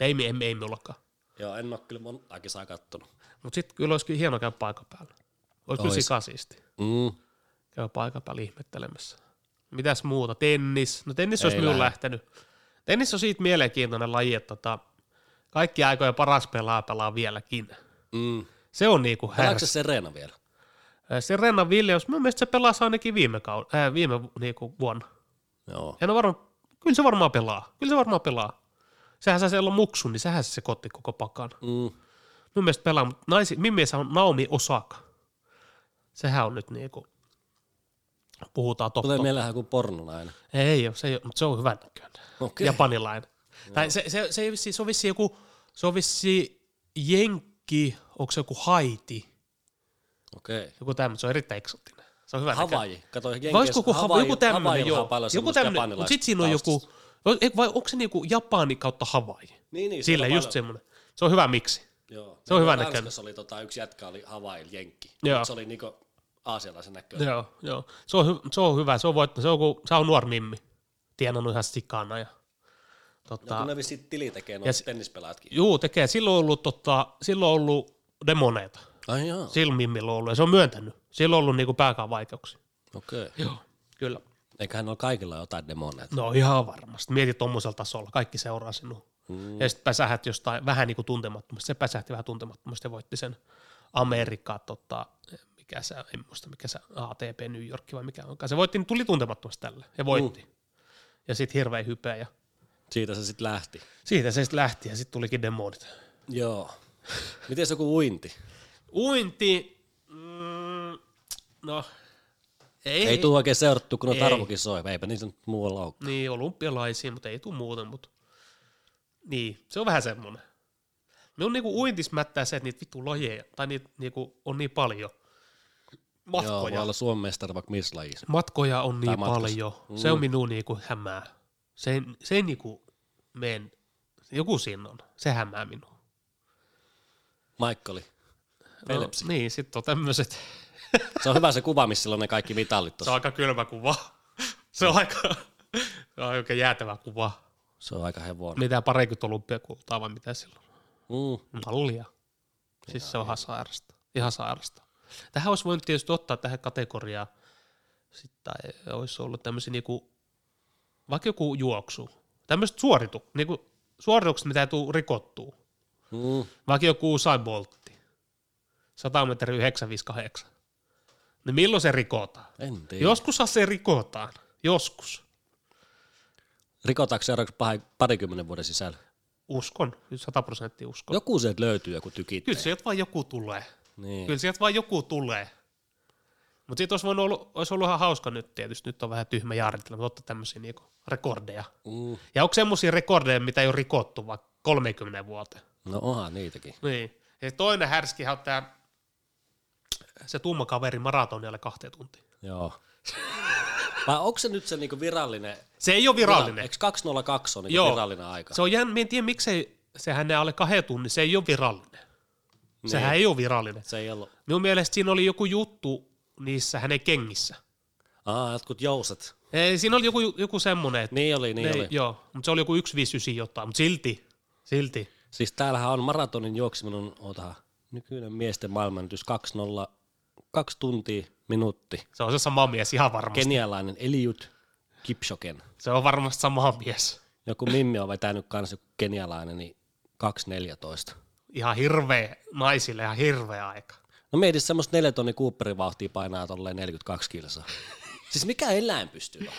S1: Ei, ei, ei minullakaan.
S2: Joo, en ole kyllä montaakin saa kattonut.
S1: Mutta sitten kyllä olisi kyllä hieno käydä paikan päällä. Olisi kyllä
S2: Ois.
S1: sikasisti
S2: Mm.
S1: käydä paikan päällä ihmettelemässä. Mitäs muuta? Tennis. No tennis olisi
S2: Ei
S1: minun
S2: lähde.
S1: lähtenyt. Tennis on siitä mielenkiintoinen laji, että tota, kaikki aikoja paras pelaa pelaa vieläkin.
S2: Mm.
S1: Se on niinku
S2: Pelaatko
S1: härs.
S2: se Serena vielä?
S1: Se Renna Viljaus, mun mielestä se pelasi ainakin viime, kaud- äh, viime niinku vuonna.
S2: Joo.
S1: En ole varma, kyllä se varmaan pelaa. Kyllä se varmaan pelaa. Sehän saa siellä muksun, niin sehän se kotti koko pakan.
S2: Mm.
S1: Mun mielestä pelaa, mutta naisi, minun mielestä on Naomi Osaka. Sehän on nyt niinku, puhutaan totta.
S2: Tulee mieleen joku pornonainen.
S1: Ei ole, se ei ole, mutta se on hyvän näköinen.
S2: Okei.
S1: Japanilainen. Tai se, se, se, ei vissi, se on vissi joku, se on vissi Jenkki, onko se joku Haiti,
S2: Okei. Okay.
S1: joku tämmöinen, se on erittäin eksoottinen. Se on hyvä
S2: Havaji. Kato,
S1: Voisiko joku, Havaiju, joku tämmöinen, joo.
S2: Paljon
S1: Joku
S2: semmoista
S1: tämmöinen, mutta
S2: japanilaista
S1: sit siinä on joku, ei, vai onko se niinku Japani kautta Havaii?
S2: Niin,
S1: Sillä
S2: niin. siellä on
S1: just semmoinen. Se on hyvä miksi.
S2: Joo.
S1: Se on
S2: Meillä
S1: hyvä näköinen.
S2: Ranskassa oli tota, yksi jätkä oli Havail jenkki.
S1: Joo.
S2: Mut Se oli niinku aasialaisen näköinen.
S1: Joo, joo. Se on, hy- se on hyvä, se on voittanut, se on, kun, se on nuori mimmi. Tienannut ihan sikana ja
S2: No,
S1: tota,
S2: kun ne vissiin tili tekee noin
S1: Ja
S2: ja
S1: se-
S2: tennispelaatkin.
S1: juu, tekee. Silloin on ollut, tota, silloin on ollut demoneita.
S2: Ai joo,
S1: Silloin mimmillä on ollut ja se on myöntänyt. Silloin on ollut niinku pääkään vaikeuksia.
S2: okei. Okay.
S1: Joo, kyllä.
S2: Eiköhän ole kaikilla jotain demoneita.
S1: No ihan varmasti. Mieti tuommoisella tasolla. Kaikki seuraa sinua. Mm. Ja sitten päsähät jostain vähän niin kuin tuntemattomasti. Se päsähti vähän tuntemattomasti ja voitti sen Amerikkaa, tota, mikä se, en muista mikä se ATP New York vai mikä onkaan. Se voitti, niin tuli tuntemattomasti tälle ja voitti. Mm. Ja sitten hirveä hypeä ja
S2: Siitä se sitten lähti.
S1: siitä se sitten lähti ja sitten tulikin demonit.
S2: Joo. Miten joku uinti?
S1: Uinti, mm, no ei,
S2: Ei, ei tule oikein seurattu, kun on
S1: Ei.
S2: tarvokin soi. Eipä niitä nyt muualla ole.
S1: Niin, olympialaisia, mutta ei tule muuten. Mutta... Niin, se on vähän semmoinen. Me on niinku uintismättää se, että niitä vittu lajeja, tai niitä niinku on niin paljon.
S2: Joo, voi
S1: Matkoja,
S2: olla Suomen mestari vaikka missä lajissa.
S1: matkoja on niin
S2: matkas.
S1: paljon. Se on minun niinku hämää. Se, se ei niinku meen, joku siinä on, se hämää minua.
S2: Michaeli. Philipsi.
S1: No, niin, sitten on tämmöiset.
S2: Se on hyvä se kuva, missä sillä on ne kaikki mitallit
S1: Se on
S2: tuossa.
S1: aika kylmä kuva. Se on aika, se on aika jäätävä kuva.
S2: Se on aika hevonen.
S1: Mitä parikymmentä olympiakultaa vai mitä silloin?
S2: Mm.
S1: Mallia. Siis se on ihan sairasta. Ihan sairasta. Tähän olisi voinut tietysti ottaa tähän kategoriaan. Sitten olisi ollut tämmöisiä niinku, vaikka joku juoksu. Tämmöiset suoritu, niinku, suoritukset, mitä ei tule rikottua.
S2: Mm.
S1: Vaikka joku Usain Boltti. 100 metriä 958. Niin milloin se rikotaan?
S2: En tiedä. Jos...
S1: Joskushan se rikotaan. Joskus.
S2: Rikotaanko seuraavaksi pahi- parikymmenen vuoden sisällä?
S1: Uskon. 100 prosenttia uskon.
S2: Joku sieltä löytyy, joku tykittää.
S1: Kyllä sieltä vaan joku tulee.
S2: Niin.
S1: Kyllä sieltä vaan joku tulee. Mutta siitä olisi, voinut ollut, olisi ollut ihan hauska nyt tietysti. Nyt on vähän tyhmä jaaritella, mutta ottaa tämmöisiä niinku rekordeja.
S2: Mm.
S1: Ja onko semmoisia rekordeja, mitä ei ole rikottu vaikka 30 vuoteen?
S2: No onhan niitäkin.
S1: Niin. Ja se toinen härskihän on tämä, se tumma kaveri maratonialle kahteen tuntiin.
S2: Joo. Vai onko se nyt se niinku virallinen?
S1: Se ei ole virallinen.
S2: Eikö 202 on niinku
S1: Joo.
S2: virallinen aika?
S1: Se on jännä, mä en tiedä miksei sehän nämä alle kahden tunnin, se ei ole virallinen. Sehän ei ole virallinen.
S2: Se ei ollut.
S1: Minun mielestä siinä oli joku juttu niissä hänen kengissä.
S2: Aa, jotkut jouset.
S1: Ei, siinä oli joku, joku semmoinen, että
S2: Niin oli, niin
S1: ne,
S2: oli.
S1: Joo, mutta se oli joku 159 jotain, mutta silti, silti.
S2: Siis täällähän on maratonin juokseminen, on- ootahan, nykyinen miesten maailmanennätys 20, 2 tuntia minuutti.
S1: Se on se sama mies ihan varmasti. Ken...
S2: Kenialainen Eliud Kipchogen.
S1: Se on varmasti sama mies.
S2: Joku Mimmi on vetänyt kanssa joku kenialainen, niin 2.14.
S1: Ihan hirveä, naisille ihan hirveä aika.
S2: No mieti semmoista 4 tonni Cooperin vauhtia painaa tolleen 42 kilsaa. Siis mikä eläin pystyy tuohon?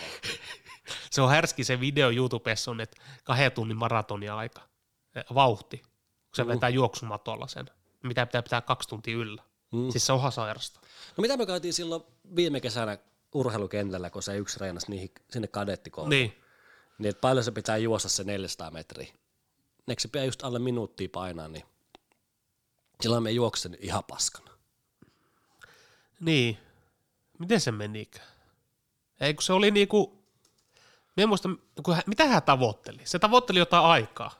S1: Se on härski se video YouTubessa on, että kahden tunnin maratonia aika. Eh, Vauhti. Kun se vetää juoksumatolla sen. Mitä pitää pitää kaksi tuntia yllä. Mm. Siis se on hasarasta.
S2: No mitä me käytiin silloin viime kesänä urheilukentällä, kun se yksi reenasi niihin, sinne kadettikouluun. Niin.
S1: Niin.
S2: niin että paljon se pitää juossa se 400 metriä. Eikö se pitää just alle minuuttia painaa, niin silloin me juoksen ihan paskana.
S1: Niin. Miten se menikään? Ei kun se oli niinku, minä en muista, kun hän, mitä hän tavoitteli? Se tavoitteli jotain aikaa.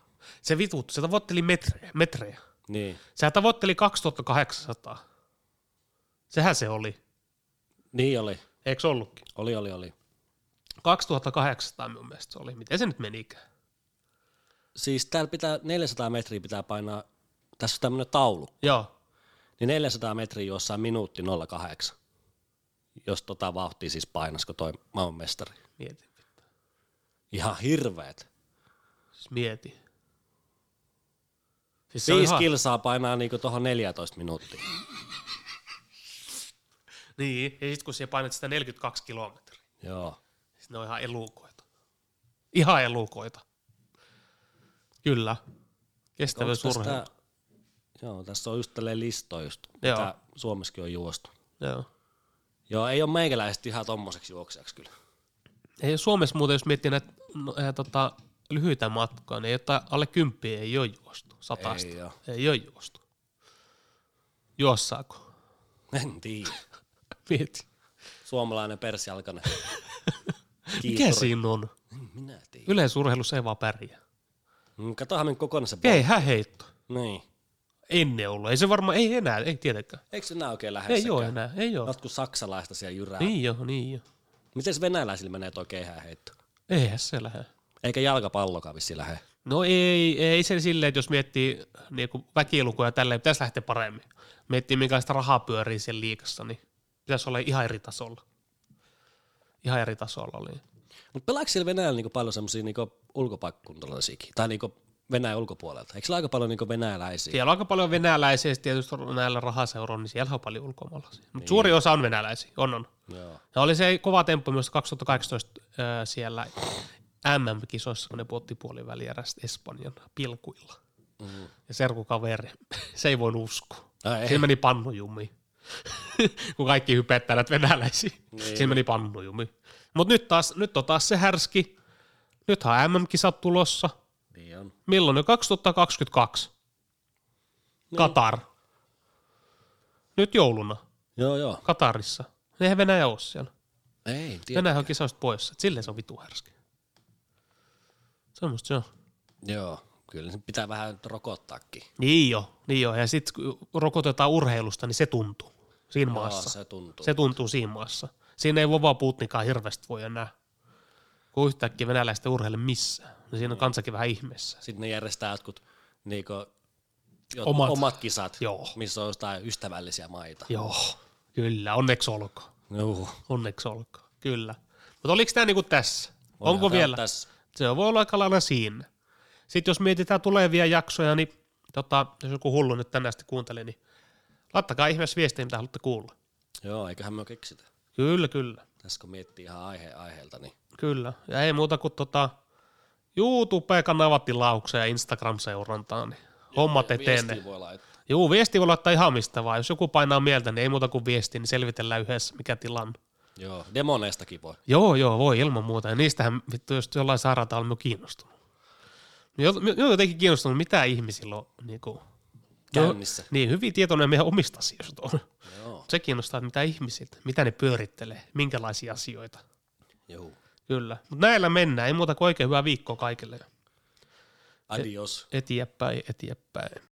S1: Se vitut, se tavoitteli metrejä. metrejä.
S2: Niin.
S1: Sehän tavoitteli 2800. Sehän se oli.
S2: Niin oli.
S1: Eikö se ollutkin?
S2: Oli, oli, oli.
S1: 2800 minun mielestä se oli. Miten se nyt menikään?
S2: Siis täällä pitää 400 metriä pitää painaa, tässä on tämmöinen taulu,
S1: Joo.
S2: niin 400 metriä jossain minuutti 08. Jos tota vauhtia siis painasko toi maailmanmestari.
S1: Mietin.
S2: Ihan hirveet.
S1: Siis mietin. Siis
S2: Viisi
S1: ihan-
S2: kilsaa painaa niinku tohon 14 minuuttia.
S1: Niin, ja sitten kun siellä painat sitä 42 kilometriä,
S2: Joo.
S1: siis ne on ihan elukoita. Ihan elukoita. Kyllä. Kestävyysurheilu.
S2: Tästä, joo, tässä on just tälleen listo just,
S1: Joo.
S2: mitä Suomessakin on juostu.
S1: Joo.
S2: Joo, ei ole meikäläiset ihan tommoseksi juoksijaksi kyllä.
S1: Ei ole Suomessa muuten, jos miettii näitä no, ää, tota, lyhyitä matkoja, niin jotain alle kymppiä ei ole juostu. Satasta.
S2: Ei
S1: Ei,
S2: oo.
S1: ei ole juostu. Juossaako?
S2: En tiedä.
S1: Mieti.
S2: Suomalainen persialkainen.
S1: Mikä
S2: Kiisturi.
S1: siinä on?
S2: En Mm, Minä tiedän.
S1: Yleisurheilussa ei vaan pärjää.
S2: Mm, Katohan minkä kokonaan se
S1: Ei hän heitto.
S2: po- Niin.
S1: Ennen ollut. Ei se varmaan, ei enää, ei tietenkään.
S2: Eikö se nää oikein lähde
S1: Ei ole enää, ei ole.
S2: Jotkut saksalaista siellä jyrää. Niin.
S1: Niin joo, niin joo.
S2: Miten venäläisillä menee toi keihäänheitto?
S1: Eihän se lähde.
S2: Eikä jalkapallokaan vissiin lähde.
S1: No ei, ei se silleen, että jos miettii niin kuin väkilukuja ja tälleen, pitäisi lähteä paremmin. Miettii, minkälaista rahaa pyörii siellä liikassa, niin pitäisi olla ihan eri tasolla. Ihan eri tasolla oli.
S2: Mutta pelaako siellä Venäjällä niinku paljon semmosia niinku ulkopaikkakuntalaisiakin? Tai niinku Venäjän ulkopuolelta? Eikö siellä aika paljon niinku venäläisiä?
S1: Siellä on aika paljon venäläisiä, ja tietysti näillä rahaseuroilla, niin siellä on paljon ulkomaalaisia. Mutta suuri osa on venäläisiä, on on.
S2: Joo.
S1: Ja oli se kova temppu myös 2018 äh, siellä MM-kisoissa, kun ne puotti puolivälierästä Espanjan pilkuilla.
S2: Mm.
S1: Ja serkukaveri, se ei voinut uskoa.
S2: Ai, ei.
S1: Siinä meni pannujumiin. kun kaikki hypettää näitä venäläisiä. Niin. Siinä meni pannujumiin. Mutta nyt, taas, nyt on taas se härski. Nythän on MM-kisat tulossa.
S2: Niin on.
S1: Milloin ne? 2022. Niin. Katar. Nyt jouluna
S2: Joo, joo.
S1: Katarissa. Eihän Venäjä ole siellä.
S2: Ei, tiedä.
S1: Venäjä on kisoista pois. Et Silleen se on vitu härski. Semmosta se on.
S2: Joo, kyllä se pitää vähän rokottaakin.
S1: Niin jo, niin jo. Ja sitten kun rokotetaan urheilusta, niin se tuntuu siinä
S2: Joo,
S1: maassa.
S2: se tuntuu.
S1: Se tuntuu siinä maassa. Siinä ei Vova Putnikaan hirveästi voi enää, kun yhtäkkiä venäläistä urheille missään. No
S2: Mm.
S1: siinä on kansakin vähän ihmeessä.
S2: Sitten ne järjestää jotkut niinku, jot,
S1: Omat.
S2: omat. omat kisat,
S1: Joo.
S2: missä on jotain ystävällisiä maita.
S1: Joo, kyllä, onneksi olkoon.
S2: Joo.
S1: Onneksi olkoon, kyllä. Mutta oliko tämä niinku tässä? Onko
S2: tää
S1: vielä?
S2: Tässä.
S1: Se voi olla aika lailla siinä. Sitten jos mietitään tulevia jaksoja, niin tota, jos joku hullu nyt tänään sitten kuuntelee, niin laittakaa ihmeessä viestiä, mitä haluatte kuulla.
S2: Joo, eiköhän me keksitä.
S1: Kyllä, kyllä.
S2: Tässä kun miettii ihan aihe aiheelta, niin
S1: Kyllä, ja ei muuta kuin tota, YouTube-kanavatilaukseen ja Instagram-seurantaan, niin hommat etenee.
S2: viestiä voi laittaa.
S1: Juu, viesti voi laittaa ihan mistä vaan. Jos joku painaa mieltä, niin ei muuta kuin viesti, niin selvitellään yhdessä, mikä tilanne.
S2: Joo, demoneistakin voi.
S1: Joo, joo, voi ilman muuta. Ja niistähän vittu, jos jollain sairaalta on jo kiinnostunut. Minä oon- minä oon jotenkin kiinnostunut, mitä ihmisillä on niin kuin,
S2: Käynnissä.
S1: niin, hyvin tietoinen meidän omista asioista on.
S2: Joo,
S1: Se kiinnostaa, että mitä ihmisiltä, mitä ne pyörittelee, minkälaisia asioita.
S2: joo.
S1: Kyllä. Mutta näillä mennään. Ei muuta kuin oikein hyvää viikkoa kaikille.
S2: Adios.
S1: Eteenpäin, eteenpäin.